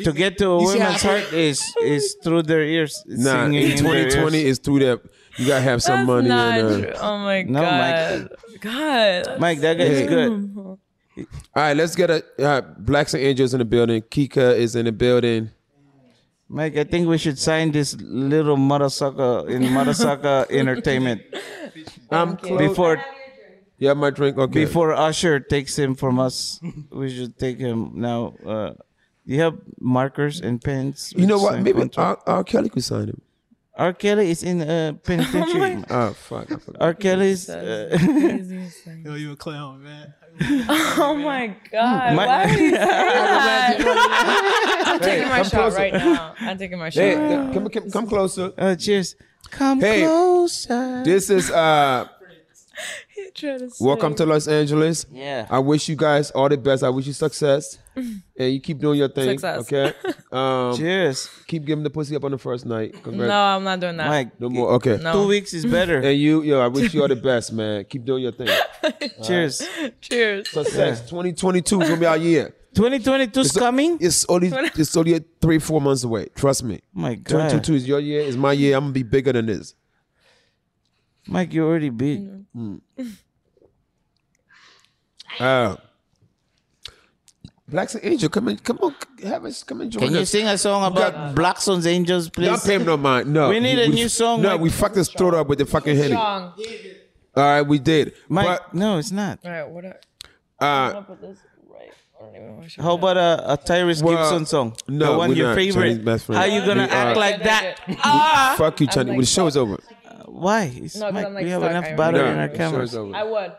[SPEAKER 10] To get to a
[SPEAKER 9] You see how
[SPEAKER 10] woman's
[SPEAKER 9] I-
[SPEAKER 10] heart is is through their ears. It's
[SPEAKER 9] nah,
[SPEAKER 10] singing
[SPEAKER 9] in
[SPEAKER 10] in their
[SPEAKER 9] 2020
[SPEAKER 10] ears.
[SPEAKER 9] is through that. You gotta have some money.
[SPEAKER 11] Not
[SPEAKER 9] and,
[SPEAKER 11] true.
[SPEAKER 9] uh,
[SPEAKER 11] Oh my
[SPEAKER 10] No,
[SPEAKER 11] god.
[SPEAKER 10] Mike.
[SPEAKER 11] God.
[SPEAKER 10] Mike, that guy
[SPEAKER 9] Yeah.
[SPEAKER 10] is good.
[SPEAKER 11] Mm.
[SPEAKER 9] All right, let's get a uh, Blacks and Angels in the building. Kika is in the building.
[SPEAKER 10] Mike, I think we should sign this little Marasaka in
[SPEAKER 9] (laughs)
[SPEAKER 10] Marasaka Entertainment.
[SPEAKER 9] I'm
[SPEAKER 10] before
[SPEAKER 9] Yeah, my drink. Okay.
[SPEAKER 10] before Usher takes him from us. we should take him now. Uh, you have markers and pens.
[SPEAKER 9] you know
[SPEAKER 10] with
[SPEAKER 9] what?
[SPEAKER 10] sign
[SPEAKER 9] Maybe uh,
[SPEAKER 10] contract?
[SPEAKER 9] R-, R. Kelly could sign him.
[SPEAKER 10] R. Kelly is in uh, penitentiary.
[SPEAKER 9] (laughs) Oh fuck! I forgot.
[SPEAKER 10] R. Kelly's. Uh,
[SPEAKER 15] Yo, you a clown, man.
[SPEAKER 11] Oh my god.
[SPEAKER 10] (laughs) My-
[SPEAKER 11] Why
[SPEAKER 10] (laughs)
[SPEAKER 11] would you say that? (laughs) I'm
[SPEAKER 9] Hey,
[SPEAKER 11] taking my
[SPEAKER 9] come
[SPEAKER 11] shot
[SPEAKER 9] closer.
[SPEAKER 11] right now. I'm
[SPEAKER 9] (laughs)
[SPEAKER 11] taking my shot.
[SPEAKER 9] Hey, come, come, come closer.
[SPEAKER 10] Uh, cheers. Come
[SPEAKER 9] Hey.
[SPEAKER 10] closer.
[SPEAKER 9] This is uh,
[SPEAKER 11] He tried to say-
[SPEAKER 9] welcome to Los Angeles.
[SPEAKER 10] Yeah.
[SPEAKER 9] I wish you guys all the best. I wish you
[SPEAKER 11] (laughs)
[SPEAKER 9] success, and you keep doing your thing.
[SPEAKER 11] Success. (laughs)
[SPEAKER 9] Okay. Um,
[SPEAKER 10] Cheers.
[SPEAKER 9] Keep giving the pussy up on the first night. Congrats.
[SPEAKER 11] No, I'm not doing that.
[SPEAKER 10] Mike,
[SPEAKER 9] No more. Okay.
[SPEAKER 11] No.
[SPEAKER 10] two weeks is better.
[SPEAKER 9] And you, yo, I wish you all
[SPEAKER 11] (laughs)
[SPEAKER 9] the best, man. Keep doing your thing.
[SPEAKER 10] Cheers.
[SPEAKER 11] Cheers.
[SPEAKER 9] Success. 2022 is gonna be our year.
[SPEAKER 10] 2022 is coming.
[SPEAKER 9] It's only it's only three four months away. Trust me.
[SPEAKER 10] Oh My God.
[SPEAKER 9] 2022 is your year. It's my year. I'm gonna be bigger than this.
[SPEAKER 10] Mike, you already beat.
[SPEAKER 9] Mm. Uh, Blacks and Angel, come in, come on, have us, come and join
[SPEAKER 10] Can you
[SPEAKER 9] us.
[SPEAKER 10] sing a song about Black Sons Angels, please?
[SPEAKER 9] Don't pay him no mind. No,
[SPEAKER 10] We need a new song,
[SPEAKER 9] No,
[SPEAKER 10] Mike.
[SPEAKER 9] we fucked his throat up with the fucking henny. All
[SPEAKER 11] Strong.
[SPEAKER 9] right, we did.
[SPEAKER 10] Mike, no, it's not.
[SPEAKER 11] All right, what? I-
[SPEAKER 9] But,
[SPEAKER 11] I'm
[SPEAKER 9] uh,
[SPEAKER 11] gonna put this right. I don't even know where I should
[SPEAKER 10] How
[SPEAKER 11] put
[SPEAKER 10] about a, a Tyrese
[SPEAKER 9] Well,
[SPEAKER 10] Gibson song?
[SPEAKER 9] no,
[SPEAKER 10] the one
[SPEAKER 9] we're
[SPEAKER 10] your
[SPEAKER 9] not
[SPEAKER 10] favorite.
[SPEAKER 9] Chinese best friend.
[SPEAKER 10] How you gonna
[SPEAKER 9] We
[SPEAKER 10] act
[SPEAKER 9] are-
[SPEAKER 10] like
[SPEAKER 11] Yeah, (laughs)
[SPEAKER 10] that?
[SPEAKER 11] yeah, yeah.
[SPEAKER 10] Ah!
[SPEAKER 9] fuck you,
[SPEAKER 11] I'm
[SPEAKER 9] Chinese.
[SPEAKER 11] like
[SPEAKER 9] Well, the show's over.
[SPEAKER 10] Why? It's
[SPEAKER 11] No, 'cause
[SPEAKER 10] Mike,
[SPEAKER 11] I'm, like,
[SPEAKER 10] we have
[SPEAKER 11] stuck.
[SPEAKER 10] enough
[SPEAKER 11] I
[SPEAKER 10] butter
[SPEAKER 9] No,
[SPEAKER 10] in our
[SPEAKER 9] the show is
[SPEAKER 10] cameras.
[SPEAKER 9] over.
[SPEAKER 11] it. I would.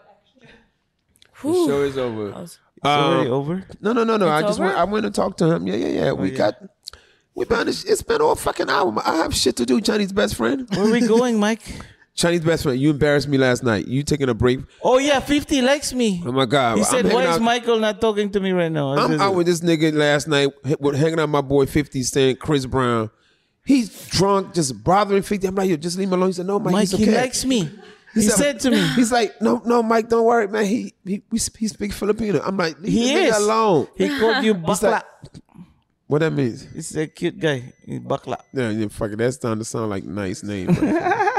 [SPEAKER 9] The show is over.
[SPEAKER 10] It's already
[SPEAKER 9] Um,
[SPEAKER 10] over. Oh,
[SPEAKER 9] No, no, no, no. I
[SPEAKER 11] It's
[SPEAKER 9] just
[SPEAKER 11] over?
[SPEAKER 9] went, I went and talked to him. Yeah, yeah, yeah. we
[SPEAKER 10] yeah.
[SPEAKER 9] got. We been on this, it's been all fucking hour. I have shit to do, Johnny's best friend. (laughs)
[SPEAKER 10] Where are we going, Mike?
[SPEAKER 9] Chinese best friend, you embarrassed me last night. You taking a break?
[SPEAKER 10] Oh yeah, Fifty likes me.
[SPEAKER 9] Oh my god!
[SPEAKER 10] He
[SPEAKER 9] I'm
[SPEAKER 10] said,
[SPEAKER 9] hanging
[SPEAKER 10] "Why is
[SPEAKER 9] out-
[SPEAKER 10] Michael not talking to me right now?" I
[SPEAKER 9] I'm
[SPEAKER 10] said,
[SPEAKER 9] out with this nigga last night, h- with- hanging out with my boy 50 Cent, Chris Brown. He's drunk, just bothering 50. I'm like, yo, just leave him alone. He said, no, Mike,
[SPEAKER 10] Mike,
[SPEAKER 9] he's
[SPEAKER 10] he
[SPEAKER 9] okay.
[SPEAKER 10] likes me. He said to me-
[SPEAKER 9] he's like, no, no, Mike, don't worry, man. He he, we, sp- he speaks Filipino. I'm like, leave
[SPEAKER 10] He
[SPEAKER 9] the nigga
[SPEAKER 10] is.
[SPEAKER 9] alone.
[SPEAKER 10] He called you
[SPEAKER 9] He's
[SPEAKER 10] bakla.
[SPEAKER 9] like, what that means?
[SPEAKER 10] He's a cute guy. He's bakla.
[SPEAKER 9] Yeah, yeah, fuck it. (laughs) That's time to sound like nice name. right?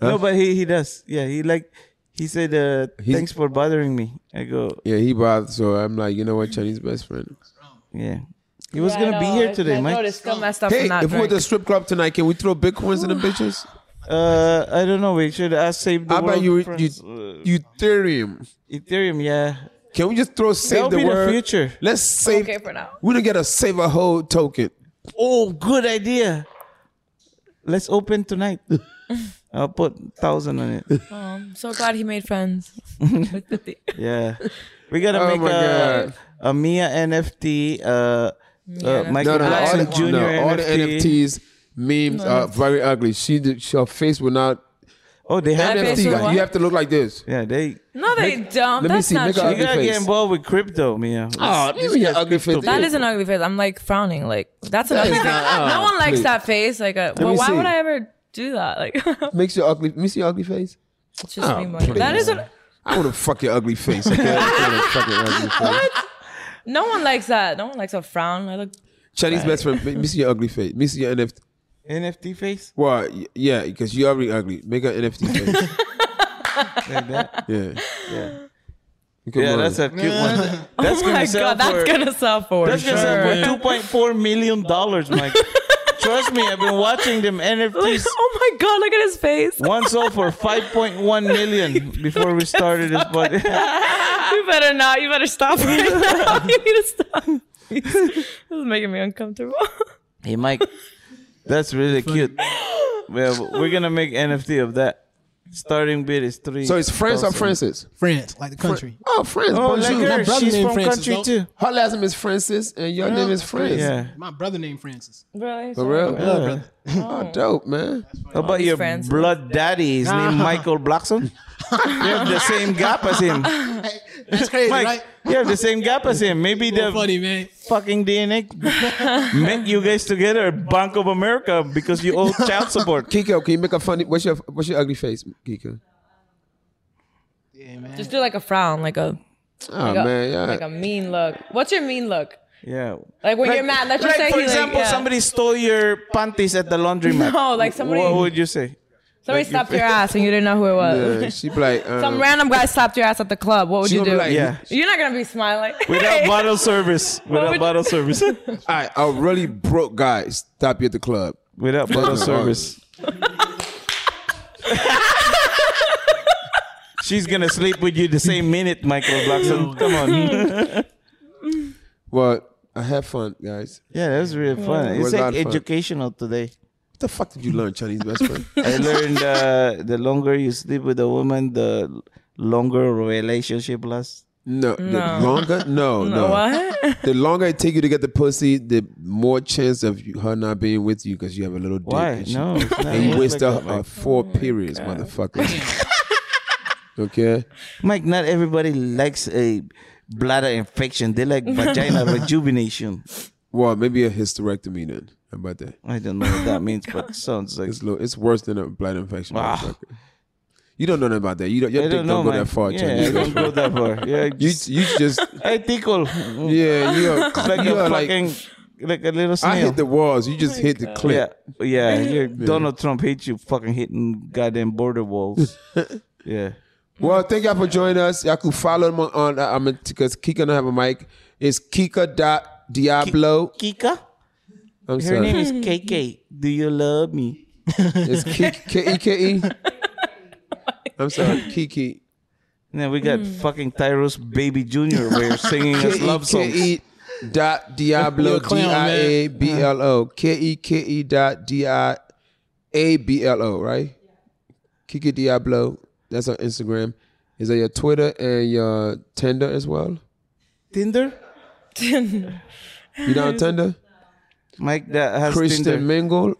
[SPEAKER 10] No, but he he does. Yeah, he like he said, uh, "Thanks for bothering me." I go,
[SPEAKER 9] yeah, he bothered. So I'm like, you know what, Chinese best friend.
[SPEAKER 10] Yeah. He was gonna be here today, Mike.
[SPEAKER 11] still messed up
[SPEAKER 9] Hey,
[SPEAKER 11] from that
[SPEAKER 9] if we're at the
[SPEAKER 11] drink.
[SPEAKER 9] strip club tonight, can we throw bitcoins in the bitches?
[SPEAKER 10] Uh, I don't know. We should ask save the
[SPEAKER 9] How
[SPEAKER 10] world.
[SPEAKER 9] about you, you,
[SPEAKER 10] friends. uh,
[SPEAKER 9] Ethereum?
[SPEAKER 10] Ethereum, yeah.
[SPEAKER 9] Can we just throw save
[SPEAKER 10] That'll
[SPEAKER 9] the
[SPEAKER 10] be the
[SPEAKER 9] world?
[SPEAKER 10] future.
[SPEAKER 9] Let's save.
[SPEAKER 11] Okay, for now.
[SPEAKER 9] We're gonna get a save a whole token.
[SPEAKER 10] Oh, good idea. Let's
[SPEAKER 9] (laughs)
[SPEAKER 10] open tonight. I'll put thousand on it.
[SPEAKER 11] Oh, I'm so glad he made friends. with Fifty.
[SPEAKER 10] Yeah, we gotta
[SPEAKER 11] Oh
[SPEAKER 10] make
[SPEAKER 11] my
[SPEAKER 10] a, a Mia NFT. Uh, uh, Michael Jackson
[SPEAKER 9] all the,
[SPEAKER 10] Jr.
[SPEAKER 9] no, all the NFTs memes
[SPEAKER 10] No,
[SPEAKER 9] are
[SPEAKER 10] no.
[SPEAKER 9] very ugly. She, did, she- her face will not.
[SPEAKER 10] Oh, they have
[SPEAKER 9] NFT.
[SPEAKER 10] that.
[SPEAKER 9] guy, You have to look like this.
[SPEAKER 10] Yeah, they.
[SPEAKER 11] No, they
[SPEAKER 9] let
[SPEAKER 11] don't.
[SPEAKER 9] me
[SPEAKER 11] That's
[SPEAKER 9] see,
[SPEAKER 11] not
[SPEAKER 9] make a
[SPEAKER 11] true.
[SPEAKER 10] You gotta get involved with crypto, Mia.
[SPEAKER 9] Oh, this is an ugly face.
[SPEAKER 11] That is an ugly face. I'm like frowning. Like that's an
[SPEAKER 9] That
[SPEAKER 11] ugly
[SPEAKER 9] is
[SPEAKER 11] face.
[SPEAKER 9] not-
[SPEAKER 11] no
[SPEAKER 9] oh,
[SPEAKER 11] one likes
[SPEAKER 9] please.
[SPEAKER 11] that face. Like, a,
[SPEAKER 9] Let
[SPEAKER 11] well,
[SPEAKER 9] me
[SPEAKER 11] why
[SPEAKER 9] see.
[SPEAKER 11] would I ever do that?
[SPEAKER 9] (laughs)
[SPEAKER 11] Like, (laughs)
[SPEAKER 9] Makes your ugly. Let me see your ugly face. Oh,
[SPEAKER 11] It's
[SPEAKER 9] Ah,
[SPEAKER 11] just me, Mike. That is an-
[SPEAKER 9] I want to fuck your ugly face. Okay? I wanna fuck your ugly face.
[SPEAKER 11] (laughs) no one likes that. No one likes a frown. I look.
[SPEAKER 9] Chinese
[SPEAKER 11] Right.
[SPEAKER 9] best friend. Let me see your ugly face. Let me see your NFT.
[SPEAKER 10] NFT face.
[SPEAKER 9] Well, y- yeah, because you already ugly. Make an NFT face.
[SPEAKER 10] (laughs) Like that.
[SPEAKER 9] yeah. Yeah.
[SPEAKER 10] yeah, that's a cute
[SPEAKER 11] (laughs)
[SPEAKER 10] one. That's
[SPEAKER 11] oh my
[SPEAKER 10] gonna sell
[SPEAKER 11] god, that's
[SPEAKER 10] for-
[SPEAKER 11] gonna sell for
[SPEAKER 10] That's
[SPEAKER 11] sure.
[SPEAKER 10] gonna sell for two point four million dollars,
[SPEAKER 11] (laughs)
[SPEAKER 10] Mike. Trust me, I've been watching them NFTs.
[SPEAKER 11] oh my god, look at his face.
[SPEAKER 10] One sold for five point one million before we started this (laughs) podcast.
[SPEAKER 11] (laughs) you better not. You better stop right now. You need to stop. this is making me uncomfortable.
[SPEAKER 10] hey, Mike, that's really cute. Well, we're gonna make NFT of that. Starting bid is three.
[SPEAKER 9] So it's France or
[SPEAKER 10] thousand.
[SPEAKER 9] Francis?
[SPEAKER 15] France, like the country.
[SPEAKER 9] Oh, France.
[SPEAKER 10] Oh, like
[SPEAKER 9] bonjour.
[SPEAKER 10] her. My brother She's named from Francis, country though. too.
[SPEAKER 9] Her last name is Francis, and your
[SPEAKER 15] Yeah,
[SPEAKER 9] name is France.
[SPEAKER 15] Francis. My brother
[SPEAKER 9] (laughs)
[SPEAKER 15] named Francis.
[SPEAKER 11] Really?
[SPEAKER 9] For real?
[SPEAKER 10] Yeah. brother.
[SPEAKER 9] (laughs) Oh, dope, man.
[SPEAKER 10] How about your blood daddy? His name Michael Blackson. you have the same gap
[SPEAKER 9] (laughs)
[SPEAKER 10] as him.
[SPEAKER 15] (laughs) That's crazy,
[SPEAKER 10] Mike,
[SPEAKER 15] right?
[SPEAKER 10] You have the same gap as him. Maybe the
[SPEAKER 15] funny, man.
[SPEAKER 10] fucking
[SPEAKER 9] (laughs)
[SPEAKER 10] DNA meant you guys together at Bank of America because you owe
[SPEAKER 9] (laughs)
[SPEAKER 10] child support.
[SPEAKER 9] Kiko, can you make a funny? What's your what's your ugly face, Kiko?
[SPEAKER 11] Just do like a frown, like a.
[SPEAKER 9] Oh,
[SPEAKER 11] like a-
[SPEAKER 9] man, yeah.
[SPEAKER 11] Like a mean look. What's your mean look?
[SPEAKER 10] Yeah.
[SPEAKER 11] Like when you're mad, let's
[SPEAKER 10] like
[SPEAKER 11] just say
[SPEAKER 10] for
[SPEAKER 11] he, like,
[SPEAKER 10] example,
[SPEAKER 11] yeah.
[SPEAKER 10] somebody stole your panties at the laundromat.
[SPEAKER 11] (laughs) No, like somebody-
[SPEAKER 10] What would you say?
[SPEAKER 11] Somebody
[SPEAKER 10] Like your
[SPEAKER 11] slapped your
[SPEAKER 10] face.
[SPEAKER 11] ass and you didn't know who it was. (laughs)
[SPEAKER 9] Yeah, she be like um,
[SPEAKER 11] Some random guy slapped your ass at the club. What would
[SPEAKER 9] she
[SPEAKER 11] you
[SPEAKER 9] be
[SPEAKER 11] do?
[SPEAKER 9] like- Yeah.
[SPEAKER 11] You're not gonna be smiling. (laughs)
[SPEAKER 10] Without bottle service. Without
[SPEAKER 11] would-
[SPEAKER 9] (laughs)
[SPEAKER 10] bottle service.
[SPEAKER 9] I a really broke guy stop you at the club
[SPEAKER 10] without
[SPEAKER 9] (laughs)
[SPEAKER 10] bottle service. She's gonna sleep with you the same minute, Michael Blackson. Come
[SPEAKER 11] (laughs)
[SPEAKER 10] on. (laughs)
[SPEAKER 9] (laughs) Well, I had fun, guys.
[SPEAKER 10] yeah, that was really fun.
[SPEAKER 9] It
[SPEAKER 10] It's
[SPEAKER 9] was a
[SPEAKER 10] like
[SPEAKER 9] lot of fun.
[SPEAKER 10] educational today.
[SPEAKER 9] What the fuck did you learn, Chinese best friend?
[SPEAKER 10] (laughs) I learned uh, the longer you sleep with a woman, the longer relationship lasts.
[SPEAKER 9] No,
[SPEAKER 10] No.
[SPEAKER 9] the longer no,
[SPEAKER 10] No,
[SPEAKER 9] no.
[SPEAKER 10] what?
[SPEAKER 9] The longer it take you to get the pussy, the more chance of you, her not being with you because you have a little dick.
[SPEAKER 10] Why?
[SPEAKER 9] and she-
[SPEAKER 10] No, it's not
[SPEAKER 9] and you
[SPEAKER 10] work
[SPEAKER 9] waste
[SPEAKER 10] like oh
[SPEAKER 9] her
[SPEAKER 10] that, Mike.
[SPEAKER 9] uh, four periods,
[SPEAKER 10] (laughs)
[SPEAKER 9] motherfucker. okay.
[SPEAKER 10] Mike, not everybody likes a bladder infection. They like vagina rejuvenation.
[SPEAKER 9] Well, maybe a hysterectomy then. How about that?
[SPEAKER 10] I don't know what that means,
[SPEAKER 9] (laughs)
[SPEAKER 10] but sounds like
[SPEAKER 9] it's, low, it's worse than a bladder infection.
[SPEAKER 10] Ah.
[SPEAKER 9] motherfucker. You don't know nothing about that. You don't, your
[SPEAKER 10] I
[SPEAKER 9] dick
[SPEAKER 10] don't
[SPEAKER 9] don't,
[SPEAKER 10] know,
[SPEAKER 9] go
[SPEAKER 10] Mike.
[SPEAKER 9] that far.
[SPEAKER 10] Yeah,
[SPEAKER 9] Chinese
[SPEAKER 10] it don't
[SPEAKER 9] restaurant.
[SPEAKER 10] go
[SPEAKER 9] (laughs)
[SPEAKER 10] that far. Yeah,
[SPEAKER 9] you you
[SPEAKER 10] (laughs)
[SPEAKER 9] just
[SPEAKER 10] I tickle.
[SPEAKER 9] yeah you are,
[SPEAKER 10] like
[SPEAKER 9] you
[SPEAKER 10] a
[SPEAKER 9] are like
[SPEAKER 10] fucking like, a
[SPEAKER 9] (laughs)
[SPEAKER 10] little snail.
[SPEAKER 9] I hit the walls. You just hit the clip.
[SPEAKER 10] Yeah, yeah. You're,
[SPEAKER 9] Yeah.
[SPEAKER 10] Donald Trump hates you fucking hitting goddamn border (laughs) walls. yeah.
[SPEAKER 9] Well, thank y'all for joining us. Y'all can follow them on. Uh, I'm because Kika don't have a mic. It's Kika dot Diablo.
[SPEAKER 10] Kika.
[SPEAKER 9] I'm
[SPEAKER 10] Her
[SPEAKER 9] sorry.
[SPEAKER 10] name is KK. Do you love me?
[SPEAKER 9] It's
[SPEAKER 10] (laughs)
[SPEAKER 9] Kiki- K E K E. I'm sorry, Kiki.
[SPEAKER 10] Now we got fucking Tyros Baby Jr. We're singing us love songs.
[SPEAKER 9] K E dot Diablo
[SPEAKER 10] You're a
[SPEAKER 9] D
[SPEAKER 10] clown,
[SPEAKER 9] I A B L O K E K E dot D I A B L O right? Kiki Diablo. That's on Instagram. Is that your Twitter and your Tinder as well?
[SPEAKER 10] (laughs) Tinder?
[SPEAKER 11] Tinder.
[SPEAKER 9] You down on Tinder?
[SPEAKER 10] Mike that has
[SPEAKER 9] Christian
[SPEAKER 10] Tinder.
[SPEAKER 9] Mingle,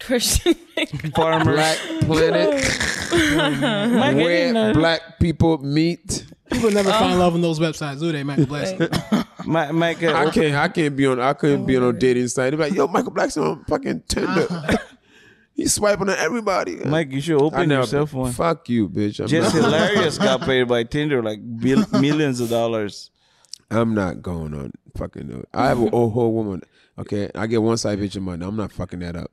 [SPEAKER 11] Christian.
[SPEAKER 10] Farmer.
[SPEAKER 9] Black Planet,
[SPEAKER 10] (laughs)
[SPEAKER 15] Mike, I didn't
[SPEAKER 9] where
[SPEAKER 15] know.
[SPEAKER 9] black people meet.
[SPEAKER 15] People never
[SPEAKER 9] Oh.
[SPEAKER 15] find love on those websites, do they, Michael Blackson?
[SPEAKER 9] My,
[SPEAKER 10] uh,
[SPEAKER 9] Michael, I can't. I can't be on. I couldn't be on no dating site. They're like, yo, Michael Blackson on fucking Tinder. (laughs) He's swiping at everybody.
[SPEAKER 10] Uh-huh. Mike, you should open yourself one.
[SPEAKER 9] Fuck you, bitch. I'm
[SPEAKER 10] Jess
[SPEAKER 9] not- (laughs)
[SPEAKER 10] Hilarious got paid by Tinder like bil- millions of dollars.
[SPEAKER 9] I'm not going on fucking. no- I have a whole, whole woman. Okay, I get one side bitch a month. I'm not fucking that up.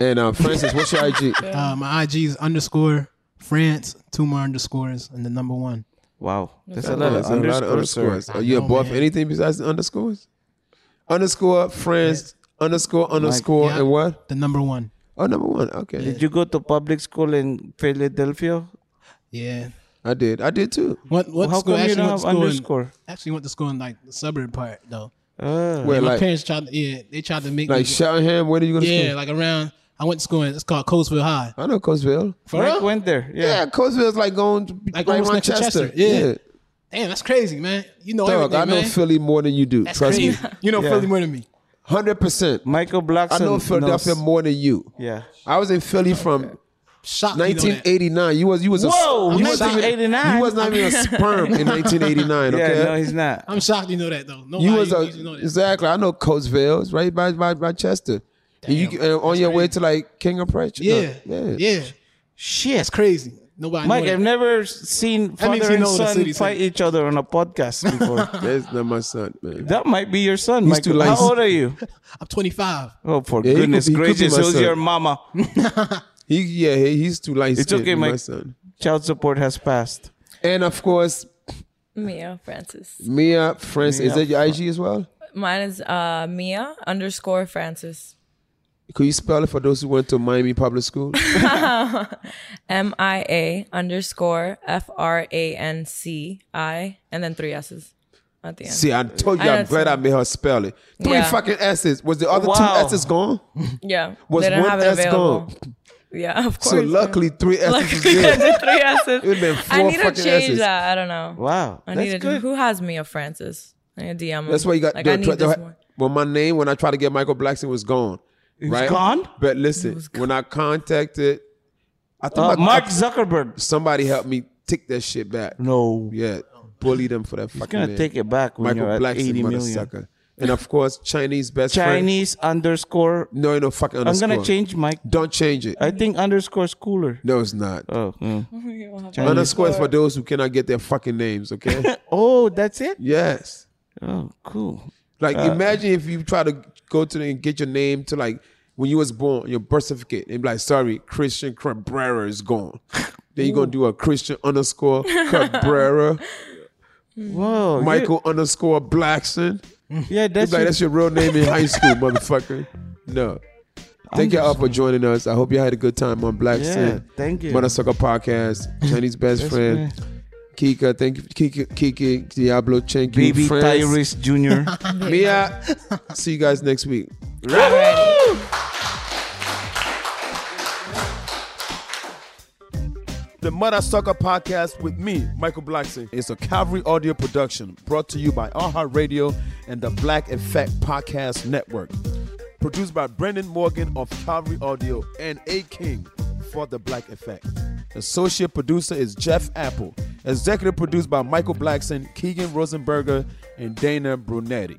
[SPEAKER 9] And uh, Francis, what's your IG?
[SPEAKER 15] (laughs) Uh, my IG is underscore France, two more underscores, and the number one.
[SPEAKER 10] Wow, that's
[SPEAKER 9] Yeah,
[SPEAKER 10] a lot of
[SPEAKER 9] that's a lot of
[SPEAKER 10] underscores. sir.
[SPEAKER 15] Oh,
[SPEAKER 9] underscores. Are you above anything besides the underscores? Underscore friends. Underscore underscore
[SPEAKER 10] yeah.
[SPEAKER 9] and what?
[SPEAKER 15] The number one.
[SPEAKER 9] Oh, number one. Okay.
[SPEAKER 10] Did you go to public school in Philadelphia?
[SPEAKER 15] Yeah.
[SPEAKER 9] I did. I did too.
[SPEAKER 15] What what
[SPEAKER 10] How
[SPEAKER 15] school
[SPEAKER 10] come you
[SPEAKER 15] actually
[SPEAKER 10] don't
[SPEAKER 15] went
[SPEAKER 10] have
[SPEAKER 15] to school?
[SPEAKER 10] underscore?
[SPEAKER 15] In, actually went to school in like the suburb part though.
[SPEAKER 10] Uh,
[SPEAKER 15] Yeah,
[SPEAKER 9] Wait,
[SPEAKER 15] my
[SPEAKER 9] like-
[SPEAKER 15] parents tried. To, yeah, they tried to make
[SPEAKER 9] Like
[SPEAKER 15] me,
[SPEAKER 9] Shottenham, where did you go to
[SPEAKER 15] yeah,
[SPEAKER 9] school?
[SPEAKER 15] like around. I went to school. In, it's called Coatesville High.
[SPEAKER 9] I know Coatesville.
[SPEAKER 15] For real?
[SPEAKER 10] went there.
[SPEAKER 9] Yeah, Coatesville's like going to
[SPEAKER 15] Like
[SPEAKER 9] right
[SPEAKER 15] almost
[SPEAKER 9] around
[SPEAKER 15] next to
[SPEAKER 9] Chester.
[SPEAKER 15] Chester. Yeah.
[SPEAKER 9] Yeah.
[SPEAKER 15] Damn, that's crazy, man. You know
[SPEAKER 9] Dog,
[SPEAKER 15] everything,
[SPEAKER 9] I know
[SPEAKER 15] man.
[SPEAKER 9] Philly more than you do.
[SPEAKER 15] That's
[SPEAKER 9] Trust
[SPEAKER 15] crazy.
[SPEAKER 9] me.
[SPEAKER 15] (laughs) You know
[SPEAKER 9] Yeah.
[SPEAKER 15] Philly more than me.
[SPEAKER 9] Hundred percent.
[SPEAKER 10] Michael Blackson.
[SPEAKER 9] I know Philadelphia
[SPEAKER 10] knows-
[SPEAKER 9] more than you.
[SPEAKER 10] Yeah.
[SPEAKER 9] I was in Philly from
[SPEAKER 15] Shocked you know that.
[SPEAKER 9] 1989. You was you was
[SPEAKER 15] Whoa,
[SPEAKER 9] a you
[SPEAKER 15] I'm
[SPEAKER 9] was
[SPEAKER 15] shocked.
[SPEAKER 9] even-
[SPEAKER 15] 89?
[SPEAKER 9] You was not even a sperm
[SPEAKER 10] (laughs)
[SPEAKER 9] in 1989.
[SPEAKER 10] Yeah,
[SPEAKER 9] Okay.
[SPEAKER 10] no, he's not.
[SPEAKER 15] I'm shocked you know that though. No
[SPEAKER 9] you
[SPEAKER 15] lie,
[SPEAKER 9] was a,
[SPEAKER 15] you know that.
[SPEAKER 9] exactly. I know Coatesville. It's right by by, by Chester. And you uh, on your way to like King of Prussia. Uh, No,
[SPEAKER 15] Yeah, yeah,
[SPEAKER 10] Shit,
[SPEAKER 15] that's crazy. Nobody.
[SPEAKER 10] Mike,
[SPEAKER 15] knew
[SPEAKER 10] I've
[SPEAKER 15] that.
[SPEAKER 10] never seen
[SPEAKER 15] That means
[SPEAKER 10] father
[SPEAKER 15] you
[SPEAKER 10] and
[SPEAKER 15] know the
[SPEAKER 10] son
[SPEAKER 15] city,
[SPEAKER 10] fight each other on a
[SPEAKER 9] (laughs)
[SPEAKER 10] podcast before.
[SPEAKER 9] That's not my son, man.
[SPEAKER 10] That might be your son,
[SPEAKER 9] He's
[SPEAKER 10] Mike.
[SPEAKER 9] too lazy.
[SPEAKER 10] How old are you?
[SPEAKER 15] I'm 25.
[SPEAKER 10] Oh, for
[SPEAKER 9] Yeah, he could
[SPEAKER 10] goodness
[SPEAKER 9] be- he could be
[SPEAKER 10] gracious,
[SPEAKER 9] my
[SPEAKER 10] who's
[SPEAKER 9] son.
[SPEAKER 10] your mama?
[SPEAKER 9] He yeah, he, he's too light
[SPEAKER 10] It's
[SPEAKER 9] skinned.
[SPEAKER 10] okay,
[SPEAKER 9] my
[SPEAKER 10] Mike.
[SPEAKER 9] son.
[SPEAKER 10] Child support has passed.
[SPEAKER 9] And of course,
[SPEAKER 11] Mia Francis.
[SPEAKER 9] Mia Francis. Is
[SPEAKER 11] Mia
[SPEAKER 9] that your IG as well?
[SPEAKER 11] Mine is uh, Mia underscore Francis.
[SPEAKER 9] Could you spell it for those who went to Miami public
[SPEAKER 11] (laughs)
[SPEAKER 9] school?
[SPEAKER 11] M I A underscore F R A N C I and then three S's at the end.
[SPEAKER 9] See, I told you, I
[SPEAKER 11] I know
[SPEAKER 9] am glad I
[SPEAKER 11] it's-
[SPEAKER 9] made her spell it. Three
[SPEAKER 11] Yeah.
[SPEAKER 9] fucking S's. Was the other
[SPEAKER 11] Wow.
[SPEAKER 9] two S's gone?
[SPEAKER 11] (laughs) Yeah.
[SPEAKER 9] Was
[SPEAKER 11] they didn't
[SPEAKER 9] one
[SPEAKER 11] have it
[SPEAKER 9] S
[SPEAKER 11] available.
[SPEAKER 9] gone?
[SPEAKER 11] Yeah, of course.
[SPEAKER 9] So luckily, three S's is
[SPEAKER 11] Luckily,
[SPEAKER 9] good.
[SPEAKER 11] the (laughs) three S's.
[SPEAKER 9] It'd been
[SPEAKER 11] I
[SPEAKER 9] four
[SPEAKER 11] need to
[SPEAKER 9] fucking
[SPEAKER 11] change
[SPEAKER 9] S's.
[SPEAKER 11] that. I don't know.
[SPEAKER 9] Wow,
[SPEAKER 11] I
[SPEAKER 9] that's
[SPEAKER 11] need to
[SPEAKER 9] good.
[SPEAKER 11] who has Mia Francis? I need to DM him.
[SPEAKER 9] That's why you got.
[SPEAKER 11] like,
[SPEAKER 9] the-
[SPEAKER 11] I need
[SPEAKER 9] the-
[SPEAKER 11] this more.
[SPEAKER 9] Well, my name when I tried to get Michael Blackson was gone. It
[SPEAKER 10] was gone?
[SPEAKER 9] But listen, when I contacted, I
[SPEAKER 10] Uh,
[SPEAKER 9] my-
[SPEAKER 10] Mark Zuckerberg.
[SPEAKER 9] Somebody helped me take that shit back.
[SPEAKER 10] No.
[SPEAKER 9] Yeah, bully them for that fucking.
[SPEAKER 10] gonna
[SPEAKER 9] name.
[SPEAKER 10] take it back when
[SPEAKER 9] Michael
[SPEAKER 10] you're at
[SPEAKER 9] Blackson,
[SPEAKER 10] 80
[SPEAKER 9] mother
[SPEAKER 10] million.
[SPEAKER 9] sucker. And of course, Chinese best friend.
[SPEAKER 10] Chinese underscore.
[SPEAKER 9] No, no fucking
[SPEAKER 10] I'm
[SPEAKER 9] underscore.
[SPEAKER 10] gonna change Mike.
[SPEAKER 9] Don't change it.
[SPEAKER 10] I think underscore's cooler.
[SPEAKER 9] No, it's not.
[SPEAKER 10] Oh,
[SPEAKER 11] (laughs)
[SPEAKER 10] Chinese.
[SPEAKER 9] underscore is for those who cannot get their fucking names. Okay.
[SPEAKER 10] (laughs) oh, that's it.
[SPEAKER 9] yes.
[SPEAKER 10] Oh, cool.
[SPEAKER 9] Like
[SPEAKER 10] Uh,
[SPEAKER 9] imagine if you try to go to the, and get your name to like when you was born, your birth certificate, and be like, sorry, Christian Cabrera is
[SPEAKER 10] (laughs)
[SPEAKER 9] gone. then you're gonna do a Christian underscore
[SPEAKER 10] (laughs)
[SPEAKER 9] Cabrera.
[SPEAKER 10] Whoa,
[SPEAKER 9] Michael underscore Blackson. They be
[SPEAKER 10] Yeah, that's
[SPEAKER 9] like,
[SPEAKER 10] your-
[SPEAKER 9] that's your real name in high school, motherfucker.
[SPEAKER 10] (laughs)
[SPEAKER 9] No. Thank y'all for joining us. I hope you had a good time on Black
[SPEAKER 10] Yeah,
[SPEAKER 9] Sin.
[SPEAKER 10] thank you.
[SPEAKER 9] Mothersucker Podcast, Chinese Best
[SPEAKER 10] Best
[SPEAKER 9] Friend, Kika. Thank you, Kika, Kiki, Diablo, Chenky,
[SPEAKER 10] Baby
[SPEAKER 9] France.
[SPEAKER 10] Tyrese Jr..
[SPEAKER 9] Mia. (laughs) See you guys next week.
[SPEAKER 12] The Mother Sucker Podcast with me, Michael Blackson, is a Calvary audio production brought to you by AHA Radio and the Black Effect Podcast Network. Produced by Brendan Morgan of Calvary Audio and A King for the Black Effect. Associate producer is Jeff Apple. Executive produced by Michael Blackson, Keegan Rosenberger, and Dana Brunetti.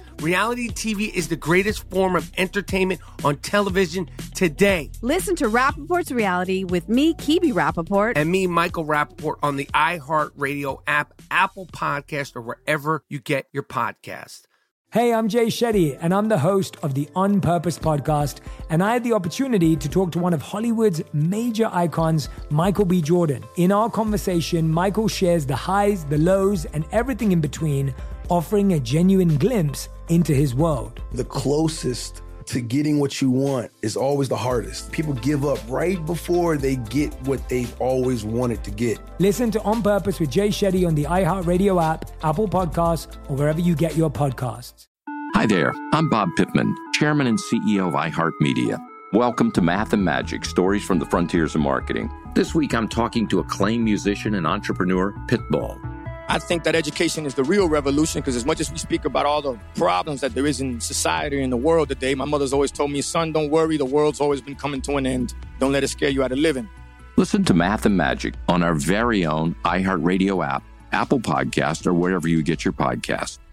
[SPEAKER 1] Reality TV is the greatest form of entertainment on television today.
[SPEAKER 2] Listen to Rappaport's reality with me, Kibi Rappaport.
[SPEAKER 1] And me, Michael Rappaport, on the iHeartRadio app, Apple Podcast, or wherever you get your podcast.
[SPEAKER 3] Hey, I'm Jay Shetty, and I'm the host of the On Purpose podcast. And I had the opportunity to talk to one of Hollywood's major icons, Michael B. Jordan. In our conversation, Michael shares the highs, the lows, and everything in between, offering a genuine glimpse into his world.
[SPEAKER 4] The closest to getting what you want is always the hardest. People give up right before they get what they've always wanted to get.
[SPEAKER 3] Listen to On Purpose with Jay Shetty on the iHeartRadio app, Apple Podcasts, or wherever you get your podcasts.
[SPEAKER 5] Hi, Hi there, I'm Bob Pittman, Chairman and CEO of iHeartMedia. Welcome to Math and Magic Stories from the Frontiers of Marketing. This week I'm talking to acclaimed musician and entrepreneur, Pitbull.
[SPEAKER 6] I think that education is the real revolution because as much as we speak about all the problems that there is in society and the world today, my mother's always told me, son, don't worry, the world's always been coming to an end. Don't let it scare you out of living.
[SPEAKER 5] Listen to Math and Magic on our very own iHeartRadio app, Apple Podcast, or wherever you get your podcasts.